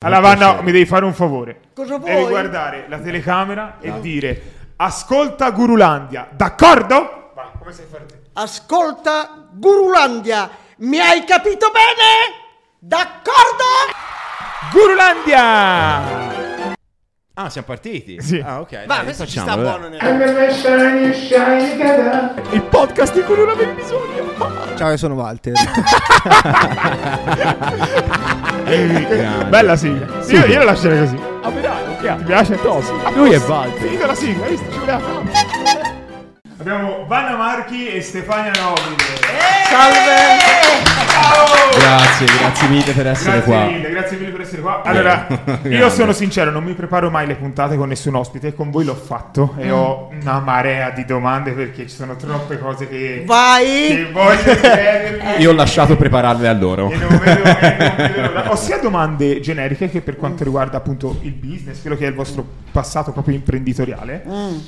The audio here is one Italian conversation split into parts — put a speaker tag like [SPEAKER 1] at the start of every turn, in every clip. [SPEAKER 1] Allora,
[SPEAKER 2] Molto
[SPEAKER 1] Vanna,
[SPEAKER 2] serio.
[SPEAKER 1] mi devi fare un favore.
[SPEAKER 3] Cosa vuoi?
[SPEAKER 1] Devi guardare la telecamera e dire: Ascolta Gurulandia, d'accordo? Vai, come sei forte?
[SPEAKER 3] Ascolta, Gurulandia, mi hai capito bene? D'accordo?
[SPEAKER 1] Gurulandia!
[SPEAKER 2] Ah, siamo partiti?
[SPEAKER 1] Sì.
[SPEAKER 2] Ah, ok.
[SPEAKER 3] Ma
[SPEAKER 2] dai,
[SPEAKER 3] questo ci
[SPEAKER 2] facciamo,
[SPEAKER 3] sta
[SPEAKER 2] dai.
[SPEAKER 3] buono nel...
[SPEAKER 1] Il podcast di cui non avevi bisogno.
[SPEAKER 4] Ciao, io sono Walter.
[SPEAKER 2] Grande.
[SPEAKER 1] Bella sigla. Io, io la lascerei così. Ti piace?
[SPEAKER 2] Lui è Walter.
[SPEAKER 1] Finita la sigla, hai visto? Ci voleva tanto. Abbiamo Vanna Marchi e Stefania Nobile.
[SPEAKER 2] Grazie, grazie mille per essere
[SPEAKER 1] Grazie
[SPEAKER 2] qua.
[SPEAKER 1] mille, grazie mille per essere qua. Allora, io
[SPEAKER 2] Grande.
[SPEAKER 1] sono sincero, non mi preparo mai le puntate con nessun ospite, con voi l'ho fatto
[SPEAKER 2] Mm.
[SPEAKER 1] e ho una marea di domande perché ci sono troppe cose che, che
[SPEAKER 3] Vai!
[SPEAKER 1] voglio chiedervi.
[SPEAKER 2] Io ho lasciato prepararle a loro.
[SPEAKER 1] E non vedo- e non vedo l'ora. Ho sia domande generiche che per quanto riguarda appunto il business, quello che è il vostro passato proprio imprenditoriale.
[SPEAKER 3] Mm.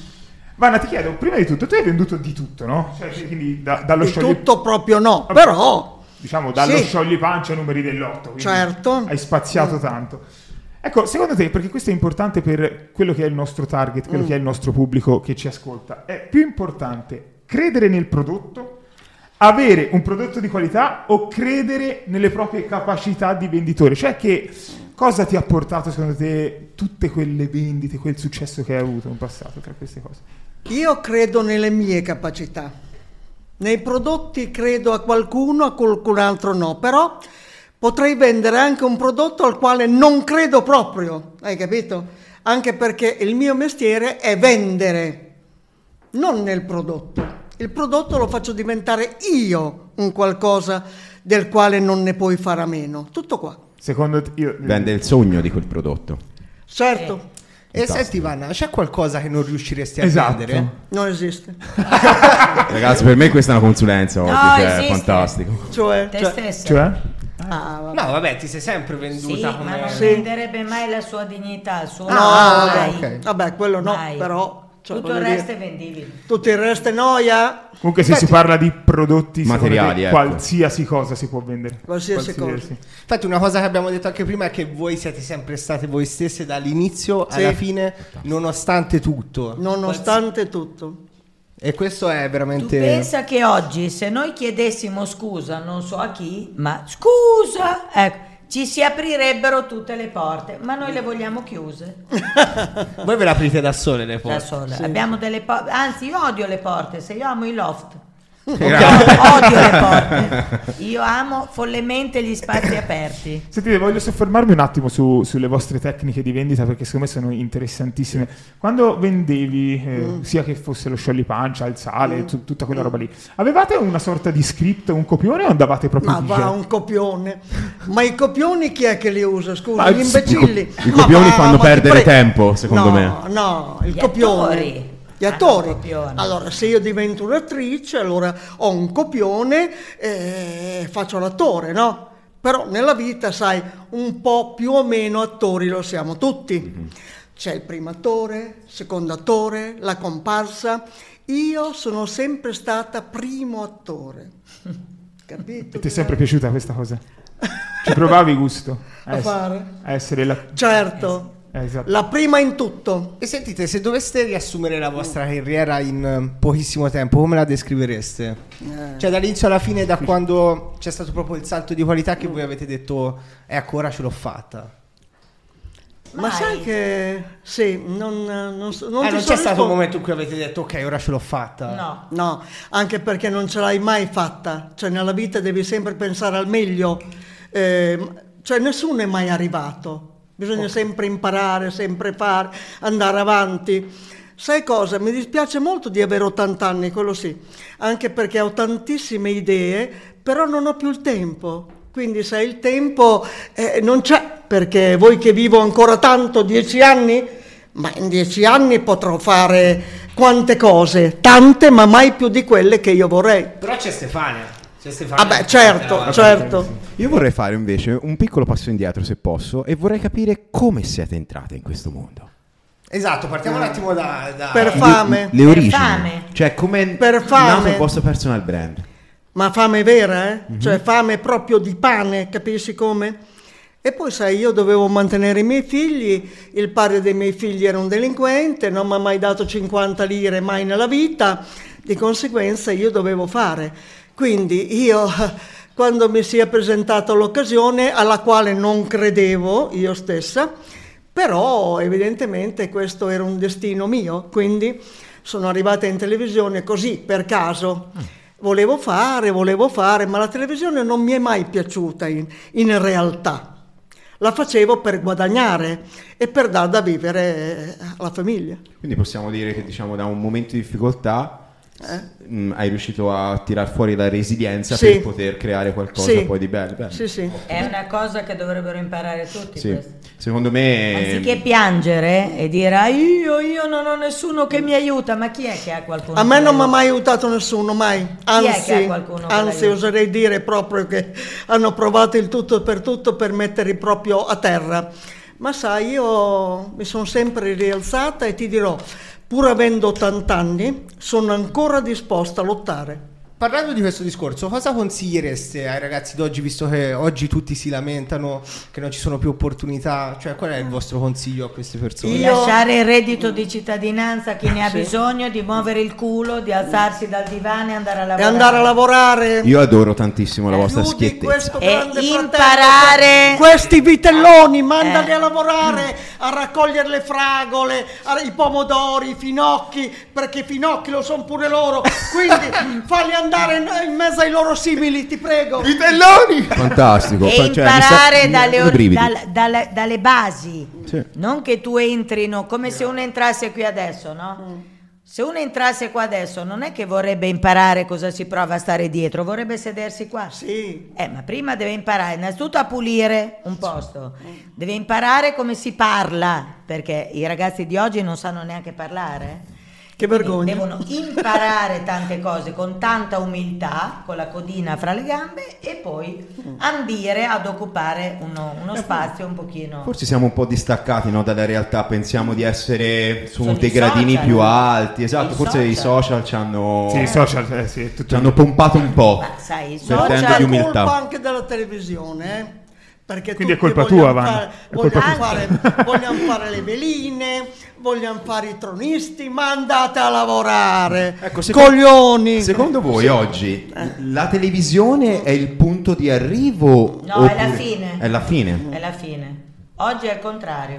[SPEAKER 1] Vanna, ti chiedo, prima di tutto, tu hai venduto di tutto, no? Cioè, quindi da- dallo
[SPEAKER 3] Di
[SPEAKER 1] sciogli-
[SPEAKER 3] tutto proprio no, però...
[SPEAKER 1] diciamo dallo
[SPEAKER 3] Sì.
[SPEAKER 1] sciogli pancia ai numeri dell'otto. quindi
[SPEAKER 3] Certo.
[SPEAKER 1] Hai spaziato tanto. Ecco, secondo te, perché questo è importante per quello che è il nostro target,
[SPEAKER 3] Mm.
[SPEAKER 1] quello che è il nostro pubblico che ci ascolta, è più importante credere nel prodotto, avere un prodotto di qualità o credere nelle proprie capacità di venditore? Cioè che cosa ti ha portato, secondo te, tutte quelle vendite, quel successo che hai avuto in passato tra queste cose?
[SPEAKER 3] Io credo nelle mie capacità. Nei prodotti credo a qualcuno, a qualcun altro no, però potrei vendere anche un prodotto al quale non credo proprio, hai capito? Anche perché il mio mestiere è vendere, non nel prodotto. Il prodotto lo faccio diventare io un qualcosa del quale non ne puoi fare a meno. Tutto qua.
[SPEAKER 1] Secondo te... Io,
[SPEAKER 2] Vende il sogno di quel prodotto.
[SPEAKER 3] Certo,
[SPEAKER 4] e senti, Vanna, c'è qualcosa che non riusciresti a
[SPEAKER 1] Esatto.
[SPEAKER 4] vendere?
[SPEAKER 3] non esiste.
[SPEAKER 2] Ragazzi, per me questa è una consulenza oggi,
[SPEAKER 5] No,
[SPEAKER 2] cioè, è
[SPEAKER 5] esiste.
[SPEAKER 2] fantastico.
[SPEAKER 3] Cioè,
[SPEAKER 5] Te
[SPEAKER 3] cioè-
[SPEAKER 5] stesso.
[SPEAKER 1] Cioè?
[SPEAKER 3] ah, vabbè.
[SPEAKER 4] No, vabbè, ti sei sempre venduta
[SPEAKER 5] Sì,
[SPEAKER 4] come
[SPEAKER 5] ma non
[SPEAKER 3] Sì.
[SPEAKER 5] venderebbe mai la sua dignità, il suo
[SPEAKER 3] No,
[SPEAKER 4] Ah,
[SPEAKER 5] mai.
[SPEAKER 3] vabbè,
[SPEAKER 4] ok.
[SPEAKER 3] vabbè, quello no,
[SPEAKER 5] Mai.
[SPEAKER 3] però cioè,
[SPEAKER 5] tutto il
[SPEAKER 3] voglio
[SPEAKER 5] resto
[SPEAKER 3] dire,
[SPEAKER 5] è vendibile.
[SPEAKER 3] tutto il resto è noia,
[SPEAKER 1] Comunque, se
[SPEAKER 4] Infatti-
[SPEAKER 1] si parla di prodotti secondo
[SPEAKER 2] Materiali,
[SPEAKER 1] te,
[SPEAKER 2] ecco.
[SPEAKER 1] qualsiasi cosa si può vendere.
[SPEAKER 3] Qualsiasi
[SPEAKER 1] cosa.
[SPEAKER 4] Infatti, una cosa che abbiamo detto anche prima è che voi siete sempre state voi stesse dall'inizio
[SPEAKER 3] Sì.
[SPEAKER 4] alla fine, nonostante tutto.
[SPEAKER 3] nonostante tutto.
[SPEAKER 4] E questo è
[SPEAKER 5] Tu
[SPEAKER 4] veramente.
[SPEAKER 5] pensa che oggi se noi chiedessimo scusa, non so a chi, ma scusa, ecco, ci si aprirebbero tutte le porte, ma noi le vogliamo chiuse.
[SPEAKER 4] Voi ve l'aprite da sole le
[SPEAKER 5] Da
[SPEAKER 4] porte.
[SPEAKER 5] sola. Abbiamo delle po- anzi io odio le porte, se io amo i loft.
[SPEAKER 2] Grazie.
[SPEAKER 5] Odio le porte. Io amo follemente gli spazi aperti.
[SPEAKER 1] Sentite, voglio soffermarmi un attimo su- sulle vostre tecniche di vendita perché secondo me sono interessantissime. Quando vendevi, eh,
[SPEAKER 3] Mm.
[SPEAKER 1] sia che fosse lo scioglipancia, il sale, tu- tutta quella roba lì, avevate una sorta di script, un copione o andavate proprio
[SPEAKER 3] Ma
[SPEAKER 1] di
[SPEAKER 3] va un copione. Ma i copioni chi è che li usa? Scusa,
[SPEAKER 2] Ma
[SPEAKER 3] gli imbecilli.
[SPEAKER 2] Ah, i co- i
[SPEAKER 3] Ma
[SPEAKER 2] copioni
[SPEAKER 3] va,
[SPEAKER 2] fanno
[SPEAKER 3] ma
[SPEAKER 2] perdere
[SPEAKER 3] ti pre-
[SPEAKER 2] tempo, secondo
[SPEAKER 3] No,
[SPEAKER 2] me.
[SPEAKER 3] No, il
[SPEAKER 5] Gli
[SPEAKER 3] copione.
[SPEAKER 5] attori
[SPEAKER 3] Gli
[SPEAKER 5] hanno
[SPEAKER 3] attori.
[SPEAKER 5] un copione.
[SPEAKER 3] Allora, se io divento un'attrice, allora ho un copione e faccio l'attore, no? Però nella vita, sai, un po' più o meno attori lo siamo tutti.
[SPEAKER 2] Mm-hmm.
[SPEAKER 3] C'è il primo attore, il secondo attore, la comparsa. Io sono sempre stata primo attore. Capito?
[SPEAKER 1] E ti è sempre piaciuta questa cosa? Ci provavi gusto
[SPEAKER 3] A
[SPEAKER 1] es-
[SPEAKER 3] fare?
[SPEAKER 1] a essere la...
[SPEAKER 3] Certo,
[SPEAKER 1] eh, esatto.
[SPEAKER 3] la prima in tutto.
[SPEAKER 4] E sentite, se doveste riassumere la vostra carriera in eh, pochissimo tempo, come la descrivereste?
[SPEAKER 5] Eh.
[SPEAKER 4] Cioè dall'inizio alla fine, da quando c'è stato proprio il salto di qualità che voi avete detto, ecco ora ce l'ho fatta.
[SPEAKER 3] Ma
[SPEAKER 5] Mai.
[SPEAKER 3] sai che sì, non, non, so- non
[SPEAKER 4] Eh,
[SPEAKER 3] ti
[SPEAKER 4] non
[SPEAKER 3] so
[SPEAKER 4] c'è stato
[SPEAKER 3] rispondere.
[SPEAKER 4] un momento in cui avete detto ok, ora ce l'ho fatta.
[SPEAKER 5] No.
[SPEAKER 3] No, anche perché non ce l'hai mai fatta, cioè nella vita devi sempre pensare al meglio, Ehm, cioè nessuno è mai arrivato, bisogna sempre imparare, sempre fare, andare avanti. Sai cosa? Mi dispiace molto di avere 80 anni, quello sì, anche perché ho tantissime idee, però non ho più il tempo. Quindi se il tempo eh, non c'è, perché voi che vivo ancora tanto, 10 anni, ma in dieci anni potrò fare quante cose, tante, ma mai più di quelle che io vorrei.
[SPEAKER 4] Però c'è Stefania. C'è Stefania.
[SPEAKER 3] Vabbè,
[SPEAKER 4] Ah,
[SPEAKER 3] certo, certo.
[SPEAKER 6] Io vorrei fare invece un piccolo passo indietro se posso e vorrei capire come siete entrate in questo mondo.
[SPEAKER 4] Esatto, partiamo un attimo da... da-
[SPEAKER 3] Per
[SPEAKER 6] Le-
[SPEAKER 3] fame,
[SPEAKER 6] Le, origini.
[SPEAKER 5] fame.
[SPEAKER 6] Cioè come
[SPEAKER 3] Per
[SPEAKER 6] è nato
[SPEAKER 3] fame.
[SPEAKER 6] il vostro personal brand.
[SPEAKER 3] ma fame vera, eh? Cioè fame proprio di pane, capisci come? E poi, sai, io dovevo mantenere i miei figli, il padre dei miei figli era un delinquente, non mi ha mai dato 50 lire mai nella vita, di conseguenza io dovevo fare. Quindi io, quando mi si è presentata l'occasione, alla quale non credevo io stessa, però evidentemente questo era un destino mio, quindi sono arrivata in televisione così, per caso.
[SPEAKER 2] Mm.
[SPEAKER 3] Volevo fare, volevo fare, ma la televisione non mi è mai piaciuta in, in realtà. La facevo per guadagnare e per dar da vivere eh, alla famiglia.
[SPEAKER 2] Quindi possiamo dire che diciamo da un momento di difficoltà
[SPEAKER 5] Eh?
[SPEAKER 2] mh, hai riuscito a tirar fuori la resilienza per
[SPEAKER 3] Sì.
[SPEAKER 2] poter creare qualcosa
[SPEAKER 3] Sì.
[SPEAKER 2] poi di bello. Bello.
[SPEAKER 3] Sì, sì.
[SPEAKER 5] È una cosa che dovrebbero imparare tutti. Ehm.
[SPEAKER 2] Sì.
[SPEAKER 5] questa.
[SPEAKER 2] Secondo me mm,
[SPEAKER 5] Anziché piangere e dire "Ah, io, io non ho nessuno che mi aiuta, ma chi è che ha qualcuno?
[SPEAKER 3] A
[SPEAKER 5] che
[SPEAKER 3] me non mi
[SPEAKER 5] l'aiuta?
[SPEAKER 3] ha mai aiutato nessuno, mai.
[SPEAKER 5] è che ha
[SPEAKER 3] Anzi,
[SPEAKER 5] qualcuno che
[SPEAKER 3] anzi
[SPEAKER 5] l'aiuta?
[SPEAKER 3] oserei dire proprio che hanno provato il tutto e per tutto per metterli proprio a terra. Ma sai, io mi sono sempre rialzata e ti dirò, pur avendo 80 anni, sono ancora disposta a lottare.
[SPEAKER 4] Parlando di questo discorso, cosa consigliereste ai ragazzi d'oggi, visto che oggi tutti si lamentano che non ci sono più opportunità? Cioè, qual è il vostro consiglio a queste persone?
[SPEAKER 5] Di
[SPEAKER 3] Io-
[SPEAKER 5] lasciare il reddito di cittadinanza a chi ne ha bisogno, di muovere il culo, di alzarsi dal divano e andare a
[SPEAKER 3] E
[SPEAKER 5] lavorare.
[SPEAKER 3] andare a lavorare.
[SPEAKER 6] Io adoro tantissimo la vostra
[SPEAKER 3] Chiudi
[SPEAKER 6] schiettezza.
[SPEAKER 3] Eh, questo
[SPEAKER 5] E
[SPEAKER 3] grande fratello,
[SPEAKER 5] Eh, imparare-
[SPEAKER 3] questi vitelloni, mandali
[SPEAKER 5] Eh.
[SPEAKER 3] a lavorare, a raccogliere le fragole, a- i pomodori, i finocchi, perché i finocchi lo sono pure loro. Quindi falli andare in, in mezzo ai loro simili, ti prego.
[SPEAKER 6] Fantastico.
[SPEAKER 5] e
[SPEAKER 6] Fa- cioè, mi sta-
[SPEAKER 5] imparare
[SPEAKER 6] mi-
[SPEAKER 5] dalle,
[SPEAKER 6] i
[SPEAKER 5] or-
[SPEAKER 6] brividi.
[SPEAKER 5] dal- dal- dalle basi,
[SPEAKER 6] Sì.
[SPEAKER 5] non che tu entrino come se uno entrasse qui adesso,
[SPEAKER 3] Mm.
[SPEAKER 5] no? Se uno entrasse qua adesso non è che vorrebbe imparare cosa si prova a stare dietro, vorrebbe sedersi qua.
[SPEAKER 3] Sì.
[SPEAKER 5] Eh, ma prima deve imparare innanzitutto a pulire un posto, deve imparare come si parla, perché i ragazzi di oggi non sanno neanche parlare.
[SPEAKER 3] Che
[SPEAKER 5] Quindi
[SPEAKER 3] vergogna.
[SPEAKER 5] Devono imparare tante cose con tanta umiltà, con la codina fra le gambe e poi ambire ad occupare uno, uno spazio un pochino.
[SPEAKER 2] Eh, Forse siamo un po' distaccati no, dalla realtà, pensiamo di essere su
[SPEAKER 5] Sono
[SPEAKER 2] dei
[SPEAKER 5] i
[SPEAKER 2] gradini
[SPEAKER 5] social.
[SPEAKER 2] più alti, esatto,
[SPEAKER 5] I
[SPEAKER 2] forse i social ci hanno,
[SPEAKER 1] Sì, i social, eh, sì, è
[SPEAKER 2] ci
[SPEAKER 1] tutto
[SPEAKER 2] hanno pompato un po',
[SPEAKER 5] Ma sai, i
[SPEAKER 2] vertendo
[SPEAKER 5] social-
[SPEAKER 2] di
[SPEAKER 3] C'è colpa
[SPEAKER 2] umiltà.
[SPEAKER 3] anche della televisione, eh? Perché
[SPEAKER 1] Quindi è
[SPEAKER 3] tutti
[SPEAKER 1] colpa
[SPEAKER 3] vogliamo
[SPEAKER 1] tua, Vanna.
[SPEAKER 3] fare-
[SPEAKER 1] È colpa
[SPEAKER 3] vogliamo
[SPEAKER 5] tua.
[SPEAKER 3] fare- vogliamo fare le veline, vogliamo fare i tronisti, ma andate a lavorare.
[SPEAKER 2] Ecco, secondo-
[SPEAKER 3] Coglioni.
[SPEAKER 2] Secondo voi oggi la televisione è il punto di arrivo?
[SPEAKER 5] Eh. No, è la
[SPEAKER 2] oppure-
[SPEAKER 5] fine. Mm.
[SPEAKER 2] È la fine.
[SPEAKER 5] È la fine. Oggi è il contrario.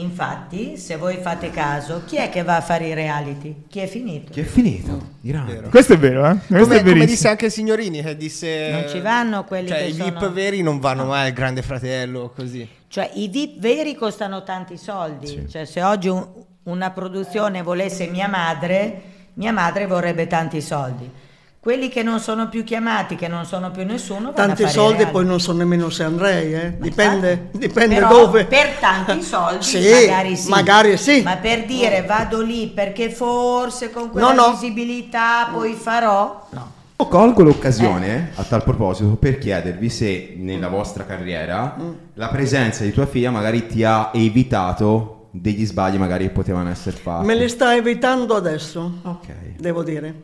[SPEAKER 5] Infatti, se voi fate caso, chi è che va a fare i reality? Chi è finito?
[SPEAKER 2] Che è finito. Grande.
[SPEAKER 1] Questo è vero, eh? Questo
[SPEAKER 4] Come,
[SPEAKER 1] è
[SPEAKER 4] come
[SPEAKER 1] verissimo.
[SPEAKER 4] disse anche Signorini, che disse...
[SPEAKER 5] Non ci vanno quelli
[SPEAKER 4] cioè,
[SPEAKER 5] che
[SPEAKER 4] i VIP
[SPEAKER 5] sono-
[SPEAKER 4] veri non vanno mai al grande fratello, così.
[SPEAKER 5] Cioè i VIP veri costano tanti soldi, cioè se oggi un- una produzione volesse mia madre, mia madre vorrebbe tanti soldi. Quelli che non sono più chiamati, che non sono più nessuno, vanno a
[SPEAKER 3] Tanti
[SPEAKER 5] fare i
[SPEAKER 3] soldi
[SPEAKER 5] reality.
[SPEAKER 3] poi non so nemmeno se andrei, eh. dipende,
[SPEAKER 5] Infatti.
[SPEAKER 3] dipende
[SPEAKER 5] Però
[SPEAKER 3] dove.
[SPEAKER 5] Per tanti soldi
[SPEAKER 3] Sì,
[SPEAKER 5] magari sì.
[SPEAKER 3] magari sì.
[SPEAKER 5] Ma per dire vado lì perché forse con quella
[SPEAKER 3] No, no.
[SPEAKER 5] visibilità poi farò... No.
[SPEAKER 2] Io Colgo l'occasione
[SPEAKER 5] Eh.
[SPEAKER 2] a tal proposito per chiedervi se nella vostra carriera
[SPEAKER 5] Mm.
[SPEAKER 2] la presenza di tua figlia magari ti ha evitato degli sbagli magari che potevano essere fatti.
[SPEAKER 3] Me li sta evitando adesso,
[SPEAKER 2] Ok.
[SPEAKER 3] devo dire.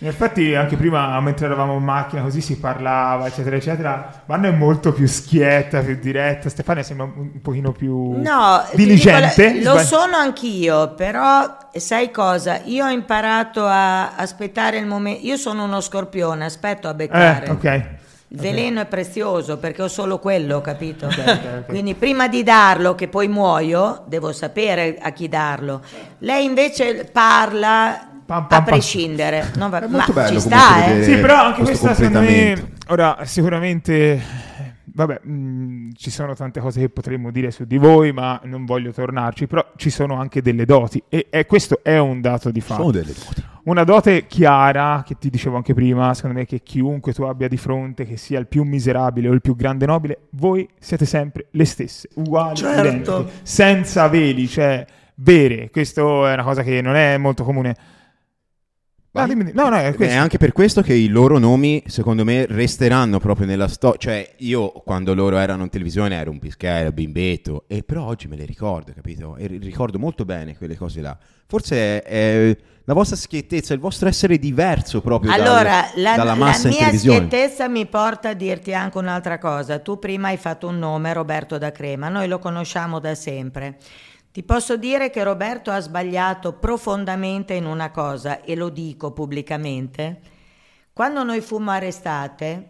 [SPEAKER 1] Infatti, anche prima, mentre eravamo in macchina, così si parlava, eccetera, eccetera. Vanna è molto più schietta, più diretta. Stefania sembra un un pochino più
[SPEAKER 5] ti
[SPEAKER 1] diligente.
[SPEAKER 5] dico, lo
[SPEAKER 1] Sbag-
[SPEAKER 5] sono anch'io, però sai cosa? Io ho imparato a aspettare il momento. Io sono uno scorpione, aspetto a beccare.
[SPEAKER 1] Eh, ok.
[SPEAKER 5] Il veleno è prezioso perché ho solo quello, capito?
[SPEAKER 1] ok.
[SPEAKER 5] Quindi prima di darlo, che poi muoio, devo sapere a chi darlo. Lei invece parla
[SPEAKER 1] Pam, pam,
[SPEAKER 5] a
[SPEAKER 1] pam.
[SPEAKER 5] prescindere, non va-
[SPEAKER 2] È
[SPEAKER 5] ma
[SPEAKER 2] molto bello
[SPEAKER 5] ci
[SPEAKER 2] comunque
[SPEAKER 5] sta, eh?
[SPEAKER 2] vedere-
[SPEAKER 1] Sì, però anche
[SPEAKER 2] questo
[SPEAKER 1] questa secondo me
[SPEAKER 2] completamento.
[SPEAKER 1] ora sicuramente vabbè, mh, ci sono tante cose che potremmo dire su di voi, ma non voglio tornarci, però ci sono anche delle doti e, e questo è un dato di fatto.
[SPEAKER 6] delle doti.
[SPEAKER 1] Una dote chiara, che ti dicevo anche prima, secondo me che chiunque tu abbia di fronte, che sia il più miserabile o il più grande nobile, voi siete sempre le stesse, uguali,
[SPEAKER 3] Certo.
[SPEAKER 1] identiche, senza veli, cioè vere. Questo è una cosa che non è molto comune. No, dimmi- no, no, è
[SPEAKER 6] È
[SPEAKER 1] questo.
[SPEAKER 6] anche per questo che i loro nomi, secondo me, resteranno proprio nella storia. Cioè, io quando loro erano in televisione ero un pischero, bimbetto, e però oggi me le ricordo, capito? E ri- ricordo molto bene quelle cose là. Forse è, è la vostra schiettezza, il vostro essere diverso proprio dal-
[SPEAKER 5] Allora, la,
[SPEAKER 6] dalla
[SPEAKER 5] la
[SPEAKER 6] massa in
[SPEAKER 5] mia
[SPEAKER 6] televisione.
[SPEAKER 5] schiettezza mi porta a dirti anche un'altra cosa. Tu prima hai fatto un nome, Roberto da Crema, noi lo conosciamo da sempre. Ti posso dire che Roberto ha sbagliato profondamente in una cosa e lo dico pubblicamente. Quando noi fummo arrestate,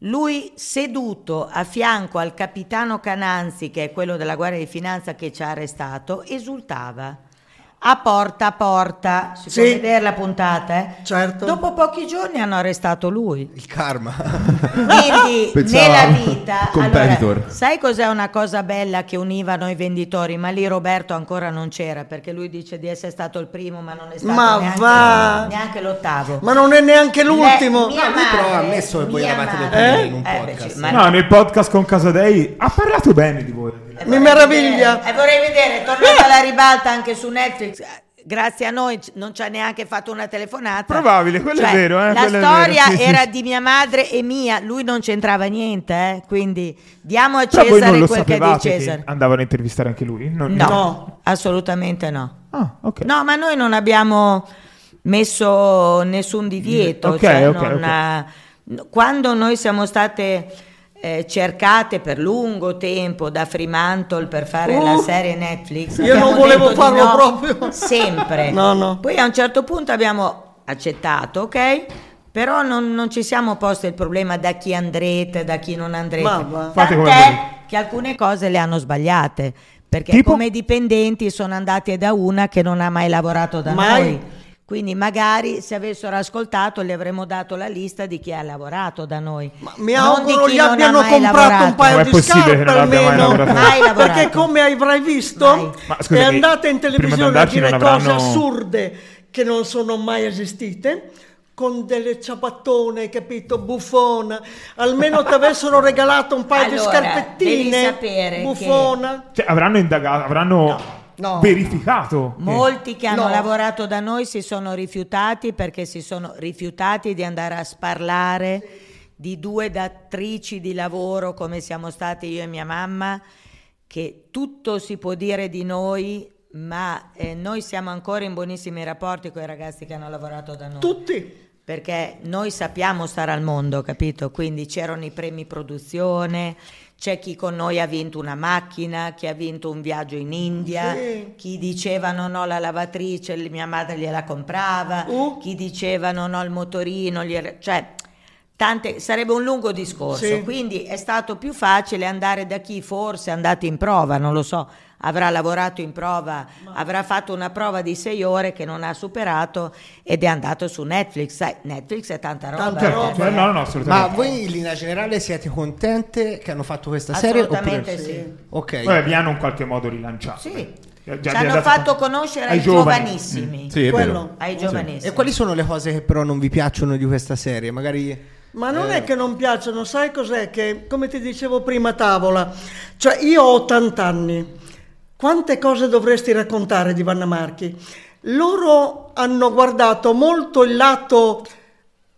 [SPEAKER 5] lui seduto a fianco al capitano Cananzi, che è quello della Guardia di Finanza che ci ha arrestato, esultava. A porta a porta, si può
[SPEAKER 3] Sì.
[SPEAKER 5] vedere la puntata, eh?
[SPEAKER 3] Certo.
[SPEAKER 5] Dopo pochi giorni hanno arrestato lui.
[SPEAKER 4] Il karma.
[SPEAKER 5] Quindi
[SPEAKER 2] Pensava
[SPEAKER 5] nella vita,
[SPEAKER 2] competitor.
[SPEAKER 5] allora, sai cos'è una cosa bella che univa noi venditori? Ma lì Roberto ancora non c'era perché lui dice di essere stato il primo, ma non è stato
[SPEAKER 3] Ma
[SPEAKER 5] neanche,
[SPEAKER 3] va!
[SPEAKER 5] neanche l'ottavo.
[SPEAKER 3] Ma non è neanche l'ultimo.
[SPEAKER 5] Le- mia
[SPEAKER 4] No, Ah, lui però
[SPEAKER 5] madre-
[SPEAKER 4] ha ammesso che voi
[SPEAKER 5] mia
[SPEAKER 4] eravate le
[SPEAKER 5] madre-
[SPEAKER 4] prime in un
[SPEAKER 5] Eh,
[SPEAKER 4] podcast.
[SPEAKER 5] beh, sì, ma-
[SPEAKER 1] No, nel podcast con Casadei ha parlato bene di voi.
[SPEAKER 5] eh,
[SPEAKER 3] Mi
[SPEAKER 5] vorrei
[SPEAKER 3] meraviglia.
[SPEAKER 5] vedere- eh, vorrei vedere, è
[SPEAKER 1] Eh.
[SPEAKER 5] tornata alla ribalta anche su Netflix. Grazie a noi c- non ci ha neanche fatto una telefonata.
[SPEAKER 1] Probabile, quello è
[SPEAKER 5] Cioè,
[SPEAKER 1] vero, eh,
[SPEAKER 5] La
[SPEAKER 1] quello è
[SPEAKER 5] storia
[SPEAKER 1] vero, sì, sì,
[SPEAKER 5] era
[SPEAKER 1] sì.
[SPEAKER 5] di mia madre e mia, lui non c'entrava niente, eh, quindi diamo a
[SPEAKER 1] Però voi non
[SPEAKER 5] Cesare
[SPEAKER 1] lo
[SPEAKER 5] quel che è di
[SPEAKER 1] sapevate
[SPEAKER 5] Cesare.
[SPEAKER 1] che Ah, andavano a intervistare anche lui? Non-
[SPEAKER 5] No,
[SPEAKER 3] No.
[SPEAKER 5] assolutamente no.
[SPEAKER 1] Ah, ok.
[SPEAKER 5] No, ma noi non abbiamo messo nessun divieto.
[SPEAKER 1] Ok,
[SPEAKER 5] cioè
[SPEAKER 1] ok,
[SPEAKER 5] non,
[SPEAKER 1] ok.
[SPEAKER 5] eh, Quando noi siamo state eh, cercate per lungo tempo da Fremantle per fare
[SPEAKER 3] Uh,
[SPEAKER 5] la serie Netflix,
[SPEAKER 3] io non
[SPEAKER 5] abbiamo
[SPEAKER 3] volevo
[SPEAKER 5] detto di
[SPEAKER 3] farlo
[SPEAKER 5] no
[SPEAKER 3] proprio.
[SPEAKER 5] Sempre.
[SPEAKER 3] No, no.
[SPEAKER 5] Poi a un certo punto abbiamo accettato, ok? Però non, non ci siamo posti il problema da chi andrete, da chi non andrete.
[SPEAKER 3] Ma va.
[SPEAKER 1] Fate come volete.
[SPEAKER 5] Tant'è che alcune cose le hanno sbagliate. Perché
[SPEAKER 1] Tipo?
[SPEAKER 5] come dipendenti sono andati da una che non ha mai lavorato da
[SPEAKER 3] Mai.
[SPEAKER 5] noi. Quindi magari se avessero ascoltato le avremmo dato la lista di chi ha lavorato da noi.
[SPEAKER 3] Ma mi
[SPEAKER 5] Non di
[SPEAKER 3] auguro
[SPEAKER 5] chi
[SPEAKER 3] gli
[SPEAKER 5] non ha
[SPEAKER 3] abbiano
[SPEAKER 5] mai
[SPEAKER 3] comprato un
[SPEAKER 5] lavorato.
[SPEAKER 1] Ma
[SPEAKER 3] paio
[SPEAKER 1] è
[SPEAKER 3] di
[SPEAKER 1] possibile che
[SPEAKER 3] scarpe
[SPEAKER 1] non abbia mai
[SPEAKER 3] almeno.
[SPEAKER 1] lavorato?
[SPEAKER 5] Mai lavorato.
[SPEAKER 3] Perché come avrai
[SPEAKER 5] Mai.
[SPEAKER 3] visto
[SPEAKER 1] Ma scusami,
[SPEAKER 3] è andata in
[SPEAKER 1] prima di
[SPEAKER 3] televisione a
[SPEAKER 1] andarci
[SPEAKER 3] dire
[SPEAKER 1] non
[SPEAKER 3] cose
[SPEAKER 1] avranno-
[SPEAKER 3] assurde che non sono mai esistite con delle ciabattone, capito, buffona. Almeno ti avessero regalato un paio di
[SPEAKER 5] Allora, devi sapere
[SPEAKER 3] scarpettine,
[SPEAKER 5] che-
[SPEAKER 3] buffona.
[SPEAKER 1] Cioè, avranno indagato, avranno
[SPEAKER 3] no.
[SPEAKER 1] verificato. che-
[SPEAKER 5] Molti che hanno
[SPEAKER 3] No.
[SPEAKER 5] lavorato da noi si sono rifiutati perché si sono rifiutati di andare a sparlare di due datrici di lavoro come siamo state io e mia mamma, che tutto si può dire di noi, ma eh, noi siamo ancora in buonissimi rapporti con i ragazzi che hanno lavorato da noi.
[SPEAKER 3] Tutti.
[SPEAKER 5] Perché noi sappiamo stare al mondo, capito? Quindi c'erano i premi produzione, c'è chi con noi ha vinto una macchina, chi ha vinto un viaggio in India,
[SPEAKER 3] Ah, Sì.
[SPEAKER 5] chi diceva no no la lavatrice, l- mia madre gliela comprava,
[SPEAKER 3] Uh.
[SPEAKER 5] chi diceva no no il motorino, gliela- cioè tante, sarebbe un lungo discorso.
[SPEAKER 3] Sì.
[SPEAKER 5] Quindi è stato più facile andare da chi forse è andato in prova, non lo so, avrà lavorato in prova, avrà fatto una prova di sei ore che non ha superato ed è andato su Netflix. Sai, Netflix è tanta roba.
[SPEAKER 3] Tanta
[SPEAKER 5] eh.
[SPEAKER 1] Certo,
[SPEAKER 3] roba.
[SPEAKER 1] cioè, no, no, no,
[SPEAKER 4] Ma
[SPEAKER 1] assolutamente.
[SPEAKER 4] voi in linea generale siete contente che hanno fatto questa serie?
[SPEAKER 5] Assolutamente
[SPEAKER 4] oppure-
[SPEAKER 5] sì.
[SPEAKER 4] Ok.
[SPEAKER 1] Vabbè, vi hanno in qualche modo rilanciato. Cioè,
[SPEAKER 5] Sì.
[SPEAKER 1] Già- già
[SPEAKER 5] Ci
[SPEAKER 1] vi ha
[SPEAKER 5] hanno
[SPEAKER 1] dato-
[SPEAKER 5] fatto conoscere ai,
[SPEAKER 1] giovani. Mm.
[SPEAKER 5] giovanissimi.
[SPEAKER 6] Sì, è
[SPEAKER 3] Quello.
[SPEAKER 6] vero.
[SPEAKER 5] Ai giovanissimi.
[SPEAKER 4] E quali sono le cose che però non vi piacciono di questa serie? Magari
[SPEAKER 3] Ma non
[SPEAKER 6] Eh.
[SPEAKER 3] è che non piacciono, sai cos'è? Che, come ti dicevo prima a tavola, cioè io ho 80 anni, quante cose dovresti raccontare di Vanna Marchi? Loro hanno guardato molto il lato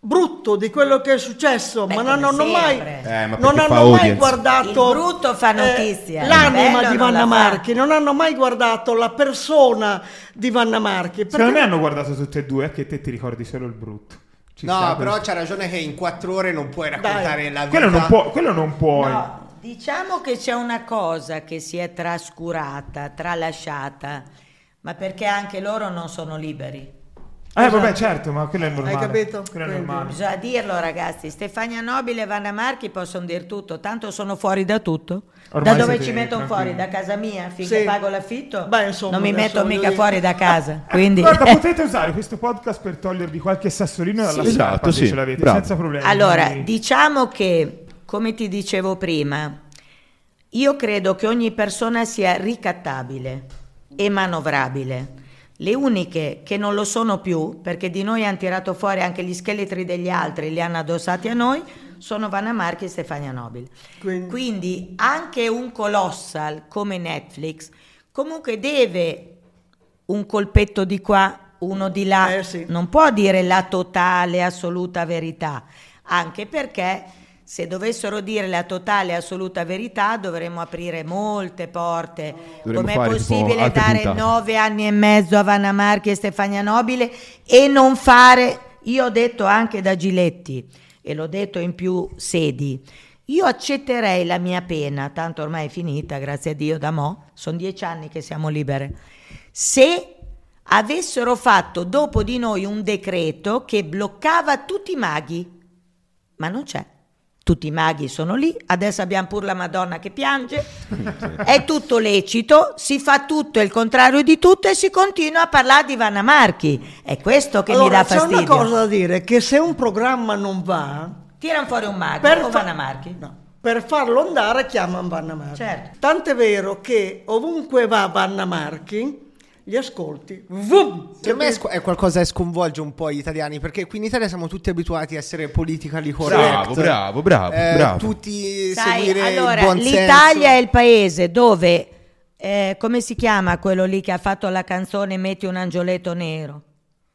[SPEAKER 3] brutto di quello che è successo,
[SPEAKER 5] Beh,
[SPEAKER 3] ma non
[SPEAKER 5] come
[SPEAKER 3] hanno mai,
[SPEAKER 5] sempre.
[SPEAKER 6] Eh, ma
[SPEAKER 3] non
[SPEAKER 6] perché fa
[SPEAKER 3] hanno mai
[SPEAKER 6] audience.
[SPEAKER 3] guardato eh,
[SPEAKER 5] Il brutto fa notizia, il
[SPEAKER 3] l'anima
[SPEAKER 5] bello
[SPEAKER 3] di
[SPEAKER 5] non
[SPEAKER 3] Vanna
[SPEAKER 5] la fa.
[SPEAKER 3] Marchi, non hanno mai guardato la persona di Vanna Marchi.
[SPEAKER 1] Secondo
[SPEAKER 3] perché-
[SPEAKER 1] me hanno guardato tutte e due, è che te ti ricordi solo il brutto. Ci
[SPEAKER 4] No,
[SPEAKER 1] sta
[SPEAKER 4] però
[SPEAKER 1] questo.
[SPEAKER 4] c'ha ragione che in quattro ore non puoi raccontare la vita.
[SPEAKER 1] Quello non, può, quello non puoi.
[SPEAKER 5] No, diciamo che c'è una cosa che si è trascurata, tralasciata, ma perché anche loro non sono liberi.
[SPEAKER 1] Eh, vabbè, certo, ma quello è normale.
[SPEAKER 3] capito?
[SPEAKER 1] Quello è
[SPEAKER 3] Quindi.
[SPEAKER 1] normale.
[SPEAKER 5] Bisogna dirlo, ragazzi. Stefania Nobile e Vanna Marchi possono dire tutto, tanto sono fuori da tutto.
[SPEAKER 1] Ormai
[SPEAKER 5] da dove
[SPEAKER 1] siete
[SPEAKER 5] ci mettono
[SPEAKER 1] tranquilli.
[SPEAKER 5] fuori? Da casa mia finché
[SPEAKER 3] Sì.
[SPEAKER 5] pago l'affitto?
[SPEAKER 3] Beh, insomma,
[SPEAKER 5] non mi
[SPEAKER 3] adesso
[SPEAKER 5] metto
[SPEAKER 3] voglio
[SPEAKER 5] mica
[SPEAKER 3] dire-
[SPEAKER 5] fuori da casa.
[SPEAKER 1] Eh,
[SPEAKER 5] Quindi.
[SPEAKER 1] Guarda, potete usare questo podcast per togliervi qualche sassolino dalla
[SPEAKER 6] Sì,
[SPEAKER 1] scarpa
[SPEAKER 6] esatto,
[SPEAKER 1] se
[SPEAKER 6] sì,
[SPEAKER 1] ce l'avete,
[SPEAKER 6] bravo.
[SPEAKER 1] senza problemi.
[SPEAKER 5] Allora,
[SPEAKER 1] Quindi-
[SPEAKER 5] diciamo che, come ti dicevo prima, io credo che ogni persona sia ricattabile e manovrabile. Le uniche che non lo sono più, perché di noi hanno tirato fuori anche gli scheletri degli altri, li hanno addossati a noi, sono Vanna Marchi e Stefania Nobile.
[SPEAKER 3] Quindi-
[SPEAKER 5] Quindi anche un colossal come Netflix comunque deve un colpetto di qua, uno di là,
[SPEAKER 3] Eh, sì.
[SPEAKER 5] non può dire la totale, assoluta verità, anche perché se dovessero dire la totale, assoluta verità dovremmo aprire molte porte.
[SPEAKER 6] Dovremmo
[SPEAKER 5] Com'è
[SPEAKER 6] fare, tipo,
[SPEAKER 5] possibile
[SPEAKER 6] altre
[SPEAKER 5] dare
[SPEAKER 6] puntate.
[SPEAKER 5] nove anni e mezzo a Vanna Marchi e Stefania Nobile e non fare, io ho detto anche da Giletti, e l'ho detto in più sedi, io accetterei la mia pena, tanto ormai è finita, grazie a Dio, da mo, sono dieci anni che siamo libere, se avessero fatto dopo di noi un decreto che bloccava tutti i maghi, ma non c'è. Tutti i maghi sono lì, adesso abbiamo pure la Madonna che piange, è tutto lecito, si fa tutto e il contrario di tutto e si continua a parlare di Vanna Marchi. È questo che mi
[SPEAKER 3] allora,
[SPEAKER 5] dà
[SPEAKER 3] c'è
[SPEAKER 5] fastidio.
[SPEAKER 3] una cosa da dire, che se un programma non va,
[SPEAKER 5] Tirano fuori un mago
[SPEAKER 3] Per
[SPEAKER 5] o
[SPEAKER 3] fa-
[SPEAKER 5] Vanna Marchi.
[SPEAKER 3] No, per farlo andare chiamano Vanna Marchi.
[SPEAKER 5] Certo.
[SPEAKER 3] Tant'è vero che ovunque va Vanna Marchi, gli ascolti. vum!
[SPEAKER 4] Per me è, squ- è qualcosa che sconvolge un po' gli italiani, perché qui in Italia siamo tutti abituati a essere politically correct.
[SPEAKER 6] Bravo, bravo, bravo,
[SPEAKER 4] Eh,
[SPEAKER 6] bravo.
[SPEAKER 4] Tutti
[SPEAKER 5] Sai,
[SPEAKER 4] seguire
[SPEAKER 5] allora,
[SPEAKER 4] il buon
[SPEAKER 5] l'Italia è
[SPEAKER 4] senso.
[SPEAKER 5] il paese dove, eh, come si chiama quello lì che ha fatto la canzone Metti un angioletto nero?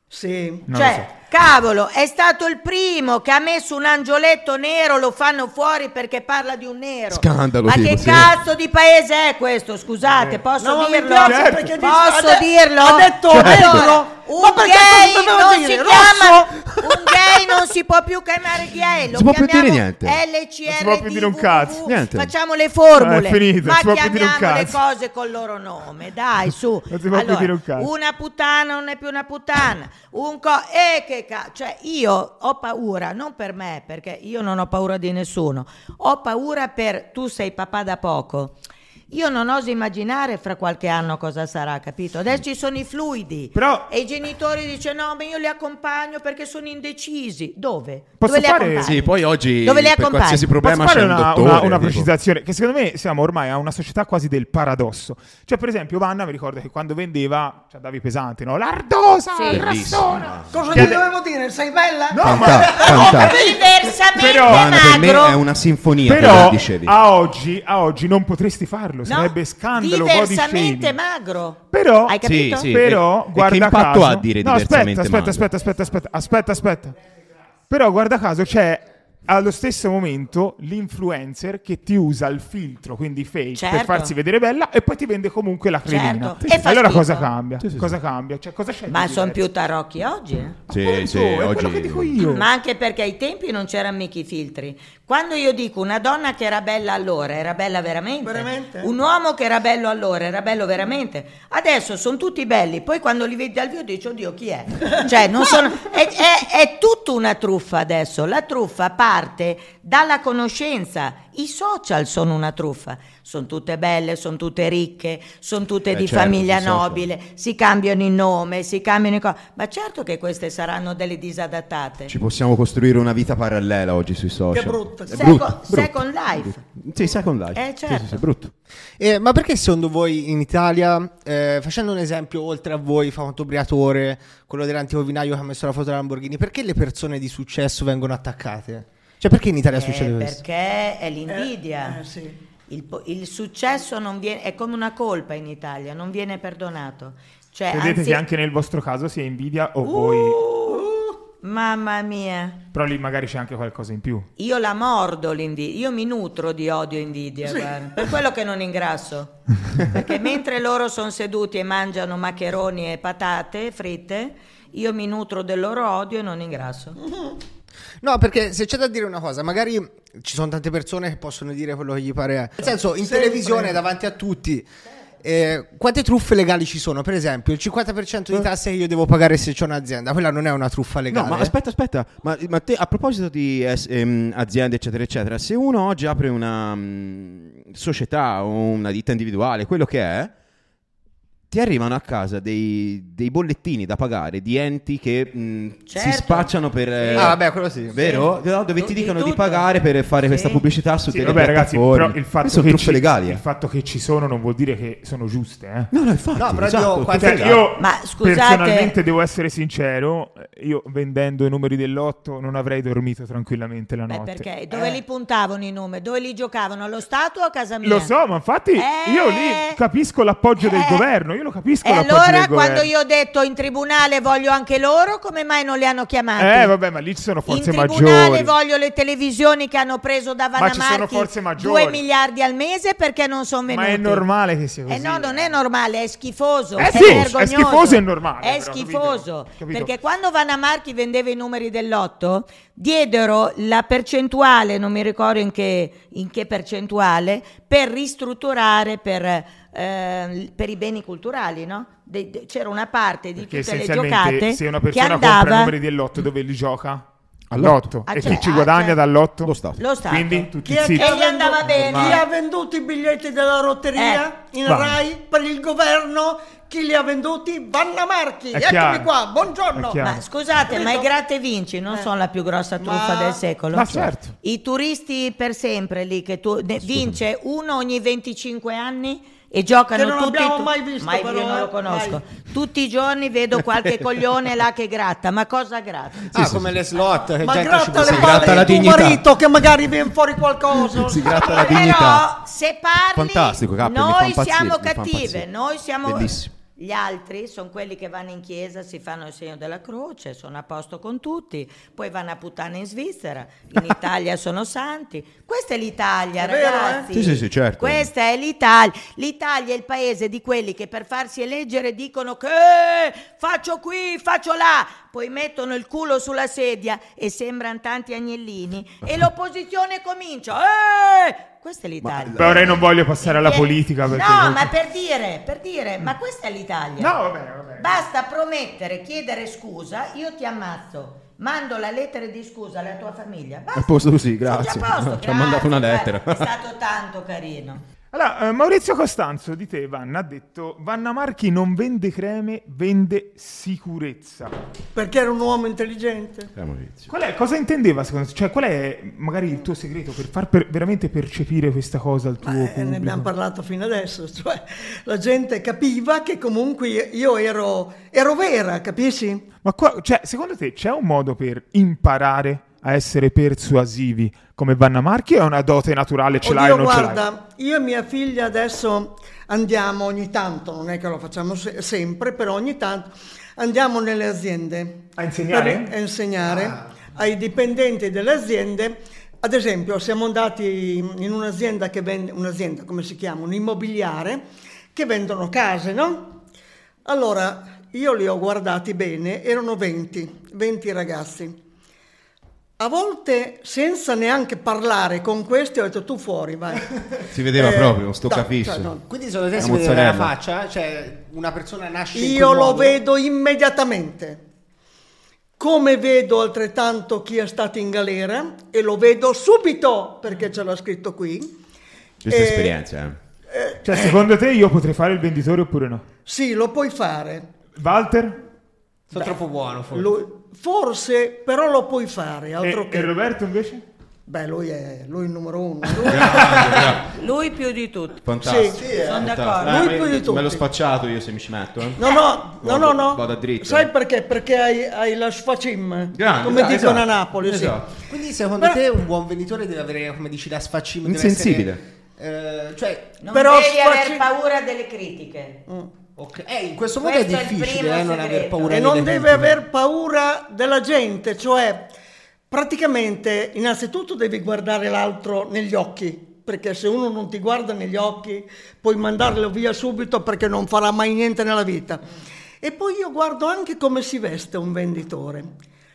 [SPEAKER 3] Sì.
[SPEAKER 1] Non lo
[SPEAKER 5] cioè, cavolo, è stato il primo che ha messo un angioletto nero, lo fanno fuori perché parla di un nero.
[SPEAKER 6] Scandalo,
[SPEAKER 5] Ma
[SPEAKER 6] tipo,
[SPEAKER 5] che
[SPEAKER 6] sì.
[SPEAKER 5] cazzo di paese è questo?
[SPEAKER 1] Eh.
[SPEAKER 5] Scusate, posso
[SPEAKER 3] No, ma mi
[SPEAKER 5] dirlo?
[SPEAKER 3] piace
[SPEAKER 6] Certo.
[SPEAKER 3] perché dice-
[SPEAKER 5] posso
[SPEAKER 3] ha de-
[SPEAKER 5] dirlo?
[SPEAKER 3] ha detto
[SPEAKER 5] allora,
[SPEAKER 3] nero.
[SPEAKER 5] un
[SPEAKER 3] Ma perché
[SPEAKER 5] gay
[SPEAKER 3] cosa dovevo
[SPEAKER 5] non si
[SPEAKER 3] dire?
[SPEAKER 5] chiama
[SPEAKER 3] Rosso?
[SPEAKER 5] un gay non si può più chiamare gay, lo
[SPEAKER 6] si può più
[SPEAKER 5] chiamiamo
[SPEAKER 6] dire niente.
[SPEAKER 5] LCR.
[SPEAKER 1] Non si può più dire un cazzo.
[SPEAKER 6] Niente.
[SPEAKER 5] Facciamo le formule.
[SPEAKER 1] Ah, è finito,
[SPEAKER 5] ma
[SPEAKER 1] si può più dire un
[SPEAKER 5] chiamiamo le
[SPEAKER 1] cazzo.
[SPEAKER 5] cose col loro nome. Dai, su.
[SPEAKER 1] Non si può più
[SPEAKER 5] Allora,
[SPEAKER 1] dire un cazzo.
[SPEAKER 5] una puttana non è più una puttana, un co... E che cazzo? Cioè, io ho paura, non per me, perché io non ho paura di nessuno, ho paura per tu sei papà da poco. Io non oso immaginare fra qualche anno cosa sarà, capito? Adesso ci sono i fluidi
[SPEAKER 1] Però-
[SPEAKER 5] e i genitori dicono no, ma io li accompagno perché sono indecisi. Dove?
[SPEAKER 1] Posso
[SPEAKER 5] Dove li
[SPEAKER 1] fare-
[SPEAKER 5] accompagni?
[SPEAKER 6] Sì, poi oggi
[SPEAKER 5] Dove li
[SPEAKER 6] per
[SPEAKER 5] accompagni?
[SPEAKER 6] qualsiasi problema
[SPEAKER 1] Posso
[SPEAKER 6] c'è
[SPEAKER 1] fare
[SPEAKER 6] un
[SPEAKER 1] una,
[SPEAKER 6] dottore.
[SPEAKER 1] una- una
[SPEAKER 6] tipo.
[SPEAKER 1] precisazione? Che secondo me siamo ormai a una società quasi del paradosso. Cioè, per esempio, Vanna mi ricorda che quando vendeva, cioè andavi pesante, no? L'ardosa,
[SPEAKER 5] Sì.
[SPEAKER 1] il
[SPEAKER 6] Bellissima.
[SPEAKER 1] rassone.
[SPEAKER 3] Cosa
[SPEAKER 1] Che
[SPEAKER 3] gli
[SPEAKER 1] ade-
[SPEAKER 3] dovevo dire? Sei bella?
[SPEAKER 1] No,
[SPEAKER 6] Fanta-
[SPEAKER 1] ma...
[SPEAKER 6] fanta-
[SPEAKER 5] Diversamente
[SPEAKER 1] Però-
[SPEAKER 6] Vanna, per me
[SPEAKER 5] magro.
[SPEAKER 6] è una sinfonia
[SPEAKER 1] Però
[SPEAKER 6] quello che dicevi.
[SPEAKER 1] a oggi, a oggi non potresti farlo,
[SPEAKER 5] No,
[SPEAKER 1] sarebbe scandalo. body
[SPEAKER 5] diversamente
[SPEAKER 1] shaming.
[SPEAKER 5] magro.
[SPEAKER 1] Però,
[SPEAKER 5] Hai capito?
[SPEAKER 6] Sì,
[SPEAKER 1] però
[SPEAKER 6] e- e
[SPEAKER 1] guarda
[SPEAKER 6] che impatto
[SPEAKER 1] caso-
[SPEAKER 6] ha dire
[SPEAKER 1] no, aspetta,
[SPEAKER 6] diversamente
[SPEAKER 1] aspetta,
[SPEAKER 6] magro?
[SPEAKER 1] aspetta, aspetta, aspetta, aspetta, aspetta. Però guarda caso c'è allo stesso momento l'influencer che ti usa il filtro, quindi fake,
[SPEAKER 5] Certo.
[SPEAKER 1] per farsi vedere bella e poi ti vende comunque la cremina.
[SPEAKER 5] Certo. E fa
[SPEAKER 1] Allora
[SPEAKER 5] schifo.
[SPEAKER 1] cosa cambia?
[SPEAKER 6] sì.
[SPEAKER 1] cosa cambia? Cioè, cosa c'è di
[SPEAKER 5] Ma sono
[SPEAKER 1] diverso?
[SPEAKER 5] più tarocchi oggi, eh?
[SPEAKER 6] Sì, sì,
[SPEAKER 1] Appunto, è
[SPEAKER 6] oggi...
[SPEAKER 1] quello che dico io.
[SPEAKER 5] Ma anche perché ai tempi non c'erano mica i filtri. Quando io dico una donna che era bella allora, era bella veramente.
[SPEAKER 3] Veramente?
[SPEAKER 5] Un uomo che era bello allora, era bello veramente. Adesso sono tutti belli, poi quando li vedi dal vivo dici, oddio, chi è? Cioè, non sono... è, è- è tutta una truffa adesso. La truffa parte dalla conoscenza. I social sono una truffa. Sono tutte belle, sono tutte ricche, sono tutte
[SPEAKER 6] Eh,
[SPEAKER 5] di
[SPEAKER 6] certo,
[SPEAKER 5] famiglia
[SPEAKER 6] sui social.
[SPEAKER 5] nobile si cambiano il nome, si cambiano i co- ma certo che queste saranno delle disadattate.
[SPEAKER 6] Ci possiamo costruire una vita parallela oggi sui social.
[SPEAKER 3] Che brutto.
[SPEAKER 6] È
[SPEAKER 5] Second-
[SPEAKER 6] brutto,
[SPEAKER 5] Second
[SPEAKER 6] brutto.
[SPEAKER 5] Life.
[SPEAKER 6] Sì, Second Life.
[SPEAKER 5] Eh,
[SPEAKER 6] Sì, sì,
[SPEAKER 5] certo.
[SPEAKER 6] sì, brutto.
[SPEAKER 4] Eh, ma perché secondo voi in Italia, eh, facendo un esempio oltre a voi, Briatore, quello dell'antico vinaio che ha messo la foto della Lamborghini, perché le persone di successo vengono attaccate? Cioè perché in Italia
[SPEAKER 5] Eh,
[SPEAKER 4] succede questo?
[SPEAKER 5] perché è
[SPEAKER 3] Eh,
[SPEAKER 5] l'invidia.
[SPEAKER 3] eh, sì.
[SPEAKER 5] Il, po- il successo non viene, è come una colpa in Italia, non viene perdonato. Cioè,
[SPEAKER 1] Vedete
[SPEAKER 5] anzi-
[SPEAKER 1] che anche nel vostro caso sia invidia o
[SPEAKER 5] Uh,
[SPEAKER 1] voi...
[SPEAKER 5] mamma mia.
[SPEAKER 1] Però lì magari c'è anche qualcosa in più.
[SPEAKER 5] Io la mordo l'invidia, io mi nutro di odio e invidia, guarda. per quello che non ingrasso. Perché mentre loro sono seduti e mangiano maccheroni e patate fritte, io mi nutro del loro odio e non ingrasso.
[SPEAKER 4] No, perché se c'è da dire una cosa, magari ci sono tante persone che possono dire quello che gli pare. a- Nel senso, in
[SPEAKER 3] Sempre.
[SPEAKER 4] televisione davanti a tutti. eh, quante truffe legali ci sono? Per esempio, il 50% di tasse che io devo pagare se c'è un'azienda, quella non è una truffa legale.
[SPEAKER 6] Eh. No, ma aspetta, aspetta. Ma, ma te, a proposito di es- ehm, aziende, eccetera, eccetera, se uno oggi apre una mm, società o una ditta individuale, quello che è, ti arrivano a casa dei, dei bollettini da pagare di enti che mm, si
[SPEAKER 5] Certo.
[SPEAKER 6] spacciano per... eh,
[SPEAKER 5] Sì.
[SPEAKER 4] Ah, vabbè, quello sì.
[SPEAKER 6] Vero?
[SPEAKER 5] Sì.
[SPEAKER 6] No, dove
[SPEAKER 5] Di
[SPEAKER 6] ti dicono di
[SPEAKER 5] tutto.
[SPEAKER 6] pagare per fare
[SPEAKER 5] Sì.
[SPEAKER 6] questa pubblicità su
[SPEAKER 1] Sì,
[SPEAKER 6] delle
[SPEAKER 1] vabbè ragazzi,
[SPEAKER 6] piattaforme.
[SPEAKER 1] però il fatto,
[SPEAKER 6] Queste sono
[SPEAKER 1] che
[SPEAKER 6] truffe
[SPEAKER 1] ci,
[SPEAKER 6] legali. eh.
[SPEAKER 1] il fatto che ci sono non vuol dire che sono giuste, eh.
[SPEAKER 6] No, no, infatti.
[SPEAKER 4] No, però
[SPEAKER 6] esatto,
[SPEAKER 4] io- quante-
[SPEAKER 1] Cioè,
[SPEAKER 6] truffe legali.
[SPEAKER 1] io
[SPEAKER 5] Ma scusate-
[SPEAKER 1] personalmente devo essere sincero, io vendendo i numeri dell'otto non avrei dormito tranquillamente la
[SPEAKER 5] Beh,
[SPEAKER 1] notte. Eh.
[SPEAKER 5] perché dove li puntavano i nomi? Dove li giocavano? Allo Stato o a casa mia?
[SPEAKER 1] Lo so, ma infatti
[SPEAKER 5] Eh,
[SPEAKER 1] io lì capisco l'appoggio del
[SPEAKER 5] eh,
[SPEAKER 1] governo, io lo capisco.
[SPEAKER 5] E
[SPEAKER 1] l'appoggio
[SPEAKER 5] allora
[SPEAKER 1] del
[SPEAKER 5] quando
[SPEAKER 1] governo.
[SPEAKER 5] io ho detto in tribunale voglio anche loro, come mai non li hanno chiamati?
[SPEAKER 1] Eh, vabbè, ma lì ci sono
[SPEAKER 5] in
[SPEAKER 1] forze
[SPEAKER 5] tribunale
[SPEAKER 1] maggiori.
[SPEAKER 5] voglio le televisioni che hanno preso da
[SPEAKER 1] Ma ci sono
[SPEAKER 5] Vanamarchi
[SPEAKER 1] forze
[SPEAKER 5] 2
[SPEAKER 1] maggiori.
[SPEAKER 5] miliardi al mese perché non sono venuti.
[SPEAKER 1] Ma è normale che sia così.
[SPEAKER 5] Eh no, non è normale, è schifoso.
[SPEAKER 1] Eh
[SPEAKER 5] è
[SPEAKER 1] sì, è
[SPEAKER 5] vergognoso.
[SPEAKER 1] schifoso e normale,
[SPEAKER 5] È
[SPEAKER 1] però,
[SPEAKER 5] schifoso.
[SPEAKER 1] capito? Capito?
[SPEAKER 5] Perché quando Vanamarchi vendeva i numeri dell'otto, diedero la percentuale, non mi ricordo in che, in che percentuale, per ristrutturare per, eh, per i beni culturali, no? De- de- c'era una parte di
[SPEAKER 1] Perché
[SPEAKER 5] tutte le
[SPEAKER 1] essenzialmente
[SPEAKER 5] giocate
[SPEAKER 1] se una
[SPEAKER 5] che
[SPEAKER 1] persona compra i
[SPEAKER 5] andava
[SPEAKER 1] numeri dell'otto dove li gioca?
[SPEAKER 6] All'otto.
[SPEAKER 1] All'otto.
[SPEAKER 5] Ah,
[SPEAKER 1] e
[SPEAKER 5] cioè,
[SPEAKER 1] chi ci
[SPEAKER 5] ah,
[SPEAKER 1] guadagna
[SPEAKER 5] cioè,
[SPEAKER 1] dall'otto?
[SPEAKER 6] Lo Stato.
[SPEAKER 5] lo Stato.
[SPEAKER 1] Quindi tutti
[SPEAKER 3] Chi è
[SPEAKER 1] zitti.
[SPEAKER 3] che ha
[SPEAKER 5] E gli andava
[SPEAKER 3] venduto-
[SPEAKER 5] bene. Eh.
[SPEAKER 3] Chi
[SPEAKER 5] Ma-
[SPEAKER 3] ha venduto i biglietti della lotteria in
[SPEAKER 1] Va.
[SPEAKER 3] Rai per il governo? Chi li ha venduti? Vanna Marchi.
[SPEAKER 1] È
[SPEAKER 3] Eccomi
[SPEAKER 1] chiaro.
[SPEAKER 3] qua, buongiorno.
[SPEAKER 1] È chiaro.
[SPEAKER 5] Ma scusate, ma i gratte vinci non sono la più grossa truffa
[SPEAKER 3] Eh. Ma-
[SPEAKER 5] del secolo.
[SPEAKER 1] Ma certo.
[SPEAKER 5] I turisti per sempre lì che tu ne- vince uno ogni 25 anni e giocano
[SPEAKER 3] Che non
[SPEAKER 5] tutti
[SPEAKER 3] abbiamo
[SPEAKER 5] tu-
[SPEAKER 3] mai visto,
[SPEAKER 5] ma io
[SPEAKER 3] però,
[SPEAKER 5] non
[SPEAKER 3] eh,
[SPEAKER 5] lo conosco.
[SPEAKER 3] mai.
[SPEAKER 5] Tutti i giorni vedo qualche coglione là che gratta, ma cosa gratta?
[SPEAKER 4] Ah, come le slot. Che
[SPEAKER 3] Ma
[SPEAKER 4] gente ci
[SPEAKER 3] gratta
[SPEAKER 4] può-
[SPEAKER 3] le
[SPEAKER 4] si
[SPEAKER 6] gratta la
[SPEAKER 3] palle di tuo
[SPEAKER 6] dignità.
[SPEAKER 3] marito che magari viene fuori qualcosa.
[SPEAKER 6] Si gratta la dignità.
[SPEAKER 5] Però se parli
[SPEAKER 6] Fantastico, Capri, mi fa
[SPEAKER 5] noi
[SPEAKER 6] impazzire, mi
[SPEAKER 5] siamo
[SPEAKER 6] fa
[SPEAKER 5] cattive,
[SPEAKER 6] impazzire.
[SPEAKER 5] noi siamo
[SPEAKER 6] Bellissimo.
[SPEAKER 5] gli altri sono quelli che vanno in chiesa, si fanno il segno della croce, sono a posto con tutti, poi vanno a puttana in Svizzera, in Italia sono santi. Questa è l'Italia,
[SPEAKER 3] È vero, eh?
[SPEAKER 5] ragazzi.
[SPEAKER 6] Sì, sì, sì, certo.
[SPEAKER 5] Questa è l'Italia. L'Italia è il paese di quelli che per farsi eleggere dicono che "Eh, faccio qui, faccio là, poi mettono il culo sulla sedia e sembrano tanti agnellini e l'opposizione comincia. "Eh!" Questa è l'Italia.
[SPEAKER 1] Beh, ora io non voglio passare alla politica perché...
[SPEAKER 5] No, ma per dire, per dire, ma questa è l'Italia.
[SPEAKER 1] No, vabbè, vabbè.
[SPEAKER 5] Basta promettere, chiedere scusa, io ti ammazzo. Mando la lettera di scusa alla tua famiglia. Basta.
[SPEAKER 6] A posto così,
[SPEAKER 5] Sono già a
[SPEAKER 6] grazie.
[SPEAKER 5] posto,
[SPEAKER 6] Ci ha
[SPEAKER 5] grazie,
[SPEAKER 6] mandato una
[SPEAKER 5] guarda,
[SPEAKER 6] lettera.
[SPEAKER 5] È stato tanto carino.
[SPEAKER 1] Allora, eh, Maurizio Costanzo di te, Vanna, ha detto Vanna Marchi non vende creme, vende sicurezza.
[SPEAKER 3] Perché era un uomo intelligente.
[SPEAKER 6] Eh, Maurizio.
[SPEAKER 1] Qual è, cosa intendeva secondo te? Cioè, qual è magari il tuo segreto per far per- veramente percepire questa cosa al tuo
[SPEAKER 3] Eh, ne
[SPEAKER 1] pubblico?
[SPEAKER 3] abbiamo parlato fino adesso, cioè la gente capiva che comunque io ero, ero vera, capisci?
[SPEAKER 1] Ma qua, cioè, secondo te c'è un modo per imparare a essere persuasivi come Vanna Marchi o è una dote naturale, ce l'hai o
[SPEAKER 3] Oddio,
[SPEAKER 1] non ce l'hai?
[SPEAKER 3] guarda, io e mia figlia adesso andiamo ogni tanto, non è che lo facciamo se- sempre, però ogni tanto andiamo nelle aziende
[SPEAKER 1] A insegnare? Ah.
[SPEAKER 3] Per- a insegnare ai dipendenti delle aziende. Ad esempio, siamo andati in un'azienda che vende, un'azienda, come si chiama, un immobiliare, che vendono case, no? Allora, io li ho guardati bene, erano 20, 20 ragazzi. A volte, senza neanche parlare con questi, ho detto tu fuori, vai.
[SPEAKER 6] Si vedeva
[SPEAKER 3] Eh,
[SPEAKER 6] proprio, sto
[SPEAKER 3] no,
[SPEAKER 6] capisco.
[SPEAKER 3] cioè, no.
[SPEAKER 4] Quindi secondo te
[SPEAKER 6] La
[SPEAKER 4] si vede la
[SPEAKER 6] mozzarella.
[SPEAKER 4] faccia? Cioè, una persona nasce in
[SPEAKER 3] Io
[SPEAKER 4] quel
[SPEAKER 3] lo
[SPEAKER 4] modo?
[SPEAKER 3] vedo immediatamente. Come vedo altrettanto chi è stato in galera e lo vedo subito perché ce l'ha scritto qui.
[SPEAKER 6] Questa
[SPEAKER 3] Eh,
[SPEAKER 6] esperienza, eh.
[SPEAKER 1] Cioè, secondo te io potrei fare il venditore oppure no?
[SPEAKER 3] Sì, lo puoi fare.
[SPEAKER 1] Walter
[SPEAKER 4] Sono troppo buono, forse.
[SPEAKER 3] Lo- forse, però lo puoi fare.
[SPEAKER 4] Eh,
[SPEAKER 1] e,
[SPEAKER 3] Altro che...
[SPEAKER 1] e Roberto invece?
[SPEAKER 3] Beh, lui è lui è il numero uno.
[SPEAKER 5] Lui più di tutti.
[SPEAKER 6] Fantastico.
[SPEAKER 3] Sì, sì, eh.
[SPEAKER 5] Sono
[SPEAKER 6] Fantastico.
[SPEAKER 5] d'accordo.
[SPEAKER 6] Eh,
[SPEAKER 3] Lui
[SPEAKER 6] me-
[SPEAKER 3] più di
[SPEAKER 6] Me l'ho
[SPEAKER 3] tutti.
[SPEAKER 6] spacciato io se mi ci metto. Eh.
[SPEAKER 3] No, no, no, no, no.
[SPEAKER 6] Vado dritto.
[SPEAKER 3] Sai perché? Perché hai, hai la sfacim,
[SPEAKER 6] Grande,
[SPEAKER 3] come
[SPEAKER 6] dai,
[SPEAKER 3] dicono
[SPEAKER 6] esatto.
[SPEAKER 3] a Napoli. sì.
[SPEAKER 6] Esatto.
[SPEAKER 4] Quindi secondo
[SPEAKER 3] Ma-
[SPEAKER 4] te un buon venditore deve avere, come dici, la sfaccina deve
[SPEAKER 6] Insensibile.
[SPEAKER 4] essere, eh, cioè,
[SPEAKER 5] Non
[SPEAKER 3] Però
[SPEAKER 5] devi aver
[SPEAKER 3] sfacci-
[SPEAKER 5] paura delle critiche.
[SPEAKER 4] ok, eh, in questo modo è
[SPEAKER 5] Questo è il
[SPEAKER 4] difficile
[SPEAKER 5] primo
[SPEAKER 4] eh, non aver
[SPEAKER 5] segreto.
[SPEAKER 4] paura
[SPEAKER 3] E
[SPEAKER 4] di
[SPEAKER 3] non
[SPEAKER 4] delle
[SPEAKER 3] deve
[SPEAKER 4] critiche.
[SPEAKER 3] aver paura della gente, cioè praticamente innanzitutto devi guardare l'altro negli occhi, perché se uno non ti guarda negli occhi puoi mandarlo via subito perché non farà mai niente nella vita. E poi io guardo anche come si veste un venditore.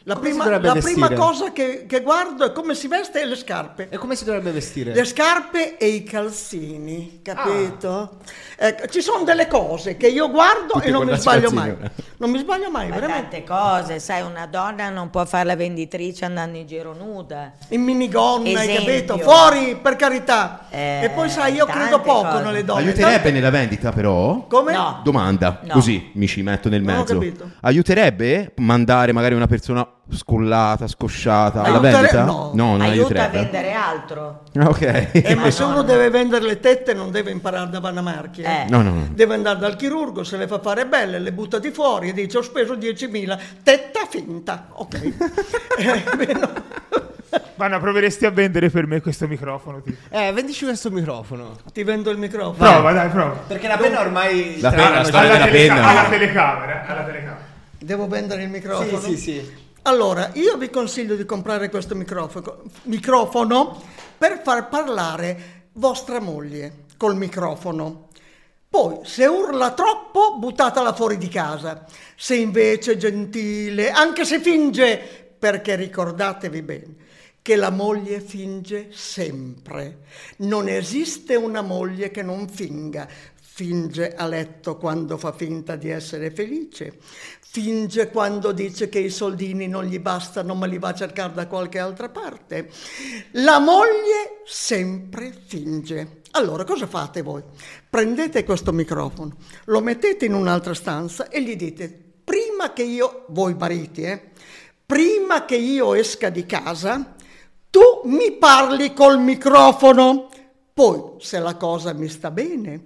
[SPEAKER 3] La,
[SPEAKER 4] Come si
[SPEAKER 3] prima,
[SPEAKER 4] dovrebbe
[SPEAKER 3] la prima
[SPEAKER 4] vestire?
[SPEAKER 3] cosa che, che guardo è come si veste e le scarpe.
[SPEAKER 4] E come si dovrebbe vestire?
[SPEAKER 3] Le scarpe e i calzini, capito?
[SPEAKER 4] Ah.
[SPEAKER 3] Ecco, ci sono delle cose che io guardo
[SPEAKER 6] Tutti
[SPEAKER 3] e non mi
[SPEAKER 6] guardati
[SPEAKER 3] sbaglio
[SPEAKER 6] calzini
[SPEAKER 3] mai.
[SPEAKER 6] ora.
[SPEAKER 3] Non mi sbaglio mai,
[SPEAKER 5] Ma
[SPEAKER 3] veramente.
[SPEAKER 5] tante cose, sai, una donna non può fare la venditrice andando in giro nuda.
[SPEAKER 3] In minigonna, hai
[SPEAKER 5] Esempio.
[SPEAKER 3] capito? Fuori, per carità.
[SPEAKER 5] Eh,
[SPEAKER 3] e poi sai, io
[SPEAKER 5] tante
[SPEAKER 3] credo poco
[SPEAKER 5] cose.
[SPEAKER 3] nelle donne.
[SPEAKER 6] Aiuterebbe
[SPEAKER 3] Tante-
[SPEAKER 6] nella vendita, però?
[SPEAKER 3] Come?
[SPEAKER 5] No.
[SPEAKER 6] Domanda,
[SPEAKER 5] No.
[SPEAKER 6] così mi ci metto nel
[SPEAKER 3] Non ho
[SPEAKER 6] mezzo.
[SPEAKER 3] capito.
[SPEAKER 6] Aiuterebbe mandare magari una persona scollata, scosciata alla
[SPEAKER 3] Aiutere-
[SPEAKER 6] vendita?
[SPEAKER 3] no.
[SPEAKER 6] non
[SPEAKER 5] Aiuta a
[SPEAKER 6] aiuterebbe.
[SPEAKER 5] vendere altro.
[SPEAKER 6] Ah, Ok.
[SPEAKER 3] Eh, ma
[SPEAKER 5] No,
[SPEAKER 3] se
[SPEAKER 5] no,
[SPEAKER 3] uno
[SPEAKER 5] no.
[SPEAKER 3] deve vendere le tette non deve imparare da Vanamarchi. eh.
[SPEAKER 5] Eh.
[SPEAKER 6] No, no, no.
[SPEAKER 3] Deve andare dal chirurgo, se le fa fare belle, le butta di fuori e dice ho speso 10.000, tetta finta. Ok. Eh, no.
[SPEAKER 1] Vanna, proveresti a vendere per me questo microfono? tipo?
[SPEAKER 4] Eh, vendici questo microfono.
[SPEAKER 3] Ti vendo il microfono.
[SPEAKER 1] Prova, dai, prova.
[SPEAKER 4] Perché la penna ormai...
[SPEAKER 6] La
[SPEAKER 4] tra-
[SPEAKER 6] penna,
[SPEAKER 4] non
[SPEAKER 6] sta-
[SPEAKER 4] c'è-
[SPEAKER 6] Vale
[SPEAKER 1] Alla,
[SPEAKER 6] la
[SPEAKER 1] teleca-
[SPEAKER 6] pena.
[SPEAKER 1] alla telecamera. Alla telecamera.
[SPEAKER 3] Devo vendere il microfono.
[SPEAKER 4] Sì, sì, sì.
[SPEAKER 3] Allora, io vi consiglio di comprare questo microfono, microfono per far parlare vostra moglie col microfono. Poi, se urla troppo, buttatela fuori di casa. Se invece è gentile, anche se finge, perché ricordatevi bene che la moglie finge sempre. Non esiste una moglie che non finga. Finge a letto quando fa finta di essere felice, finge quando dice che i soldini non gli bastano ma li va a cercare da qualche altra parte. La moglie sempre finge. Allora cosa fate voi? Prendete questo microfono, lo mettete in un'altra stanza e gli dite, prima che io, voi mariti, eh, prima che io esca di casa, tu mi parli col microfono. Poi, se la cosa mi sta bene,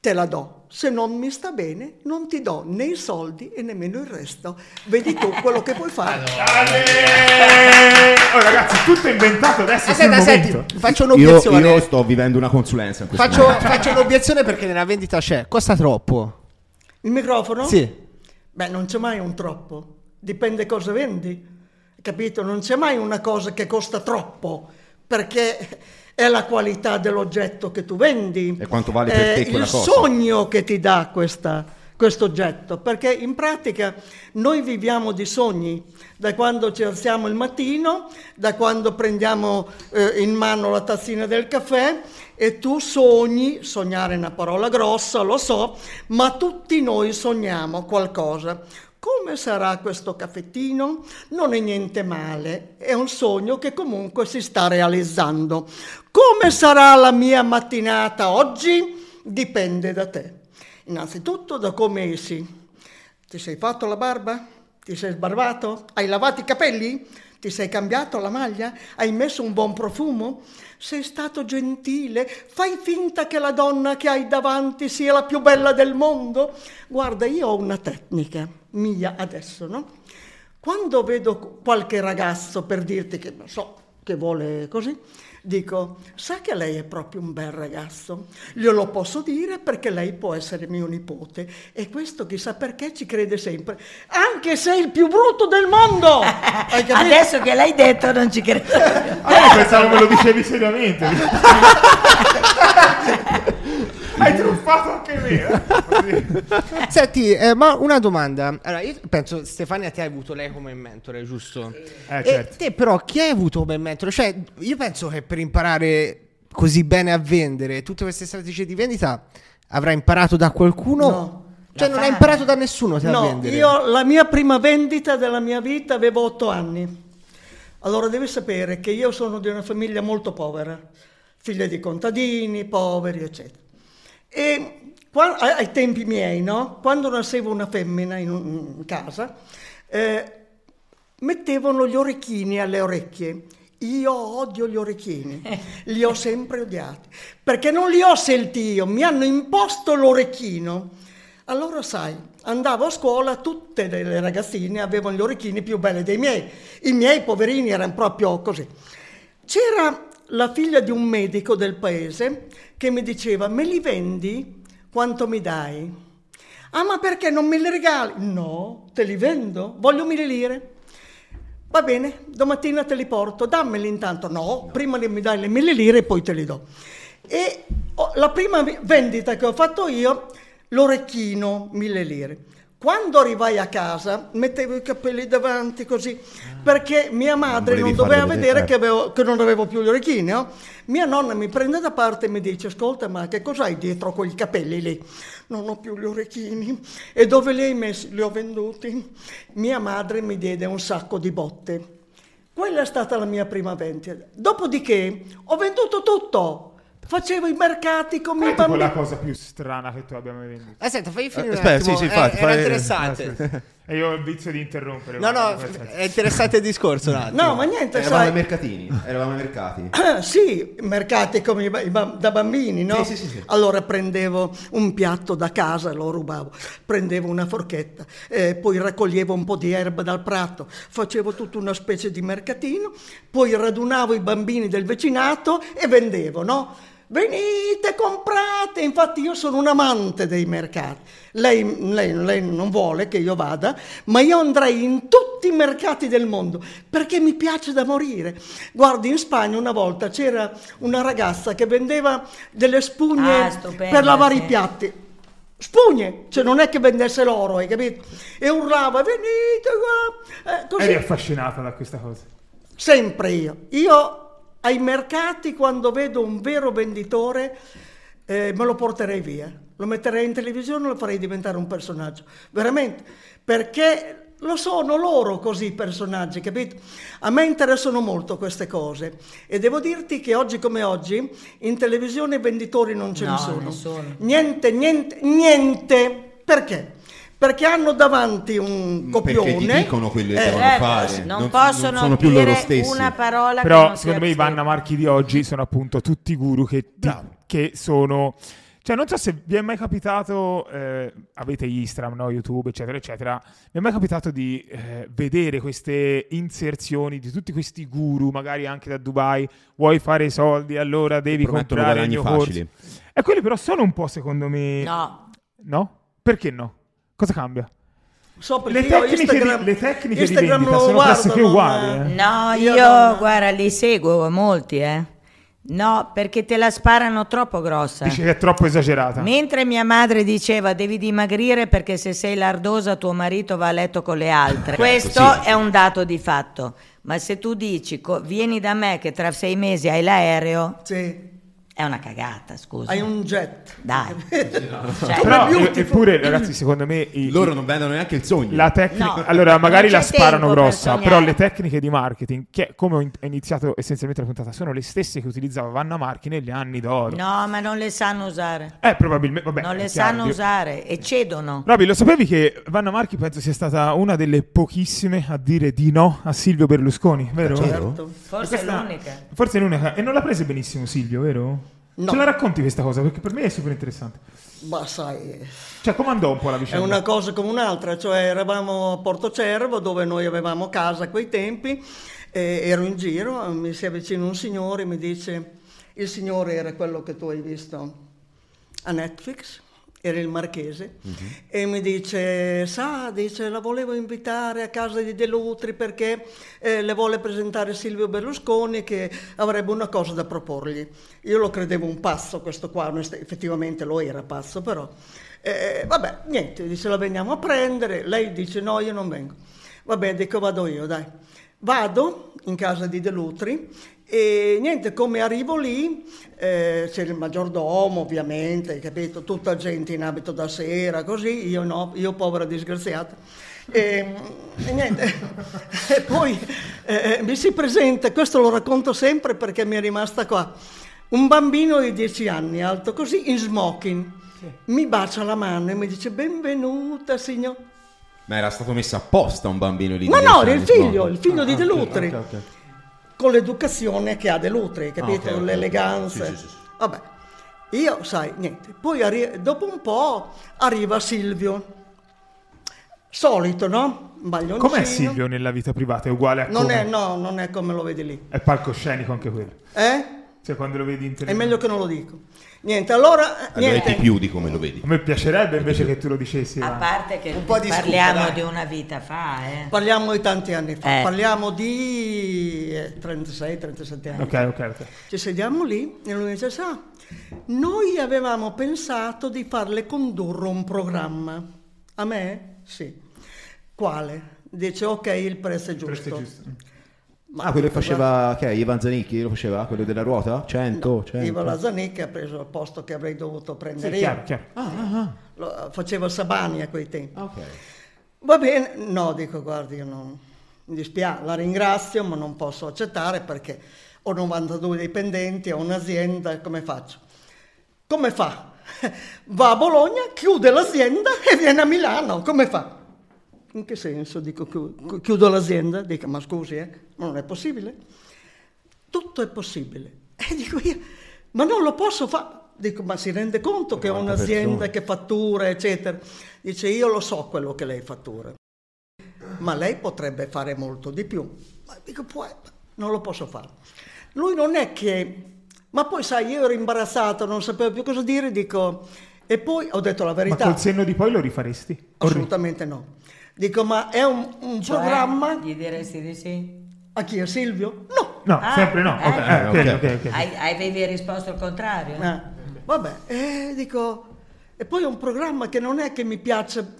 [SPEAKER 3] te la do. Se non mi sta bene, non ti do né i soldi e nemmeno il resto. Vedi tu quello che puoi fare.
[SPEAKER 1] Ale! Oh, ragazzi, tutto è inventato adesso. sul
[SPEAKER 4] Aspetta,
[SPEAKER 1] momento.
[SPEAKER 4] senti, faccio
[SPEAKER 6] Io,
[SPEAKER 4] un'obiezione.
[SPEAKER 6] io sto vivendo una consulenza in questo
[SPEAKER 4] Faccio,
[SPEAKER 6] momento.
[SPEAKER 4] faccio un'obiezione perché nella vendita c'è. Costa troppo.
[SPEAKER 3] Il microfono?
[SPEAKER 4] Sì.
[SPEAKER 3] Beh, non c'è mai un troppo. Dipende cosa vendi. Capito? Non c'è mai una cosa che costa troppo, perché è la qualità dell'oggetto che tu vendi.
[SPEAKER 6] E quanto vale per
[SPEAKER 3] È
[SPEAKER 6] te quella
[SPEAKER 3] il
[SPEAKER 6] cosa.
[SPEAKER 3] sogno che ti dà questa- questo oggetto, perché in pratica noi viviamo di sogni, da quando ci alziamo il mattino, da quando prendiamo eh, in mano la tazzina del caffè e tu sogni, sognare è una parola grossa, lo so, ma tutti noi sogniamo qualcosa. Come sarà questo caffettino? Non è niente male, è un sogno che comunque si sta realizzando. Come sarà la mia mattinata oggi? Dipende da te. Innanzitutto da come esci. Ti sei fatto la barba? Ti sei sbarbato? Hai lavato i capelli? Ti sei cambiato la maglia? Hai messo un buon profumo? Sei stato gentile? Fai finta che la donna che hai davanti sia la più bella del mondo? Guarda, io ho una tecnica mia adesso, no? Quando vedo qualche ragazzo per dirti che non so che vuole così, dico, sa che lei è proprio un bel ragazzo, glielo posso dire perché lei può essere mio nipote e questo chissà perché ci crede sempre, anche se è il più brutto del mondo. Hai capito?
[SPEAKER 5] Adesso che l'hai detto non ci credo.
[SPEAKER 1] Ah, io pensavo me lo dicevi seriamente. Hai truffato anche eh. me. eh?
[SPEAKER 4] Senti, eh, ma una domanda. Allora, io penso, Stefania, ti hai avuto lei come mentore, giusto?
[SPEAKER 1] Eh,
[SPEAKER 4] E
[SPEAKER 1] certo.
[SPEAKER 4] te però chi hai avuto come mentore? Cioè, io penso che per imparare così bene a vendere tutte queste strategie di vendita avrai imparato da qualcuno?
[SPEAKER 3] No.
[SPEAKER 4] Cioè, non
[SPEAKER 5] La fame.
[SPEAKER 4] hai imparato da nessuno te a
[SPEAKER 3] No,
[SPEAKER 4] vendere?
[SPEAKER 3] io la mia prima vendita della mia vita avevo otto anni. Allora devi sapere che io sono di una famiglia molto povera, figlia di contadini, poveri, eccetera. E qua- a- ai tempi miei, no? quando nascevo una femmina in, un- in casa, eh, mettevano gli orecchini alle orecchie. Io odio gli orecchini, li ho sempre odiati, perché non li ho sentiti io, mi hanno imposto l'orecchino. Allora sai, andavo a scuola, tutte le le ragazzine avevano gli orecchini più belli dei miei, i miei poverini erano proprio così. C'era la figlia di un medico del paese che mi diceva, me li vendi quanto mi dai? Ah, ma perché non me li regali? No, te li vendo, voglio mille lire. Va bene, domattina te li porto, dammeli intanto. No, prima che mi dai le mille lire e poi te li do. E ho- la prima vi- vendita che ho fatto io, l'orecchino, mille lire. Quando arrivai a casa mettevo i capelli davanti così, perché mia madre
[SPEAKER 6] Ah.
[SPEAKER 3] non
[SPEAKER 6] volevi
[SPEAKER 3] doveva
[SPEAKER 6] farlo certo.
[SPEAKER 3] vedere
[SPEAKER 6] vedere,
[SPEAKER 3] che, avevo- che non avevo più gli orecchini. no? Mia nonna mi prende da parte e mi dice, ascolta, ma che cos'hai dietro quei capelli lì? Non ho più gli orecchini. E dove li hai messi? Li ho venduti. Mia madre mi diede un sacco di botte. Quella è stata la mia prima vendita. Dopodiché ho venduto tutto. Facevo i mercati come i
[SPEAKER 1] È tipo la
[SPEAKER 3] bambini.
[SPEAKER 1] cosa più strana che tu abbia mai venduto.
[SPEAKER 4] Aspetta, Eh, fai finire
[SPEAKER 6] Aspetta,
[SPEAKER 4] un
[SPEAKER 6] sì,
[SPEAKER 4] attimo.
[SPEAKER 6] sì, infatti,
[SPEAKER 4] Eh, era
[SPEAKER 6] fai-
[SPEAKER 4] interessante.
[SPEAKER 1] È E io ho il vizio di interrompere.
[SPEAKER 4] No, no,
[SPEAKER 1] guarda, guarda.
[SPEAKER 4] è interessante il discorso. un attimo.
[SPEAKER 3] No, ma niente,
[SPEAKER 2] Eravamo ai
[SPEAKER 3] sai,
[SPEAKER 2] mercatini. Eravamo ai mercati.
[SPEAKER 3] sì, mercati come i ba- i ba- da bambini, no?
[SPEAKER 2] Sì, sì, sì, sì.
[SPEAKER 3] Allora prendevo un piatto da casa, lo rubavo, prendevo una forchetta, eh, poi raccoglievo un po' di erba dal prato, facevo tutta una specie di mercatino, poi radunavo i bambini del vicinato e vendevo, no? Venite, comprate, infatti io sono un amante dei mercati. Lei, lei- lei non vuole che io vada, ma io andrei in tutti i mercati del mondo perché mi piace da morire. Guardi, in Spagna una volta c'era una ragazza che vendeva delle spugne
[SPEAKER 5] Ah, stupenda,
[SPEAKER 3] per lavare
[SPEAKER 5] sì.
[SPEAKER 3] i piatti. Spugne, cioè non è che vendesse l'oro, hai capito? E urlava, venite qua. eh, così.
[SPEAKER 1] Eri affascinata da questa cosa.
[SPEAKER 3] Sempre io. Io ai mercati quando vedo un vero venditore eh, me lo porterei via, lo metterei in televisione e lo farei diventare un personaggio, veramente, perché lo sono loro così i personaggi, capito? A me interessano molto queste cose e devo dirti che oggi come oggi in televisione venditori non ce
[SPEAKER 5] No,
[SPEAKER 3] ne sono.
[SPEAKER 5] nessuno.
[SPEAKER 3] Niente, niente, niente. Perché? Perché hanno davanti un copione.
[SPEAKER 6] Perché ti dicono quello che
[SPEAKER 3] Eh,
[SPEAKER 6] devono
[SPEAKER 5] Certo,
[SPEAKER 6] fare.
[SPEAKER 5] non,
[SPEAKER 6] non
[SPEAKER 5] possono
[SPEAKER 6] sono più
[SPEAKER 5] dire
[SPEAKER 6] loro stessi.
[SPEAKER 5] una parola che
[SPEAKER 1] Però
[SPEAKER 5] non
[SPEAKER 1] secondo me
[SPEAKER 5] sia
[SPEAKER 1] i Vanna
[SPEAKER 5] scritta.
[SPEAKER 1] Marchi di oggi sono appunto tutti guru che, ti- che sono... Cioè non so se vi è mai capitato, eh, avete Instagram, no? YouTube, eccetera, eccetera, mi è mai capitato di eh, vedere queste inserzioni di tutti questi guru, magari anche da Dubai, vuoi fare i soldi, allora devi
[SPEAKER 6] Promettono
[SPEAKER 1] comprare il
[SPEAKER 6] guadagni
[SPEAKER 1] mio corso.
[SPEAKER 6] facili.
[SPEAKER 1] E quelli però sono un po' secondo me...
[SPEAKER 5] No, Eh.
[SPEAKER 1] No? Perché no? Cosa cambia?
[SPEAKER 3] So perché
[SPEAKER 1] Le
[SPEAKER 3] io
[SPEAKER 1] tecniche,
[SPEAKER 3] Instagram-
[SPEAKER 1] di, le tecniche di
[SPEAKER 3] Instagram
[SPEAKER 1] vendita
[SPEAKER 3] lo
[SPEAKER 1] sono
[SPEAKER 3] guardo,
[SPEAKER 1] pressoché
[SPEAKER 3] non-
[SPEAKER 1] uguali. eh.
[SPEAKER 5] no,
[SPEAKER 3] Io
[SPEAKER 5] io,
[SPEAKER 3] non-
[SPEAKER 5] guarda, li seguo molti, eh. No, perché te la sparano troppo grossa.
[SPEAKER 1] Dice che è troppo esagerata.
[SPEAKER 5] Mentre mia madre diceva devi dimagrire perché se sei lardosa tuo marito va a letto con le altre. Questo
[SPEAKER 6] sì.
[SPEAKER 5] è un dato di fatto. Ma se tu dici co- vieni da me che tra sei mesi hai l'aereo,
[SPEAKER 3] Sì,
[SPEAKER 5] è una cagata, scusa.
[SPEAKER 3] hai un jet.
[SPEAKER 5] Dai. Cioè,
[SPEAKER 1] Però,
[SPEAKER 3] Come
[SPEAKER 1] e-
[SPEAKER 3] Beautiful.
[SPEAKER 1] eppure, ragazzi, secondo me i-
[SPEAKER 6] Loro non vendono neanche il sogno.
[SPEAKER 1] la tecnica.
[SPEAKER 5] No,
[SPEAKER 1] allora, magari
[SPEAKER 5] non
[SPEAKER 1] la
[SPEAKER 5] c'è
[SPEAKER 1] sparano
[SPEAKER 5] tempo per
[SPEAKER 1] grossa,
[SPEAKER 5] sognare.
[SPEAKER 1] però le tecniche di marketing, che è- come ho in- ho iniziato essenzialmente la puntata, sono le stesse che utilizzava Vanna Marchi negli anni d'oro.
[SPEAKER 5] no, ma non le sanno usare.
[SPEAKER 1] Eh, probabilmente. Vabbè,
[SPEAKER 5] non
[SPEAKER 1] è
[SPEAKER 5] le
[SPEAKER 1] chiaro,
[SPEAKER 5] sanno
[SPEAKER 1] Dio-
[SPEAKER 5] usare e cedono.
[SPEAKER 1] Roby, lo sapevi che Vanna Marchi penso sia stata una delle pochissime a dire di no a Silvio Berlusconi, vero?
[SPEAKER 3] Certo.
[SPEAKER 5] Forse è
[SPEAKER 1] Questa-
[SPEAKER 5] l'unica.
[SPEAKER 1] Forse è l'unica. E non l'ha presa benissimo Silvio, vero?
[SPEAKER 3] No.
[SPEAKER 1] Ce la racconti questa cosa? Perché per me è super interessante.
[SPEAKER 3] Ma sai,
[SPEAKER 1] Cioè, comandò un po' la
[SPEAKER 3] è
[SPEAKER 1] vicenda.
[SPEAKER 3] una cosa come un'altra, cioè eravamo a Porto Cervo dove noi avevamo casa a quei tempi, e ero in giro, mi si avvicina un signore e mi dice, il signore era quello che tu hai visto a Netflix, era il marchese, e mi dice, sa, dice, la volevo invitare a casa di Delutri perché eh, le vuole presentare Silvio Berlusconi che avrebbe una cosa da proporgli. Io lo credevo un pazzo questo qua, onest- effettivamente lo era pazzo però. Eh, vabbè, niente, dice la veniamo a prendere, lei dice no, io non vengo. Vabbè, dico vado io, dai. Vado in casa di Delutri e niente, come arrivo lì, eh, c'era il maggiordomo ovviamente, capito? Tutta gente in abito da sera, così, io no, io povera disgraziata. E, e niente, e poi eh, mi si presenta, questo lo racconto sempre perché mi è rimasta qua, un bambino di 10 anni, alto così, in smoking, mi bacia la mano e mi dice benvenuta signor...
[SPEAKER 6] Ma era stato messo apposta un bambino lì.
[SPEAKER 3] Ma
[SPEAKER 6] di
[SPEAKER 3] no,
[SPEAKER 6] dieci
[SPEAKER 3] era il
[SPEAKER 6] anni,
[SPEAKER 3] figlio,
[SPEAKER 6] no?
[SPEAKER 3] il figlio di
[SPEAKER 6] Ah, ok,
[SPEAKER 3] Delutri.
[SPEAKER 6] ok, ok.
[SPEAKER 3] Con l'educazione che ha Delutri, capito?
[SPEAKER 6] Ah, ok, ok.
[SPEAKER 3] L'eleganza.
[SPEAKER 6] Sì, sì, sì, sì.
[SPEAKER 3] Vabbè, io sai, niente. Poi arri- dopo un po' arriva Silvio. Solito, no? Maglioncino.
[SPEAKER 1] Com'è Silvio nella vita privata? È uguale a
[SPEAKER 3] Non
[SPEAKER 1] come-
[SPEAKER 3] è, no, non è come lo vedi lì.
[SPEAKER 1] È palcoscenico anche quello.
[SPEAKER 3] Eh?
[SPEAKER 1] Cioè, quando lo vedi in
[SPEAKER 3] È
[SPEAKER 1] televisione.
[SPEAKER 3] meglio che non lo dico. Niente, allora...
[SPEAKER 6] Allora
[SPEAKER 3] niente.
[SPEAKER 6] ti piudi come lo vedi.
[SPEAKER 1] A me piacerebbe invece che tu lo dicessi. eh.
[SPEAKER 5] A
[SPEAKER 1] Ivana.
[SPEAKER 5] parte che
[SPEAKER 4] Un po' di
[SPEAKER 5] parliamo
[SPEAKER 4] scusa, dai.
[SPEAKER 5] di una vita fa, eh.
[SPEAKER 3] Parliamo di tanti anni fa,
[SPEAKER 5] Eh.
[SPEAKER 3] parliamo di 36-37 anni
[SPEAKER 1] Ok, ok, ok.
[SPEAKER 3] Ci sediamo lì e lui dice, sa, noi avevamo pensato di farle condurre un programma. A me? Sì. Quale? Dice, ok, il prezzo è giusto.
[SPEAKER 1] Questo è giusto.
[SPEAKER 6] Ma Ah, quello che faceva, che è Ivan Zanicchi lo faceva, quello della ruota? 100, 100.
[SPEAKER 3] Ivo Lazzanicchi ha preso il posto che avrei dovuto
[SPEAKER 1] Sì,
[SPEAKER 3] prendere
[SPEAKER 1] chiaro,
[SPEAKER 3] io.
[SPEAKER 1] chiaro.
[SPEAKER 3] Lo- facevo Sabani a quei tempi.
[SPEAKER 6] Ah, ok.
[SPEAKER 3] Va bene, no, dico, guardi, io non, mi dispiace, la ringrazio, ma non posso accettare perché ho 92 dipendenti, ho un'azienda, come faccio? Come fa? Va a Bologna, chiude l'azienda e viene a Milano, come fa? In che senso? Dico, chi- chiudo l'azienda, dico, ma scusi, eh, ma non è possibile. Tutto è possibile. E dico io, ma non lo posso fare. Dico, ma si rende conto che ho
[SPEAKER 2] 40
[SPEAKER 3] un'azienda
[SPEAKER 2] persone.
[SPEAKER 3] che fattura, eccetera. Dice, io lo so quello che lei fattura, ma lei potrebbe fare molto di più. Ma dico, può, non lo posso fare. Lui non è che... Ma poi sai, io ero imbarazzato, non sapevo più cosa dire, dico... E poi ho detto la
[SPEAKER 1] Ma
[SPEAKER 3] verità.
[SPEAKER 1] col senno di poi lo rifaresti?
[SPEAKER 3] Assolutamente no. Dico, ma è un, un
[SPEAKER 5] Cioè,
[SPEAKER 3] programma
[SPEAKER 5] Gli diresti di sì?
[SPEAKER 3] a chi è Silvio? No.
[SPEAKER 1] No,
[SPEAKER 5] Ah,
[SPEAKER 1] sempre no.
[SPEAKER 5] eh.
[SPEAKER 1] Ok, eh,
[SPEAKER 6] Eh,
[SPEAKER 1] quello,
[SPEAKER 6] ok.
[SPEAKER 1] ok, ok.
[SPEAKER 5] Hai- avevi risposto al contrario?
[SPEAKER 3] Eh, vabbè, eh, dico, e poi è un programma che non è che mi piace,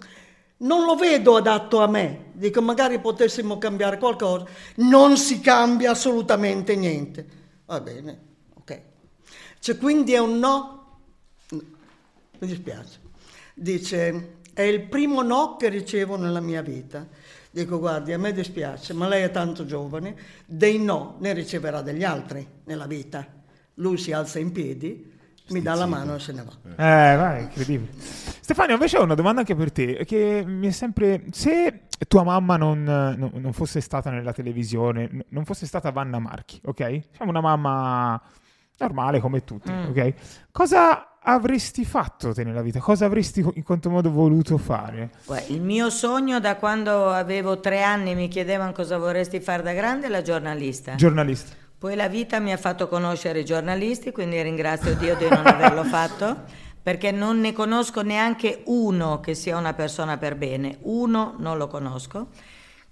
[SPEAKER 3] non lo vedo adatto a me. Dico, magari potessimo cambiare qualcosa. Non si cambia assolutamente niente. Va bene, ok. Cioè, quindi è un no mi dispiace. Dice, è il primo no che ricevo nella mia vita. Dico, guardi, a me dispiace, ma lei è tanto giovane, dei no ne riceverà degli altri nella vita. Lui si alza in piedi, mi dà la mano e se ne va.
[SPEAKER 1] Eh, vai, incredibile. Stefano, invece ho una domanda anche per te, che mi è sempre... Se tua mamma non, non- non fosse stata nella televisione, n- non fosse stata Vanna Marchi, ok? Diciamo una mamma normale come tutti,
[SPEAKER 5] Mm.
[SPEAKER 1] ok? Cosa avresti fatto te nella vita? Cosa avresti in quanto modo voluto fare?
[SPEAKER 5] Guarda, Il mio sogno da quando avevo tre anni mi chiedevano cosa vorresti fare da grande, la giornalista.
[SPEAKER 1] Giornalista.
[SPEAKER 5] Poi la vita mi ha fatto conoscere i giornalisti, quindi ringrazio Dio di non averlo fatto, perché non ne conosco neanche uno che sia una persona per bene, uno non lo conosco,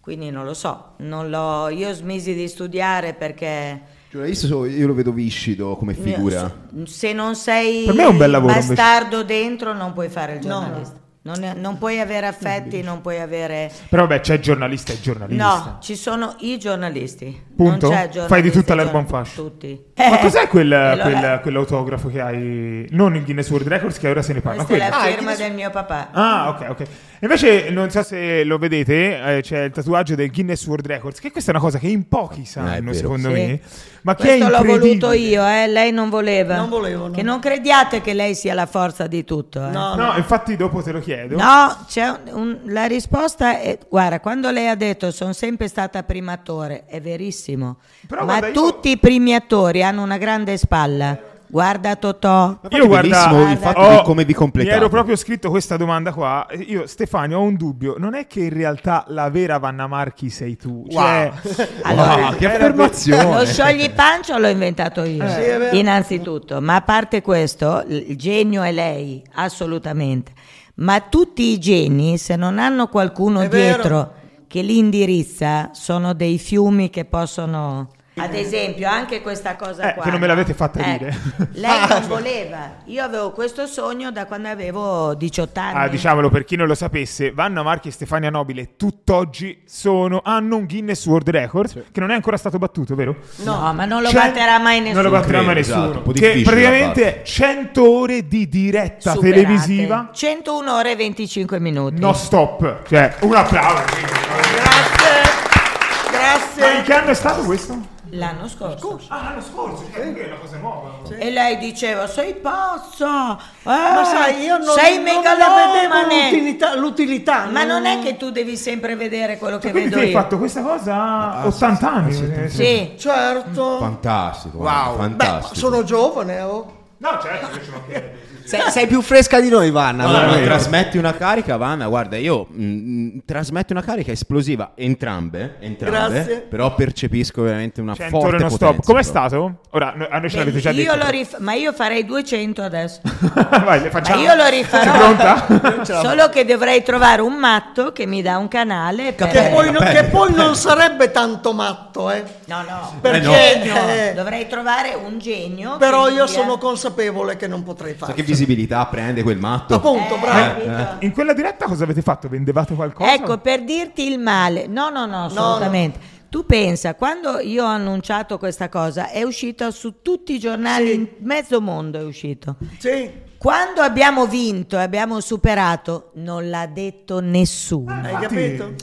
[SPEAKER 5] quindi non lo so. Non l'ho- io smisi di studiare perché...
[SPEAKER 6] Giornalista, so- io lo vedo viscido come figura.
[SPEAKER 5] Se- Se non sei
[SPEAKER 1] Per me è un bel lavoro, invece.
[SPEAKER 5] bastardo dentro non puoi fare il giornalista. Non, è- non puoi avere affetti, non puoi avere...
[SPEAKER 1] Però vabbè, c'è giornalista e giornalista.
[SPEAKER 5] No, ci sono i giornalisti.
[SPEAKER 1] Punto?
[SPEAKER 5] Non c'è giornalista
[SPEAKER 1] Fai di tutta
[SPEAKER 5] e
[SPEAKER 1] l'erba un
[SPEAKER 5] giornal-
[SPEAKER 1] fascio.
[SPEAKER 5] Tutti. Eh.
[SPEAKER 1] Ma cos'è quel,
[SPEAKER 5] E allora-
[SPEAKER 1] quel- quell'autografo che hai? Non il Guinness World Records che ora se ne parla.
[SPEAKER 5] Questa è la
[SPEAKER 1] quello.
[SPEAKER 5] firma del mio papà.
[SPEAKER 1] Ah, ok, ok. Invece, non so se lo vedete, eh, c'è il tatuaggio del Guinness World Records, che questa è una cosa che in pochi sanno,
[SPEAKER 6] Eh, vero.
[SPEAKER 1] secondo
[SPEAKER 5] Sì.
[SPEAKER 1] me, ma che
[SPEAKER 5] Questo
[SPEAKER 1] è
[SPEAKER 5] l'ho
[SPEAKER 1] incredibile.
[SPEAKER 5] voluto io, eh, lei non voleva.
[SPEAKER 3] Non volevo, no.
[SPEAKER 5] Che non crediate che lei sia la forza di tutto. eh.
[SPEAKER 3] No,
[SPEAKER 1] No, infatti dopo te lo chiedo.
[SPEAKER 5] No, c'è un- un- la risposta è, guarda, quando lei ha detto sono sempre stata prima attore, è verissimo,
[SPEAKER 1] Però
[SPEAKER 5] ma
[SPEAKER 1] guarda, io-
[SPEAKER 5] tutti i primi attori hanno una grande spalla, guarda Totò,
[SPEAKER 6] Ma
[SPEAKER 1] Io
[SPEAKER 6] infatti
[SPEAKER 1] guarda,
[SPEAKER 6] bellissimo il
[SPEAKER 5] guarda-
[SPEAKER 6] fatto
[SPEAKER 1] ho-
[SPEAKER 6] di come vi
[SPEAKER 1] mi
[SPEAKER 6] completate.
[SPEAKER 1] ero proprio scritto questa domanda qua. Io, Stefano, ho un dubbio. Non è che in realtà la vera Vanna Marchi sei tu? Cioè,
[SPEAKER 5] Allora,
[SPEAKER 6] Wow, Ah, che
[SPEAKER 1] era-
[SPEAKER 6] affermazione!
[SPEAKER 5] Lo sciogli pancia l'ho inventato
[SPEAKER 1] Eh.
[SPEAKER 5] io,
[SPEAKER 3] Sì, è vero.
[SPEAKER 5] innanzitutto, ma a parte questo, il genio è lei, assolutamente. Ma tutti i geni, se non hanno qualcuno
[SPEAKER 3] È vero.
[SPEAKER 5] dietro che li indirizza, sono dei fiumi che possono... Ad esempio, anche questa cosa
[SPEAKER 1] Eh,
[SPEAKER 5] qua.
[SPEAKER 1] che non me l'avete
[SPEAKER 5] no?
[SPEAKER 1] fatta dire. Ah,
[SPEAKER 5] Lei non voleva. Io avevo questo sogno da quando avevo 18 anni.
[SPEAKER 1] Ah, diciamolo per chi non lo sapesse, Vanna Marchi e Stefania Nobile tutt'oggi sono, hanno un Guinness World Record che non è ancora stato battuto, vero?
[SPEAKER 5] No, ma non lo
[SPEAKER 1] Cioè,
[SPEAKER 5] batterà mai nessuno.
[SPEAKER 1] Non lo batterà mai
[SPEAKER 6] Credo, esatto,
[SPEAKER 1] nessuno.
[SPEAKER 6] un po'
[SPEAKER 1] che
[SPEAKER 6] difficile da
[SPEAKER 1] praticamente 100 ore di diretta
[SPEAKER 5] Superate.
[SPEAKER 1] televisiva
[SPEAKER 5] 101 ore e 25 minuti.
[SPEAKER 1] no stop. Cioè, un applauso.
[SPEAKER 3] grazie,
[SPEAKER 1] Ma in
[SPEAKER 3] grazie.
[SPEAKER 1] che anno è stato questo?
[SPEAKER 5] L'anno scorso.
[SPEAKER 1] Ah, l'anno scorso, cioè, è una cosa nuova.
[SPEAKER 5] E lei diceva, sei pazza,
[SPEAKER 3] Ma sai, io non,
[SPEAKER 5] Eh, sei
[SPEAKER 3] non ne vedevo
[SPEAKER 5] megalomane.
[SPEAKER 3] l'utilità, l'utilità.
[SPEAKER 5] Ma non
[SPEAKER 3] Mm.
[SPEAKER 5] è che tu devi sempre vedere quello che
[SPEAKER 1] Quindi
[SPEAKER 5] vedo
[SPEAKER 1] te hai
[SPEAKER 5] io.
[SPEAKER 1] fatto questa cosa
[SPEAKER 6] Ah,
[SPEAKER 1] a 80 anni. eh,
[SPEAKER 5] Sì, Cioè,
[SPEAKER 3] Certo.
[SPEAKER 6] Fantastico,
[SPEAKER 4] Wow.
[SPEAKER 6] wow.
[SPEAKER 3] Beh,
[SPEAKER 6] fantastico.
[SPEAKER 3] sono giovane, oh.
[SPEAKER 1] No, certo, che ci mancherebbe.
[SPEAKER 4] Sei, sei più fresca di noi, Vanna.
[SPEAKER 6] Allora,
[SPEAKER 4] Vanna.
[SPEAKER 6] ma trasmetti una carica, Vanna, guarda, io mh, trasmetto una carica esplosiva, entrambe, entrambe
[SPEAKER 3] Grazie.
[SPEAKER 6] però percepisco veramente una
[SPEAKER 1] 100 ore
[SPEAKER 6] forte
[SPEAKER 1] no
[SPEAKER 6] potenza.
[SPEAKER 1] stop. Com'è
[SPEAKER 6] proprio.
[SPEAKER 1] stato? Ora, no- a noi ce l'avete già
[SPEAKER 5] io
[SPEAKER 1] detto.
[SPEAKER 5] lo rif- ma io farei 200 adesso.
[SPEAKER 1] Vai, le
[SPEAKER 5] Ma
[SPEAKER 1] facciamo.
[SPEAKER 5] io lo rifarò.
[SPEAKER 1] Sei pronta?
[SPEAKER 5] Solo che dovrei trovare un matto che mi dà un canale. Per...
[SPEAKER 3] Che poi, non,
[SPEAKER 6] capelli,
[SPEAKER 3] che poi non sarebbe tanto matto, eh.
[SPEAKER 5] No, no.
[SPEAKER 3] Perché,
[SPEAKER 5] Genio.
[SPEAKER 3] eh,
[SPEAKER 5] dovrei trovare un genio.
[SPEAKER 3] Però
[SPEAKER 5] che mi
[SPEAKER 3] io
[SPEAKER 5] dia-
[SPEAKER 3] sono consapevole che non potrei
[SPEAKER 6] Sa
[SPEAKER 3] farlo.
[SPEAKER 6] che visibilità prende quel matto?
[SPEAKER 3] Appunto,
[SPEAKER 5] Eh,
[SPEAKER 3] bravo.
[SPEAKER 5] capito?
[SPEAKER 1] In quella diretta cosa avete fatto? Vendevate qualcosa?
[SPEAKER 5] Ecco, per dirti il male, no, no, no, assolutamente. Tu pensa, quando io ho annunciato questa cosa, è uscita su tutti i giornali,
[SPEAKER 3] Sì.
[SPEAKER 5] in mezzo mondo è uscito.
[SPEAKER 3] Sì,
[SPEAKER 5] Quando abbiamo vinto e abbiamo superato, non l'ha detto nessuno.
[SPEAKER 1] Ah,
[SPEAKER 3] hai
[SPEAKER 1] Infatti,
[SPEAKER 3] capito?